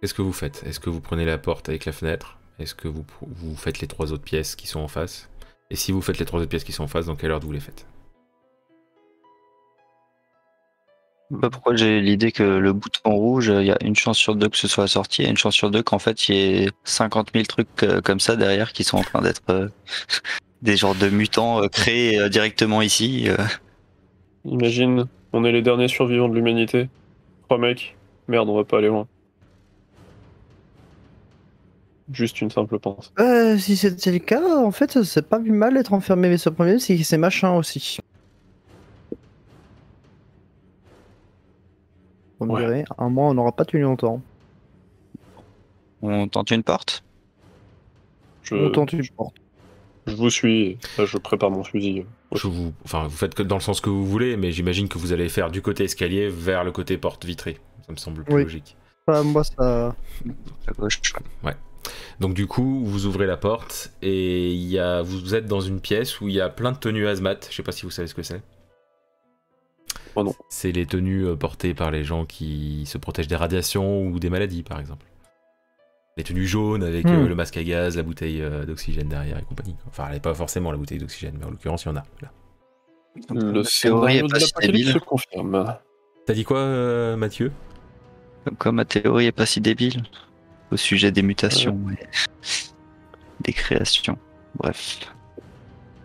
[SPEAKER 1] qu'est-ce que vous faites Est-ce que vous prenez la porte avec la fenêtre Est-ce que vous, pr- vous faites les trois autres pièces qui sont en face Et si vous faites les trois autres pièces qui sont en face, dans quelle heure vous les faites
[SPEAKER 3] Bah, pourquoi j'ai l'idée que le bouton rouge, il y a une chance sur deux que ce soit sorti, et une chance sur deux qu'en fait, il y ait 50 000 trucs euh, comme ça derrière qui sont en train d'être euh, <laughs> des genres de mutants euh, créés euh, directement ici. euh.
[SPEAKER 2] Imagine, on est les derniers survivants de l'humanité. Trois mecs. Merde, on va pas aller loin. Juste une simple pensée.
[SPEAKER 4] Euh, si c'était le cas, en fait, c'est pas plus mal d'être enfermé, mais ce problème, c'est que c'est machin aussi. On
[SPEAKER 2] Ouais.
[SPEAKER 4] dirait, un mois, on n'aura pas tenu longtemps.
[SPEAKER 3] On tente une porte
[SPEAKER 2] Je,
[SPEAKER 4] Longtemps tu portes.
[SPEAKER 2] je vous suis. Là, je prépare mon fusil.
[SPEAKER 1] Je vous, enfin, vous faites que dans le sens que vous voulez, mais j'imagine que vous allez faire du côté escalier vers le côté porte vitrée. Ça me semble plus
[SPEAKER 4] Oui.
[SPEAKER 1] logique.
[SPEAKER 4] Enfin, moi, ça.
[SPEAKER 3] à gauche.
[SPEAKER 1] Donc du coup, vous ouvrez la porte et il y a, vous êtes dans une pièce où il y a plein de tenues hazmat. Je sais pas si vous savez ce que c'est.
[SPEAKER 2] Oh non.
[SPEAKER 1] C'est les tenues euh, portées par les gens qui se protègent des radiations ou des maladies, par exemple. Les tenues jaunes avec
[SPEAKER 4] Hmm.
[SPEAKER 1] euh, le masque à gaz, la bouteille euh, d'oxygène derrière et compagnie. quoi. Enfin, elle n'est pas forcément la bouteille d'oxygène, mais en l'occurrence, il y en a. Voilà.
[SPEAKER 2] Le
[SPEAKER 3] théorie
[SPEAKER 2] scénario
[SPEAKER 3] est
[SPEAKER 2] de
[SPEAKER 3] pas si
[SPEAKER 2] l'apocalypse se
[SPEAKER 3] débile.
[SPEAKER 2] confirme.
[SPEAKER 1] T'as dit quoi, euh, Mathieu
[SPEAKER 3] Comme ma théorie est pas si débile au sujet des mutations et <laughs> des créations. Bref.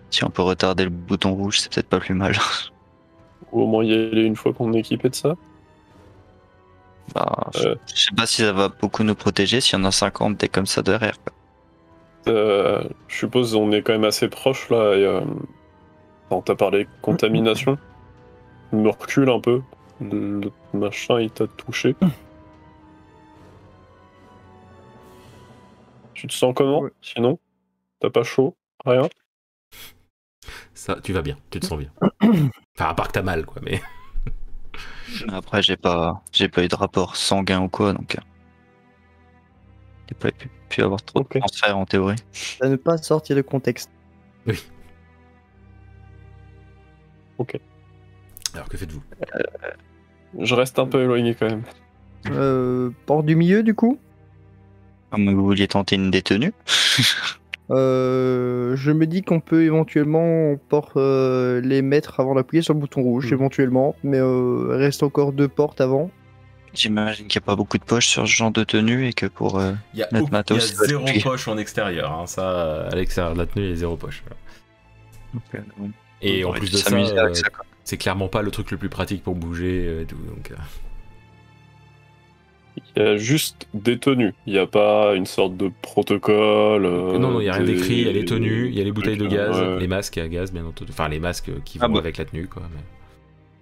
[SPEAKER 3] Si on peut retarder le bouton rouge, c'est peut-être pas plus mal. <laughs>
[SPEAKER 2] Ou au moins y aller une fois qu'on est équipé de ça.
[SPEAKER 3] Bah,
[SPEAKER 2] Euh.
[SPEAKER 3] Je sais pas si ça va beaucoup nous protéger si on a 50 dès comme ça derrière. quoi.
[SPEAKER 2] Euh, je suppose on est quand même assez proche là. Et, euh, quand t'as parlé contamination,
[SPEAKER 3] <laughs>
[SPEAKER 2] je me recule un peu. Le le machin il t'a
[SPEAKER 3] <laughs>
[SPEAKER 2] touché. tu te sens comment
[SPEAKER 4] Ouais.
[SPEAKER 2] Sinon, t'as pas chaud, rien.
[SPEAKER 1] Ça, tu vas bien, tu te sens bien. Enfin, à part que t'as mal, quoi, mais... <coughs>
[SPEAKER 3] Après, j'ai pas, j'ai pas eu de rapport sanguin ou quoi, donc. euh, J'ai pas pu, pu avoir trop
[SPEAKER 2] Ok.
[SPEAKER 3] de transfert en théorie.
[SPEAKER 4] À ne pas sortir de contexte.
[SPEAKER 1] Alors, que faites-vous
[SPEAKER 2] Je reste un peu éloigné quand même.
[SPEAKER 4] Euh, porte du milieu, du coup
[SPEAKER 3] Comme vous vouliez tenter une détenue, <laughs>
[SPEAKER 4] Euh, je me dis qu'on peut éventuellement porte, euh, les mettre avant d'appuyer sur le bouton rouge,
[SPEAKER 1] Mm.
[SPEAKER 4] éventuellement, mais euh, reste encore deux portes avant.
[SPEAKER 3] j'imagine qu'il n'y a pas beaucoup de poches sur ce genre de tenue et que pour. euh,
[SPEAKER 1] Il y a,
[SPEAKER 3] Notre
[SPEAKER 1] aucun-
[SPEAKER 3] matos,
[SPEAKER 1] il y a
[SPEAKER 3] ça va être
[SPEAKER 1] zéro
[SPEAKER 3] compliqué.
[SPEAKER 1] poche en extérieur. hein, ça, euh, à l'extérieur de la tenue, il y a zéro poche. voilà. Et
[SPEAKER 3] euh, on
[SPEAKER 1] en
[SPEAKER 3] aurait
[SPEAKER 1] plus
[SPEAKER 3] dû
[SPEAKER 1] de ça,
[SPEAKER 3] s'amuser avec
[SPEAKER 1] euh,
[SPEAKER 3] ça, quoi.
[SPEAKER 1] c'est clairement pas le truc le plus pratique pour bouger euh, et tout. Donc, euh,
[SPEAKER 2] Il y a juste des tenues. Il n'y a pas une sorte de protocole. euh,
[SPEAKER 1] non, non, il y a rien
[SPEAKER 2] des-
[SPEAKER 1] d'écrit. Il y a les tenues, il y a les bouteilles de gaz,
[SPEAKER 2] Ouais.
[SPEAKER 1] les masques à gaz, bien entendu. Enfin, les masques euh, qui vont
[SPEAKER 3] Ah bah.
[SPEAKER 1] avec la tenue, quoi. mais-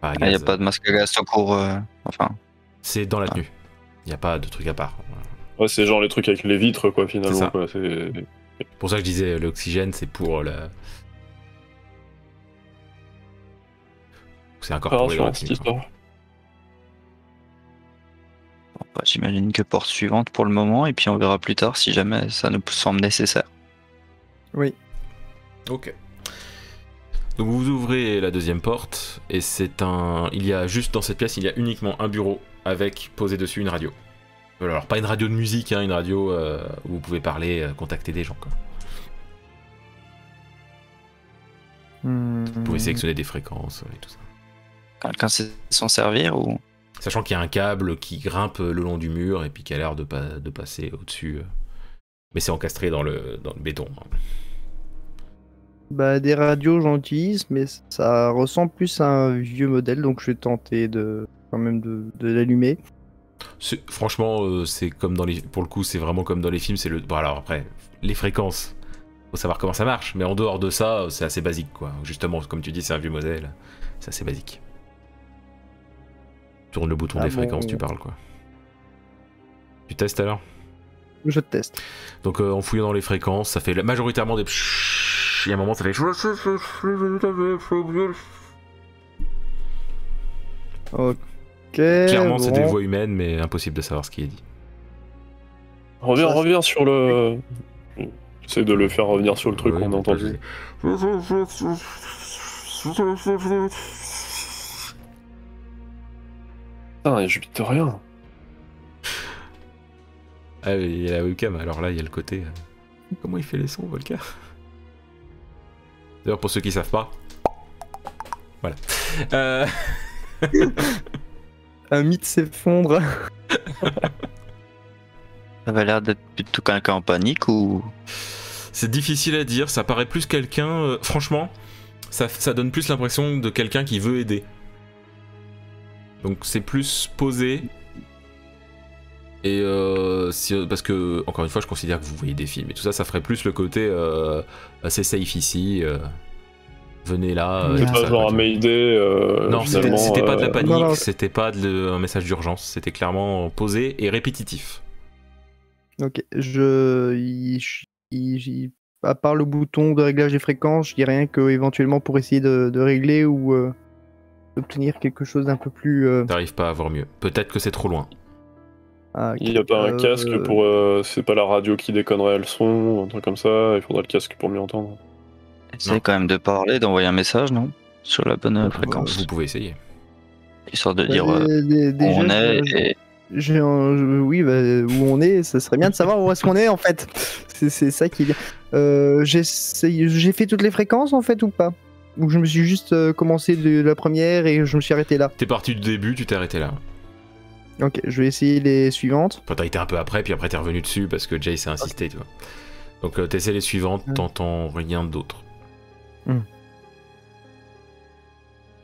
[SPEAKER 1] Enfin, à
[SPEAKER 3] Il n'y Ah, a
[SPEAKER 1] gaz,
[SPEAKER 3] pas de Ah. masque à gaz en cours. euh, Enfin,
[SPEAKER 1] C'est dans la tenue. Il n'y a pas de truc à part. Voilà.
[SPEAKER 2] Ouais, c'est genre les trucs avec les vitres, quoi,
[SPEAKER 1] C'est
[SPEAKER 2] finalement.
[SPEAKER 1] ça.
[SPEAKER 2] quoi, c'est-
[SPEAKER 1] C'est Pour ça que je disais, euh, l'oxygène, c'est pour euh, la. C'est encore pour les
[SPEAKER 2] Attention
[SPEAKER 1] grands
[SPEAKER 2] à Ah, cette
[SPEAKER 1] tenues, hein.
[SPEAKER 2] histoire.
[SPEAKER 3] bon, bah, j'imagine que porte suivante pour le moment, et puis on verra plus tard si jamais ça nous semble nécessaire.
[SPEAKER 1] Ok. Donc vous ouvrez la deuxième porte et c'est un. Il y a juste dans cette pièce, il y a uniquement un bureau avec posé dessus une radio. Alors pas une radio de musique, hein, une radio euh, où vous pouvez parler, euh, contacter des gens. Quoi. Vous
[SPEAKER 4] Mhm.
[SPEAKER 1] pouvez sélectionner des fréquences euh, et tout ça.
[SPEAKER 3] Quelqu'un sait s'en servir ou.
[SPEAKER 1] Sachant qu'il y a un câble qui grimpe euh, le long du mur et puis qui a l'air de, pas- de passer au-dessus. euh. Mais c'est encastré dans le, dans le béton. hein.
[SPEAKER 4] Bah, des radios, j'en utilise, mais ça ressemble plus à un vieux modèle, donc je vais tenter de quand même de, de l'allumer.
[SPEAKER 1] C'est- Franchement, euh, c'est comme dans les. Pour le coup, c'est vraiment comme dans les films. C'est le. Bon, alors après, les fréquences. Faut savoir comment ça marche. Mais en dehors de ça, euh, c'est assez basique, quoi. Justement, comme tu dis, c'est un vieux modèle. C'est assez basique. Tourne le bouton
[SPEAKER 4] Ah
[SPEAKER 1] des
[SPEAKER 4] bon.
[SPEAKER 1] fréquences, tu parles, quoi. Tu testes alors
[SPEAKER 4] Je teste.
[SPEAKER 1] Donc euh, en fouillant dans les fréquences, ça fait la- majoritairement des. pshhh. Il y a un moment, ça fait.
[SPEAKER 4] Ok.
[SPEAKER 1] Clairement, c'est des
[SPEAKER 4] Eh bon.
[SPEAKER 1] voix humaines, mais impossible de savoir ce qui est dit.
[SPEAKER 2] Reviens,
[SPEAKER 4] Ça, c'est-
[SPEAKER 2] reviens sur le. J'essaie de le faire revenir sur le truc
[SPEAKER 1] Oui,
[SPEAKER 2] qu'on a
[SPEAKER 1] donc,
[SPEAKER 2] entendu.
[SPEAKER 1] euh,
[SPEAKER 2] Putain, et je bite rien.
[SPEAKER 1] Ah, mais il y a la webcam, alors là, il y a le côté. euh, Comment il fait les sons, Volker D'ailleurs, pour ceux qui savent pas. Voilà. Euh,
[SPEAKER 4] Un mythe s'effondre. <laughs>
[SPEAKER 3] Ça avait l'air d'être plutôt quelqu'un en panique ou.
[SPEAKER 1] C'est difficile à dire, ça paraît plus quelqu'un. euh, franchement, ça, ça donne plus l'impression de quelqu'un qui veut aider. Donc c'est plus posé. Et euh, si- parce que, encore une fois, je considère que vous voyez des films et tout ça, ça ferait plus le côté euh, c'est safe ici, euh, venez là. euh,
[SPEAKER 4] Ouais,
[SPEAKER 2] C'est
[SPEAKER 1] tout
[SPEAKER 2] pas
[SPEAKER 1] ça,
[SPEAKER 2] genre
[SPEAKER 1] quoi,
[SPEAKER 2] un
[SPEAKER 1] tu vois.
[SPEAKER 2] mail day. euh,
[SPEAKER 1] Non, c'était
[SPEAKER 2] finalement,
[SPEAKER 1] c'était pas de la
[SPEAKER 2] euh,
[SPEAKER 1] panique,
[SPEAKER 4] Non, non.
[SPEAKER 1] c'était pas de- un message d'urgence, c'était clairement posé et répétitif.
[SPEAKER 4] Ok, je. il- il- il- à part le bouton de réglage des fréquences, je dis rien que éventuellement pour essayer de, de régler ou euh, d'obtenir quelque chose d'un peu plus. euh,
[SPEAKER 1] T'arrives pas à voir mieux. Peut-être que c'est trop loin.
[SPEAKER 4] ah,
[SPEAKER 2] Il n'y a pas un
[SPEAKER 4] euh,
[SPEAKER 2] casque pour. euh, c'est pas la radio qui déconnerait le son, un truc comme ça. Il faudrait le casque pour mieux entendre.
[SPEAKER 1] Non.
[SPEAKER 3] Essaye quand même de parler, d'envoyer un message, non Sur la bonne euh, fréquence.
[SPEAKER 1] Vous pouvez essayer.
[SPEAKER 3] Histoire de
[SPEAKER 4] bah, euh,
[SPEAKER 3] dire euh,
[SPEAKER 4] dé- dé- déjà,
[SPEAKER 3] où on est
[SPEAKER 4] je-
[SPEAKER 3] et
[SPEAKER 4] j'ai un- je- oui, bah, où on est, ça serait bien de savoir où est-ce qu'on est en fait. C'est c'est ça qui est bien. Euh, j'ai essayé- j'ai fait toutes les fréquences en fait ou pas Ou je me suis juste euh, commencé de la première et je me suis arrêté là.
[SPEAKER 1] T'es parti du début, tu t'es arrêté là.
[SPEAKER 4] Ok, je vais essayer les suivantes.
[SPEAKER 1] Enfin, t'as été un peu après, puis après t'es revenu dessus parce que Jay s'est insisté, tu vois. Donc euh, t'essaies les suivantes,
[SPEAKER 4] Mm.
[SPEAKER 1] t'entends rien d'autre.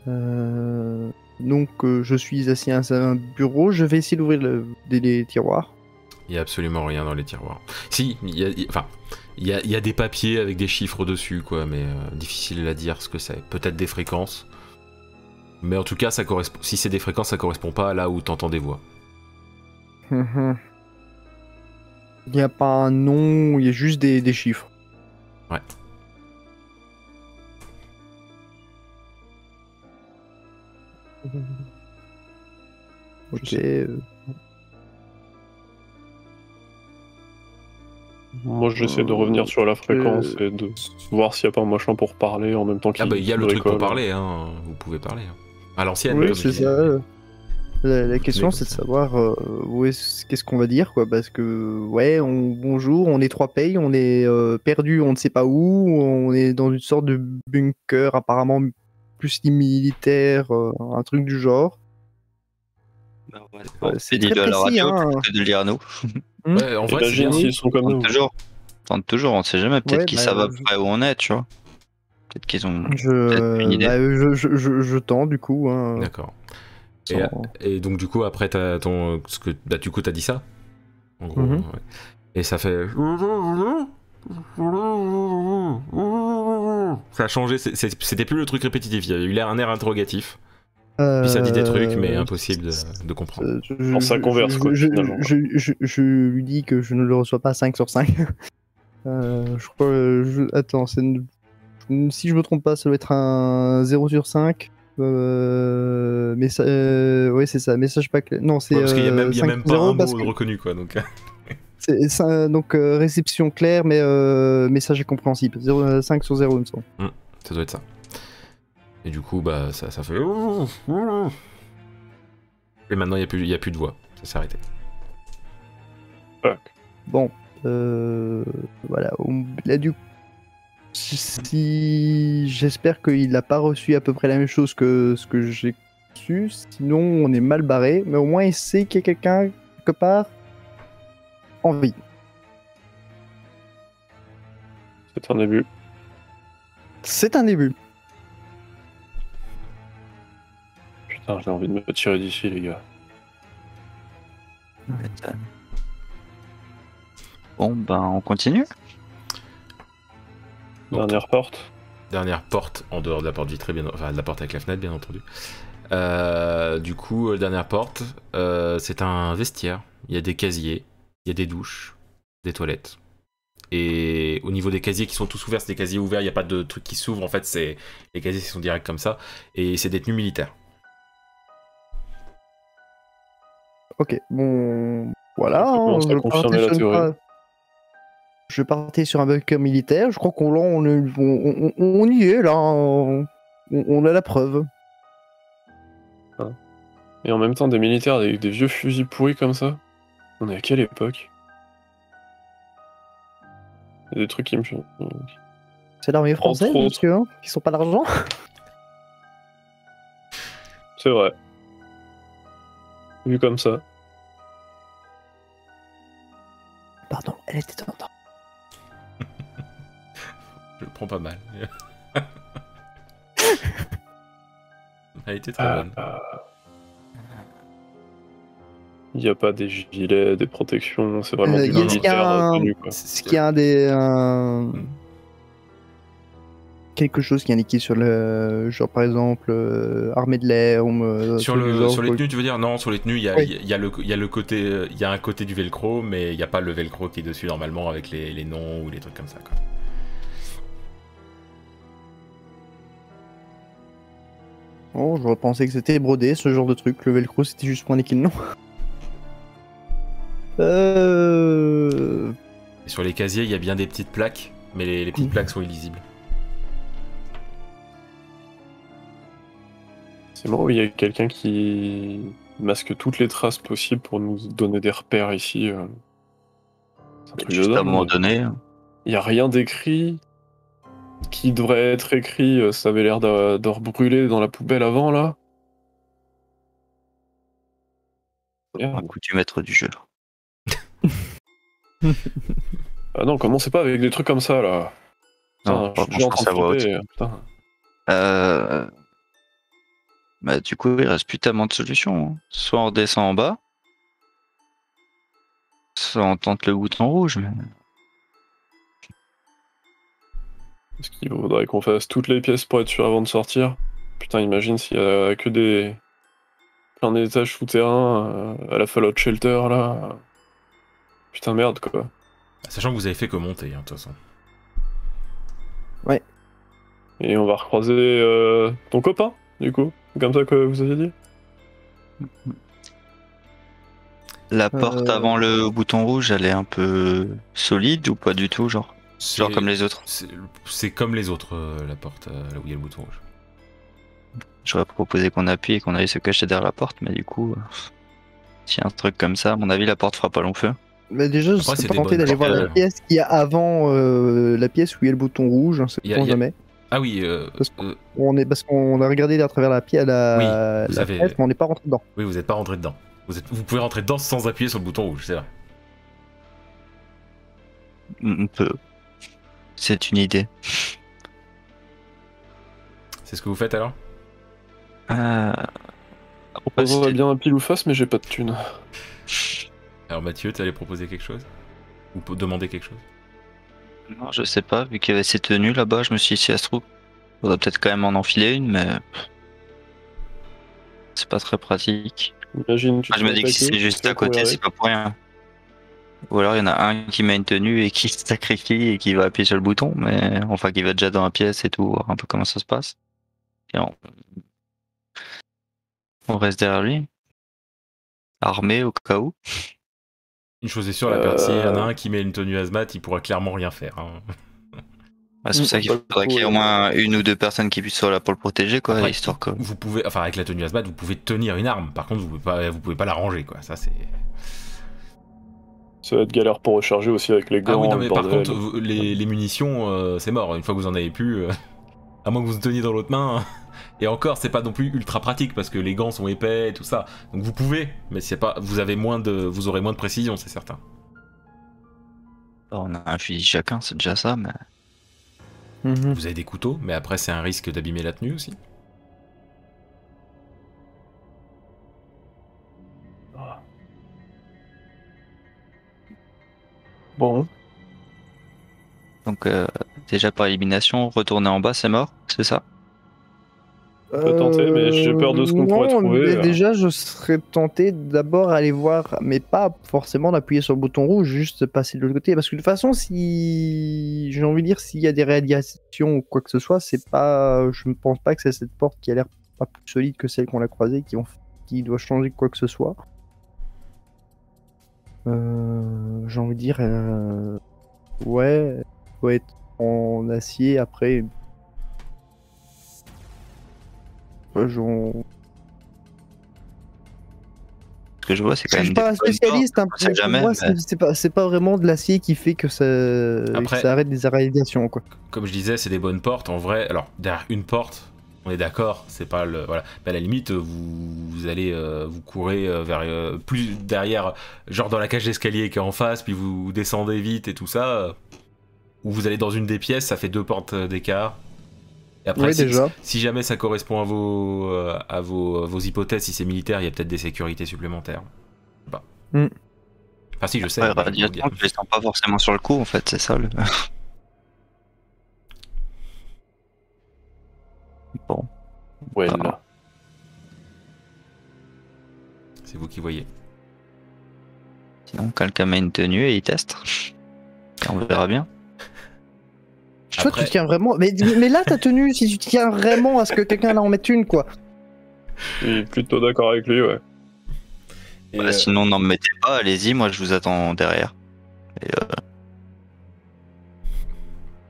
[SPEAKER 4] Euh, donc euh, je suis assis à un bureau, je vais essayer d'ouvrir le- des, des tiroirs.
[SPEAKER 1] Il y a absolument rien dans les tiroirs. Si, il y a, il- enfin, il y a, il y a des papiers avec des chiffres dessus, quoi, mais euh, difficile à dire ce que c'est. Peut-être des fréquences. Mais en tout cas, ça correspond. Si c'est des fréquences, ça correspond pas à là où t'entends des voix.
[SPEAKER 4] Mhm. Il n'y a pas un nom, il y a juste des, des chiffres.
[SPEAKER 1] Ouais.
[SPEAKER 4] Ok. euh,
[SPEAKER 2] Moi, j'essaie de
[SPEAKER 4] Euh,
[SPEAKER 2] revenir sur la fréquence et de voir s'il n'y a pas un machin pour parler en même temps qu'il
[SPEAKER 1] Ah bah, il y a le truc pour
[SPEAKER 2] bricole.
[SPEAKER 1] parler, hein. Vous pouvez parler. hein. À l'ancienne.
[SPEAKER 4] Oui,
[SPEAKER 1] comme je
[SPEAKER 4] c'est
[SPEAKER 1] dis.
[SPEAKER 4] ça. euh, La, la question,
[SPEAKER 1] comme
[SPEAKER 4] c'est de
[SPEAKER 1] ça.
[SPEAKER 4] savoir euh, où est-ce- qu'est-ce qu'on va dire, quoi. Parce que, ouais, on, bonjour, on est trois pays, on est euh, perdu, on ne sait pas où, on est dans une sorte de bunker, apparemment plus militaire, euh, un truc du genre. bah, Ouais, c'est
[SPEAKER 3] et dis-le
[SPEAKER 4] très
[SPEAKER 3] à la
[SPEAKER 4] précis,
[SPEAKER 3] radio
[SPEAKER 4] hein.
[SPEAKER 3] plutôt que de le dire à nous.
[SPEAKER 1] Ouais, en vrai, c'est
[SPEAKER 2] Et
[SPEAKER 1] bien.
[SPEAKER 2] d'agir s'ils sont comme nous.
[SPEAKER 3] Tente toujours. Tente toujours, on sait jamais. Peut-être
[SPEAKER 4] Ouais,
[SPEAKER 3] qu'ils
[SPEAKER 4] bah,
[SPEAKER 3] savent à
[SPEAKER 4] je-
[SPEAKER 3] peu près où on est, tu vois. Peut-être qu'ils ont.
[SPEAKER 4] Je,
[SPEAKER 3] Peut-être une idée.
[SPEAKER 4] bah, je, je, je, je tends, du coup. hein,
[SPEAKER 1] D'accord.
[SPEAKER 4] sans-
[SPEAKER 1] à- Et donc du coup après t'as ton ce que bah, du coup t'as dit ça en gros
[SPEAKER 4] Mhm.
[SPEAKER 1] ouais. et ça fait ça a changé c'est- c'est- c'était plus le truc répétitif il y avait eu l'air un air interrogatif puis ça dit des trucs mais
[SPEAKER 4] Euh,
[SPEAKER 1] impossible de, de comprendre
[SPEAKER 4] Euh, je-
[SPEAKER 2] Genre, ça
[SPEAKER 4] je-
[SPEAKER 2] converse,
[SPEAKER 4] je-
[SPEAKER 2] quoi,
[SPEAKER 4] Je,
[SPEAKER 2] finalement.
[SPEAKER 4] je- je- je lui dis que je ne le reçois pas 5 sur 5. <laughs> Euh, je crois. euh, je- Attends, c'est une- si je me trompe pas, ça doit être un 0 sur 5. Euh, mais ça, euh, ouais, c'est ça, message pas clair. Non, c'est.
[SPEAKER 1] Ouais, parce qu'il y a
[SPEAKER 4] euh,
[SPEAKER 1] même, il y a
[SPEAKER 4] 5
[SPEAKER 1] même
[SPEAKER 4] sur
[SPEAKER 1] pas
[SPEAKER 4] 0
[SPEAKER 1] un mot
[SPEAKER 4] parce
[SPEAKER 1] de
[SPEAKER 4] que
[SPEAKER 1] reconnu quoi donc
[SPEAKER 4] c'est- c'est un- donc euh, réception claire, mais euh, message incompréhensible. 0, euh, 5 sur 0, il me semble.
[SPEAKER 1] ça doit être ça et du coup bah ça, ça fait et maintenant il y a plus il y a plus de voix ça s'est arrêté
[SPEAKER 4] Bon, euh, voilà. on- Là, du si j'espère qu'il n'a pas reçu à peu près la même chose que ce que j'ai reçu, sinon on est mal barré. Mais au moins il sait qu'il y a quelqu'un quelque part en vie.
[SPEAKER 2] C'est un début.
[SPEAKER 4] C'est un début.
[SPEAKER 2] Putain, j'ai envie de me tirer d'ici, les gars.
[SPEAKER 4] Mm,
[SPEAKER 3] Bon, ben, on continue.
[SPEAKER 1] Donc,
[SPEAKER 2] Dernière porte.
[SPEAKER 1] dernière porte en dehors de la porte vitrée, bien, enfin de la porte avec la fenêtre, bien entendu. Euh, du coup, euh, dernière porte, euh, c'est un vestiaire. Il y a des casiers, il y a des douches, des toilettes. Et au niveau des casiers qui sont tous ouverts, c'est des casiers ouverts, il n'y a pas de trucs qui s'ouvrent. En fait, c'est les casiers qui sont directs comme ça. Et c'est des tenues militaires.
[SPEAKER 4] Ok, bon, voilà.
[SPEAKER 2] On
[SPEAKER 4] hein,
[SPEAKER 2] commence à
[SPEAKER 4] je,
[SPEAKER 2] confirmer la
[SPEAKER 4] partais sur une
[SPEAKER 2] théorie.
[SPEAKER 4] pa- je partais sur un bunker militaire. Je crois qu'on l'a- on, est- on- on- on y est là. On, on a la preuve.
[SPEAKER 2] Et en même temps, des militaires avec des vieux fusils pourris comme ça. On est à quelle époque Il y a des trucs qui me changent.
[SPEAKER 4] C'est l'armée française,
[SPEAKER 2] autres.
[SPEAKER 4] monsieur. Hein, qui sont pas d'argent.
[SPEAKER 2] C'est vrai. Vu comme ça.
[SPEAKER 4] Pardon, elle était en temps.
[SPEAKER 1] Je le prends pas mal. Elle était
[SPEAKER 2] Ah.
[SPEAKER 1] très
[SPEAKER 2] Euh,
[SPEAKER 1] bonne.
[SPEAKER 2] Il n'y a pas des gilets, des protections, c'est vraiment
[SPEAKER 4] Euh,
[SPEAKER 1] y
[SPEAKER 2] du
[SPEAKER 1] a- il y a
[SPEAKER 2] militaire
[SPEAKER 4] un-
[SPEAKER 2] connu, quoi.
[SPEAKER 4] Ce qui est un des. un- Quelque chose qui est indiqué sur le. Genre par exemple, euh, armée de l'air. ou, euh,
[SPEAKER 1] Sur,
[SPEAKER 4] truc
[SPEAKER 1] le-
[SPEAKER 4] du genre,
[SPEAKER 1] sur les
[SPEAKER 4] quoi.
[SPEAKER 1] tenues, tu veux dire Non, sur les tenues, il y a,
[SPEAKER 4] Oui.
[SPEAKER 1] il y a- il y a le, il y a le côté, euh, il y a un côté du velcro, mais il n'y a pas le velcro qui est dessus normalement avec les, les noms ou les trucs comme ça. quoi.
[SPEAKER 4] Oh, j'aurais pensé que c'était brodé, ce genre de truc. Le velcro, c'était juste pour un équilibre. <laughs> Euh.
[SPEAKER 1] Et sur les casiers, il y a bien des petites plaques, mais les, les petites plaques sont illisibles.
[SPEAKER 2] C'est moi où il y a quelqu'un qui masque toutes les traces possibles pour nous donner des repères ici. euh. C'est un truc de
[SPEAKER 3] Juste à un
[SPEAKER 2] dingue,
[SPEAKER 3] moment
[SPEAKER 2] mais-
[SPEAKER 3] donné,
[SPEAKER 2] Il n'y a rien d'écrit qui devrait être écrit. euh, Ça avait l'air d'a- d'en brûler dans la poubelle avant, là.
[SPEAKER 3] un
[SPEAKER 2] Merde.
[SPEAKER 3] coup du maître du jeu.
[SPEAKER 2] Ah non, commencez pas avec des trucs comme ça, là.
[SPEAKER 3] Non,
[SPEAKER 2] Putain,
[SPEAKER 3] par
[SPEAKER 2] je
[SPEAKER 3] contre,
[SPEAKER 2] suis
[SPEAKER 3] je
[SPEAKER 2] en train
[SPEAKER 3] pense
[SPEAKER 2] de
[SPEAKER 3] à voix haute.
[SPEAKER 2] flipper, putain.
[SPEAKER 3] Euh... Bah, du coup, il reste plus tellement de solutions. hein. Soit on descend en bas, soit on tente le bouton rouge. Mais...
[SPEAKER 2] Est-ce qu'il faudrait qu'on fasse toutes les pièces pour être sûr avant de sortir Putain, imagine s'il y a que des. plein d'étages souterrains euh, à la Fallout Shelter, là. Putain, merde, quoi.
[SPEAKER 1] Sachant que vous avez fait que monter, hein, de toute façon.
[SPEAKER 2] Et on va recroiser euh, ton copain, du coup. Comme ça que vous aviez dit
[SPEAKER 3] La porte
[SPEAKER 4] Euh.
[SPEAKER 3] avant le bouton rouge, elle est un peu solide ou pas du tout, genre Genre
[SPEAKER 1] C'est-
[SPEAKER 3] comme les autres.
[SPEAKER 1] C'est c'est comme les autres, euh, la porte, euh, là où il y a le bouton rouge.
[SPEAKER 3] J'aurais proposé qu'on appuie et qu'on aille se cacher derrière la porte, mais du coup, euh, s'il y a un truc comme ça, à mon avis, la porte fera pas long feu.
[SPEAKER 4] Bah déjà, je
[SPEAKER 1] Après, c'est
[SPEAKER 4] serais pas
[SPEAKER 1] des
[SPEAKER 4] tenté
[SPEAKER 1] bonnes
[SPEAKER 4] d'aller voir la
[SPEAKER 1] cartes.
[SPEAKER 4] pièce qu'il y a avant euh, la pièce où il y a le bouton rouge, hein, c'est
[SPEAKER 1] Il y a-
[SPEAKER 4] pour
[SPEAKER 1] il y a-
[SPEAKER 4] jamais.
[SPEAKER 1] Ah oui, euh,
[SPEAKER 4] Parce que-
[SPEAKER 1] euh,
[SPEAKER 4] On est, parce qu'on a regardé à travers la pièce, la,
[SPEAKER 1] Oui, vous
[SPEAKER 4] la
[SPEAKER 1] avez-
[SPEAKER 4] fenêtre, mais on n'est pas rentré dedans.
[SPEAKER 1] oui, vous n'êtes pas rentré dedans. Vous, êtes- vous pouvez rentrer dedans sans appuyer sur le bouton rouge, c'est vrai.
[SPEAKER 3] On peut. C'est une idée.
[SPEAKER 1] C'est ce que vous faites alors
[SPEAKER 3] Euh,
[SPEAKER 2] On voit
[SPEAKER 3] c'était-
[SPEAKER 2] bien un pile ou face, mais j'ai pas de thune.
[SPEAKER 1] Alors Mathieu, tu allais proposer quelque chose Ou po- demander quelque chose
[SPEAKER 3] Non, je sais pas, vu qu'il y avait ces tenues là-bas, je me suis dit, si ça se trouve, faudrait peut-être quand même en enfiler une, mais. pff, C'est pas très pratique.
[SPEAKER 2] Imagine, tu
[SPEAKER 3] Enfin, Ah, je
[SPEAKER 2] te
[SPEAKER 3] me dis
[SPEAKER 2] fais
[SPEAKER 3] que si
[SPEAKER 2] attaquer,
[SPEAKER 3] c'est juste
[SPEAKER 2] tu
[SPEAKER 3] à
[SPEAKER 2] te fais courir
[SPEAKER 3] côté, c'est
[SPEAKER 2] avec.
[SPEAKER 3] pas pour rien. Ou alors il y en a un qui met une tenue et qui <laughs> se sacrifie et qui va appuyer sur le bouton, mais enfin qui va déjà dans la pièce et tout, voir un peu comment ça se passe. Et on, on reste derrière lui, armé au cas où.
[SPEAKER 1] Une chose est sûre, la
[SPEAKER 2] Euh,
[SPEAKER 1] perte, s'il y en a un qui met une tenue hazmat, il pourra clairement rien faire. hein.
[SPEAKER 3] Ah, c'est
[SPEAKER 2] Mm.
[SPEAKER 3] pour ça qu'il
[SPEAKER 2] Pas le
[SPEAKER 3] faudrait
[SPEAKER 2] coup,
[SPEAKER 3] qu'il y ait au
[SPEAKER 2] ouais.
[SPEAKER 4] euh,
[SPEAKER 3] moins une ou deux personnes qui puissent être là pour le protéger, quoi,
[SPEAKER 1] Après,
[SPEAKER 3] histoire que.
[SPEAKER 1] Vous pouvez, enfin avec la tenue hazmat, vous pouvez tenir une arme. Par contre, vous pouvez pas, vous pouvez pas la ranger, quoi. Ça c'est.
[SPEAKER 2] Ça va être galère pour recharger aussi avec les
[SPEAKER 1] Ah
[SPEAKER 2] gants.
[SPEAKER 1] oui, non mais
[SPEAKER 2] le
[SPEAKER 1] par
[SPEAKER 2] bordel.
[SPEAKER 1] contre, vous- les, les munitions, euh, c'est mort. Une fois que vous en avez plus, euh, <laughs> à moins que vous teniez dans l'autre main. hein. Et encore, c'est pas non plus ultra pratique parce que les gants sont épais et tout ça. Donc vous pouvez, mais c'est pas, vous avez moins de, vous aurez moins de précision, c'est certain.
[SPEAKER 3] On a un fusil chacun, c'est déjà ça, mais.
[SPEAKER 1] Vous avez des couteaux, mais après c'est un risque d'abîmer la tenue aussi.
[SPEAKER 2] Bon,
[SPEAKER 3] Donc euh, déjà par élimination, retourner en bas, c'est mort, c'est ça
[SPEAKER 4] On
[SPEAKER 2] peut tenter, mais j'ai peur de ce qu'on pourrait trouver, euh.
[SPEAKER 4] Déjà, je serais tenté d'abord aller voir, mais pas forcément d'appuyer sur le bouton rouge, juste passer de l'autre côté. Parce que de toute façon, si j'ai envie de dire s'il y a des radiations ou quoi que ce soit, c'est pas, je ne pense pas que c'est cette porte qui a l'air pas plus solide que celle qu'on a croisée qui, ont- qui doit changer quoi que ce soit. Euh, J'ai envie de dire, euh, ouais, faut être en acier après. Ouais, j'en-
[SPEAKER 3] Ce que je vois, c'est
[SPEAKER 4] Je
[SPEAKER 3] quand même.
[SPEAKER 4] suis
[SPEAKER 3] des
[SPEAKER 4] pas un
[SPEAKER 3] bonnes
[SPEAKER 4] spécialiste, hein,
[SPEAKER 3] on sait
[SPEAKER 4] pour
[SPEAKER 3] jamais,
[SPEAKER 4] moi,
[SPEAKER 3] mais-
[SPEAKER 4] c'est- c'est pas, c'est pas vraiment de l'acier qui fait que ça,
[SPEAKER 1] Après-
[SPEAKER 4] que ça arrête des irradiations, quoi.
[SPEAKER 1] Comme je disais, c'est des bonnes portes. En vrai, alors, derrière une porte, on est d'accord, c'est pas le. Voilà. Mais à la limite, euh, vous, vous allez. euh, vous courez euh, vers. euh, plus derrière, genre dans la cage d'escalier qui est en face, puis vous descendez vite et tout ça. euh, ou vous allez dans une des pièces, ça fait deux portes euh, d'écart. Et après,
[SPEAKER 4] Ouais,
[SPEAKER 1] si-
[SPEAKER 4] déjà.
[SPEAKER 1] Si jamais ça correspond à vos, euh, à vos, à vos hypothèses, si c'est militaire, il y a peut-être des sécurités supplémentaires. Je sais pas.
[SPEAKER 4] Hmm.
[SPEAKER 1] Enfin, si, je sais.
[SPEAKER 3] Ouais, bah,
[SPEAKER 1] mais euh, je peux
[SPEAKER 3] radiations,
[SPEAKER 1] dire.
[SPEAKER 3] je les sens pas forcément sur le coup, en fait, c'est ça le. <laughs> bon,
[SPEAKER 2] Ouais,
[SPEAKER 3] Ah.
[SPEAKER 2] là.
[SPEAKER 1] C'est vous qui voyez.
[SPEAKER 3] sinon quelqu'un met une tenue et il teste. Et on verra bien.
[SPEAKER 4] Toi,
[SPEAKER 1] Après-
[SPEAKER 4] tu tiens vraiment. Mais, mais là, ta tenue, si tu tiens vraiment à ce que quelqu'un là en mette une, quoi.
[SPEAKER 2] Je suis plutôt d'accord avec lui, ouais.
[SPEAKER 1] Et,
[SPEAKER 3] Bah,
[SPEAKER 1] euh,
[SPEAKER 3] Sinon, n'en mettez pas, allez-y, moi je vous attends derrière. Et, euh,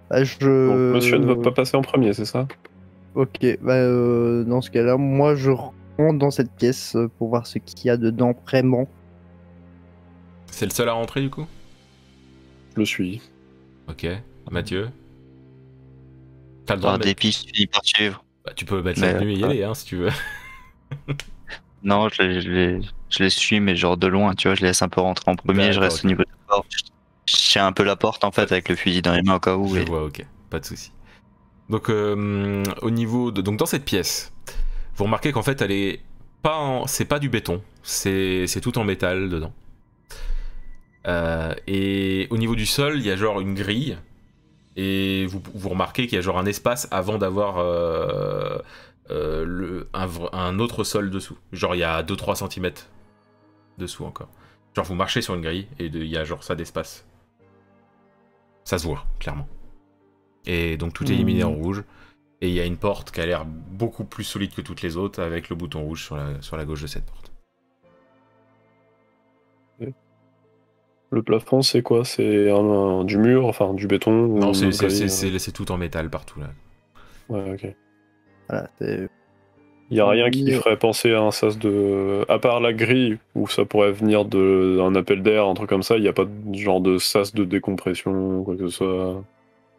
[SPEAKER 4] Bah, je.
[SPEAKER 2] Donc, monsieur
[SPEAKER 1] Euh,
[SPEAKER 2] ne va pas passer en premier, c'est ça
[SPEAKER 4] Ok, bah, euh, dans ce cas-là, moi, je rentre dans cette pièce euh, pour voir ce qu'il y a dedans vraiment.
[SPEAKER 1] C'est le seul à rentrer du coup
[SPEAKER 2] Je le suis.
[SPEAKER 1] Ok. Mathieu T'as le droit
[SPEAKER 3] par
[SPEAKER 1] de mettre-
[SPEAKER 3] dépit, je finis par suivre.
[SPEAKER 1] Bah, tu peux mettre la
[SPEAKER 3] Mais,
[SPEAKER 1] tenue et y
[SPEAKER 3] euh,
[SPEAKER 1] aller hein, si tu veux.
[SPEAKER 3] Non, je les, je, les, je les suis, mais genre de loin, tu vois, je les laisse un peu rentrer en premier, je
[SPEAKER 1] D'accord,
[SPEAKER 3] reste
[SPEAKER 1] ok.
[SPEAKER 3] au niveau de la porte. Je je tiens un peu la porte, en fait, avec le fusil dans les mains au cas où.
[SPEAKER 1] <laughs> Je
[SPEAKER 3] et-
[SPEAKER 1] vois, ok. Pas de souci. Donc, euh, au niveau de. Donc, dans cette pièce, vous remarquez qu'en fait, elle est pas. en- C'est pas du béton. C'est c'est tout en métal dedans. Euh, et au niveau du sol, il y a genre une grille. Et vous, vous remarquez qu'il y a genre un espace avant d'avoir euh, euh, le- un, vr- un autre sol dessous. Genre, il y a 2-3 cm dessous encore. Genre, vous marchez sur une grille et de- il y a genre ça d'espace. Ça se voit, clairement. Et donc, tout est illuminé en rouge. Et il y a une porte qui a l'air beaucoup plus solide que toutes les autres avec le bouton rouge sur la, sur la gauche de cette porte.
[SPEAKER 2] Le plafond, c'est quoi C'est un, un- du mur, enfin du béton ou
[SPEAKER 1] Non, c'est-
[SPEAKER 2] une
[SPEAKER 1] c'est
[SPEAKER 2] grille,
[SPEAKER 1] c'est- c'est- c'est tout en métal partout là.
[SPEAKER 2] euh, Ouais, ok.
[SPEAKER 4] Voilà, c'est-
[SPEAKER 2] Il y a rien qui
[SPEAKER 4] Mais-
[SPEAKER 2] ferait penser à un sas de. À part la grille, où ça pourrait venir de- d'un appel d'air, un truc comme ça, il n'y a pas de genre de sas de décompression, ou quoi que ce soit.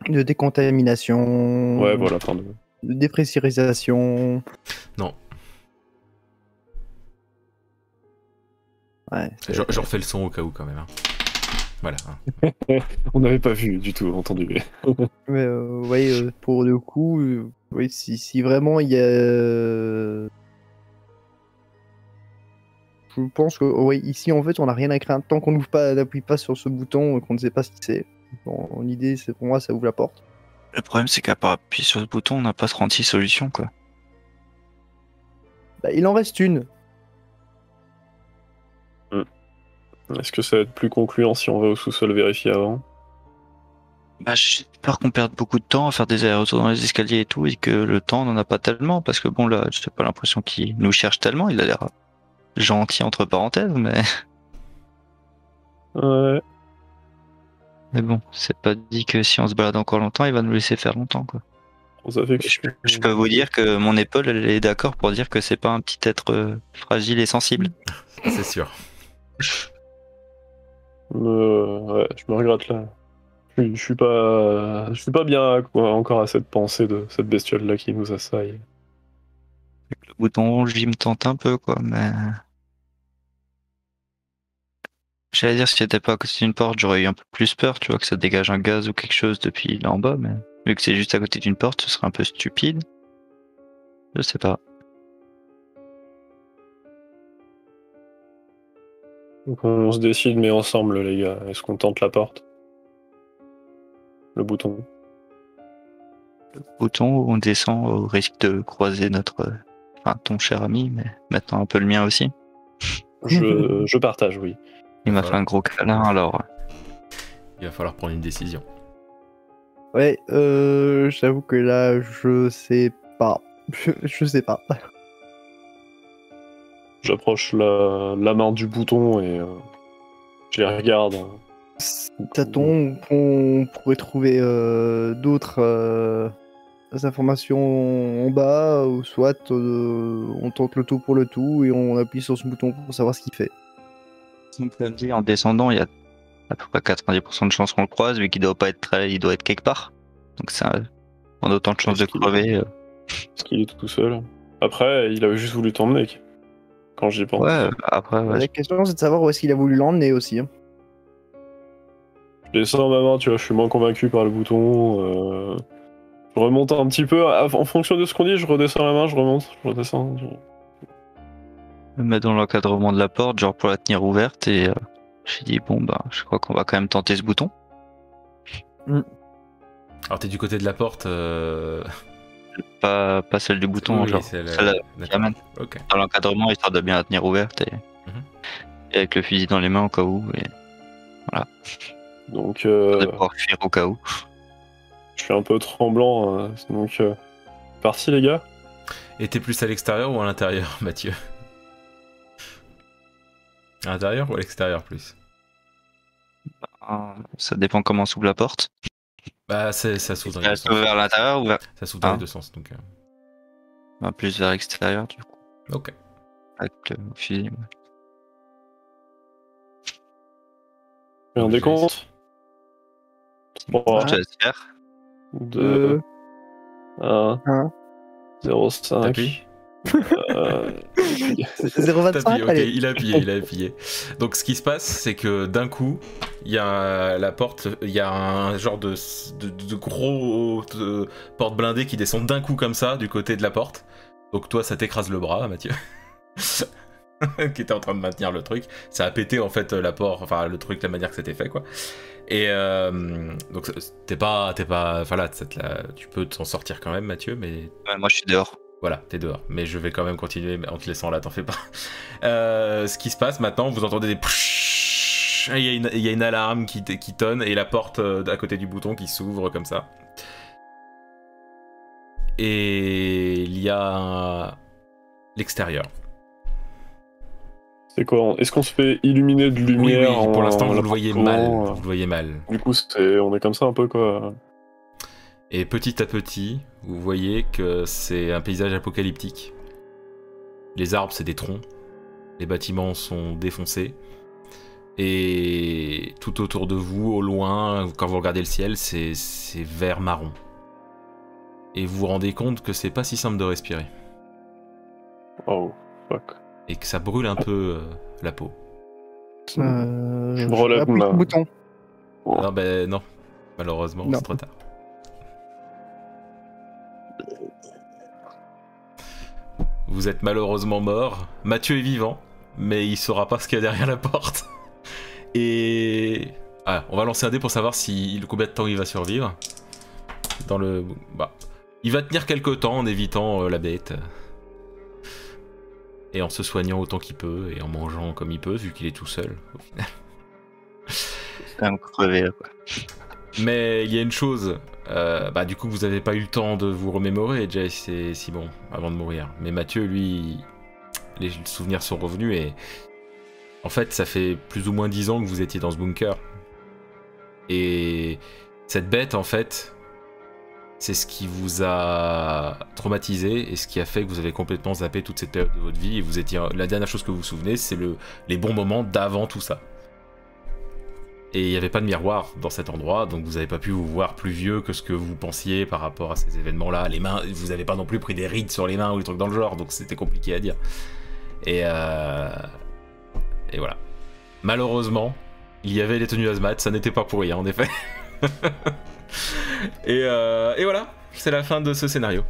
[SPEAKER 4] de décontamination.
[SPEAKER 2] Ouais, voilà. Enfin, de-
[SPEAKER 4] De dépressurisation.
[SPEAKER 1] Non.
[SPEAKER 4] Ouais. c'est-
[SPEAKER 1] Je, je refais le son au cas où quand même. hein. Voilà. hein.
[SPEAKER 2] On n'avait pas vu du tout, entendu. <laughs>
[SPEAKER 4] Mais euh, ouais, euh, pour le coup, euh, oui, si, si vraiment il y a. euh, Je pense que ouais, ici en fait on n'a rien à craindre. Tant qu'on n'ouvre pas, n'appuie pas sur ce bouton, euh, qu'on ne sait pas ce que c'est. Bon, l'idée c'est pour moi ça ouvre la porte.
[SPEAKER 3] Le problème, c'est qu'à part appuyer sur ce bouton, on n'a pas 36 solutions, quoi.
[SPEAKER 4] Bah, il en reste une.
[SPEAKER 2] Est-ce que ça va être plus concluant si on va au sous-sol vérifier avant
[SPEAKER 3] Bah, j'ai peur qu'on perde beaucoup de temps à faire des allers-retours dans les escaliers et tout, et que le temps on n'en a pas tellement, parce que bon, là, je sais pas l'impression qu'il nous cherche tellement, il a l'air gentil entre parenthèses, mais, <laughs>
[SPEAKER 2] Ouais.
[SPEAKER 3] mais bon, c'est pas dit que si on se balade encore longtemps, il va nous laisser faire longtemps, quoi.
[SPEAKER 2] Ça fait que
[SPEAKER 3] Je, je peux vous dire que mon épaule, elle est d'accord pour dire que c'est pas un petit être euh, fragile et sensible.
[SPEAKER 1] C'est sûr.
[SPEAKER 2] Euh, ouais, je me regrette là. Je, suis- je suis pas, je suis pas bien quoi, encore à cette pensée de cette bestiole là qui nous assaille.
[SPEAKER 3] Le bouton rouge, il me tente un peu, quoi, mais. J'allais dire, si c'était pas à côté d'une porte, j'aurais eu un peu plus peur, tu vois, que ça dégage un gaz ou quelque chose depuis là en bas, mais vu que c'est juste à côté d'une porte, ce serait un peu stupide. Je sais pas.
[SPEAKER 2] Donc on se décide, mais ensemble, les gars. Est-ce qu'on tente la porte Le bouton.
[SPEAKER 3] Bouton, on descend au risque de croiser notre. euh, Enfin, ton cher ami, mais maintenant un peu le mien aussi.
[SPEAKER 2] Je, je partage, oui.
[SPEAKER 3] Il m'a
[SPEAKER 1] Voilà.
[SPEAKER 3] fait un gros câlin, alors. euh,
[SPEAKER 1] Il va falloir prendre une décision.
[SPEAKER 4] Ouais, euh, j'avoue que là je sais pas. <laughs> Je, je sais pas.
[SPEAKER 2] J'approche la, la main du bouton et euh, Je les regarde.
[SPEAKER 4] Tâtons, on pourrait trouver euh, d'autres euh, informations en bas, ou soit euh, on tente le tout pour le tout et on appuie sur ce bouton pour savoir ce qu'il fait.
[SPEAKER 3] Donc, ça me dit, en descendant, il y a à peu près 90% de chances qu'on le croise, vu qu'il doit pas être très... il doit être quelque part. Donc ça, on a autant de chances de
[SPEAKER 2] Est-ce qu'il-
[SPEAKER 3] crever. euh.
[SPEAKER 2] Parce qu'il est tout seul. Après, il avait juste voulu t'emmener. Quand j'y pense.
[SPEAKER 3] euh, Ouais, après,
[SPEAKER 2] Ah,
[SPEAKER 3] ouais,
[SPEAKER 4] La question c'est de savoir où est-ce qu'il a voulu l'emmener aussi. hein.
[SPEAKER 2] Je descends ma main, tu vois, je suis moins convaincu par le bouton. euh, Je remonte un petit peu. Ah, En fonction de ce qu'on dit, je redescends la main, je remonte, je redescends. je-
[SPEAKER 3] je me mets dans l'encadrement de la porte, genre pour la tenir ouverte, et euh, j'ai dit, bon, bah, je crois qu'on va quand même tenter ce bouton.
[SPEAKER 1] Alors t'es du côté de la porte. euh,
[SPEAKER 3] Pas, pas celle du
[SPEAKER 1] <laughs>
[SPEAKER 3] bouton,
[SPEAKER 1] oui,
[SPEAKER 3] genre
[SPEAKER 1] celle-
[SPEAKER 3] celle
[SPEAKER 1] d'accord.
[SPEAKER 3] amène.
[SPEAKER 1] Ok.
[SPEAKER 3] dans l'encadrement, histoire de bien la tenir ouverte, et...
[SPEAKER 1] Mhm.
[SPEAKER 3] et avec le fusil dans les mains au cas où, et
[SPEAKER 2] Donc,
[SPEAKER 3] de
[SPEAKER 2] euh,
[SPEAKER 3] pouvoir fuir au cas où.
[SPEAKER 2] je suis un peu tremblant. euh, Donc, euh, parti, les gars.
[SPEAKER 1] Et t'es plus à l'extérieur ou à l'intérieur, <laughs> Mathieu À l'intérieur ou à l'extérieur plus
[SPEAKER 3] Euh, Ça dépend comment s'ouvre la porte.
[SPEAKER 1] Bah c'est- ça s'ouvre dans les deux
[SPEAKER 3] Elle s'ouvre
[SPEAKER 1] sens.
[SPEAKER 3] vers l'intérieur ou vers...
[SPEAKER 1] Ça s'ouvre dans les
[SPEAKER 3] Ah.
[SPEAKER 1] deux sens donc. euh,
[SPEAKER 3] Bah, plus vers l'extérieur, du coup,
[SPEAKER 1] Ok.
[SPEAKER 3] avec euh, le fusil. ouais.
[SPEAKER 2] Fais un
[SPEAKER 1] J'ai-
[SPEAKER 2] décompte. Trois,
[SPEAKER 4] Ah.
[SPEAKER 3] Je laisse faire.
[SPEAKER 4] Euh,
[SPEAKER 2] deux, un,
[SPEAKER 4] un.
[SPEAKER 2] zéro, cinq.
[SPEAKER 1] T'appuies
[SPEAKER 2] euh, <laughs>
[SPEAKER 4] C'est
[SPEAKER 1] T'appuies,
[SPEAKER 4] 0,25
[SPEAKER 1] ok,
[SPEAKER 4] allez.
[SPEAKER 1] il a appuyé, il a appuyé. Donc ce qui se passe, c'est que d'un coup, il y a la porte, il y a un genre de, de, de gros euh, porte blindée qui descend d'un coup comme ça du côté de la porte. Donc toi, ça t'écrase le bras, Mathieu, <laughs> qui était en train de maintenir le truc. Ça a pété en fait la porte, enfin le truc, la manière que c'était fait quoi. Et euh, donc t'es pas, t'es pas, enfin là, ça te la- tu peux t'en sortir quand même, Mathieu, mais
[SPEAKER 3] Ouais, moi, je suis dehors.
[SPEAKER 1] voilà, t'es dehors. Mais je vais quand même continuer en te laissant là, t'en fais pas. Euh, ce qui se passe maintenant, vous entendez des pshhh, il y, a une- il y a une alarme qui, t- qui tonne et la porte euh, à côté du bouton qui s'ouvre comme ça. Et il y a un- l'extérieur.
[SPEAKER 2] C'est quoi on- Est-ce qu'on se fait illuminer de
[SPEAKER 1] Oui,
[SPEAKER 2] lumière
[SPEAKER 1] oui, pour
[SPEAKER 2] en-
[SPEAKER 1] l'instant vous
[SPEAKER 2] en
[SPEAKER 1] le voyez mal.
[SPEAKER 2] appartement,
[SPEAKER 1] Vous le voyez mal.
[SPEAKER 2] euh, Du coup, c'est, on est comme ça un peu quoi.
[SPEAKER 1] Et petit à petit, vous voyez que c'est un paysage apocalyptique. Les arbres, c'est des troncs. Les bâtiments sont défoncés. Et tout autour de vous, au loin, quand vous regardez le ciel, c'est c'est vert marron. Et vous vous rendez compte que c'est pas si simple de respirer.
[SPEAKER 2] Oh, fuck.
[SPEAKER 1] Et que ça brûle un peu euh, la peau.
[SPEAKER 4] Euh,
[SPEAKER 2] Je me relève,
[SPEAKER 4] appuie sur
[SPEAKER 2] ma-
[SPEAKER 4] le bouton.
[SPEAKER 1] Non, ben non. Malheureusement,
[SPEAKER 4] Non.
[SPEAKER 1] c'est trop tard. Vous êtes malheureusement mort. Mathieu est vivant, mais il saura pas ce qu'il y a derrière la porte. <laughs> Et. Ah, on va lancer un dé pour savoir si combien de temps il va survivre. Dans le. Bah. Il va tenir quelques temps en évitant euh, la bête. Et en se soignant autant qu'il peut, et en mangeant comme il peut, vu qu'il est tout seul.
[SPEAKER 3] Je vais quand même crever, là, quoi.
[SPEAKER 1] Mais il y a une chose, euh, bah du coup vous avez pas eu le temps de vous remémorer, Jace et Simon, avant de mourir. Mais Mathieu, lui, les souvenirs sont revenus et en fait ça fait plus ou moins dix ans que vous étiez dans ce bunker. Et cette bête en fait, c'est ce qui vous a traumatisé et ce qui a fait que vous avez complètement zappé toute cette période de votre vie et vous étiez la dernière chose que vous vous souvenez, c'est le les bons moments d'avant tout ça. Et il n'y avait pas de miroir dans cet endroit, donc vous n'avez pas pu vous voir plus vieux que ce que vous pensiez par rapport à ces événements-là. Les mains, vous n'avez pas non plus pris des rides sur les mains ou des trucs dans le genre, donc c'était compliqué à dire. Et, euh, et voilà. Malheureusement, il y avait les tenues hazmat, ça n'était pas pour rien en <laughs> effet. et, euh, et voilà, c'est la fin de ce scénario.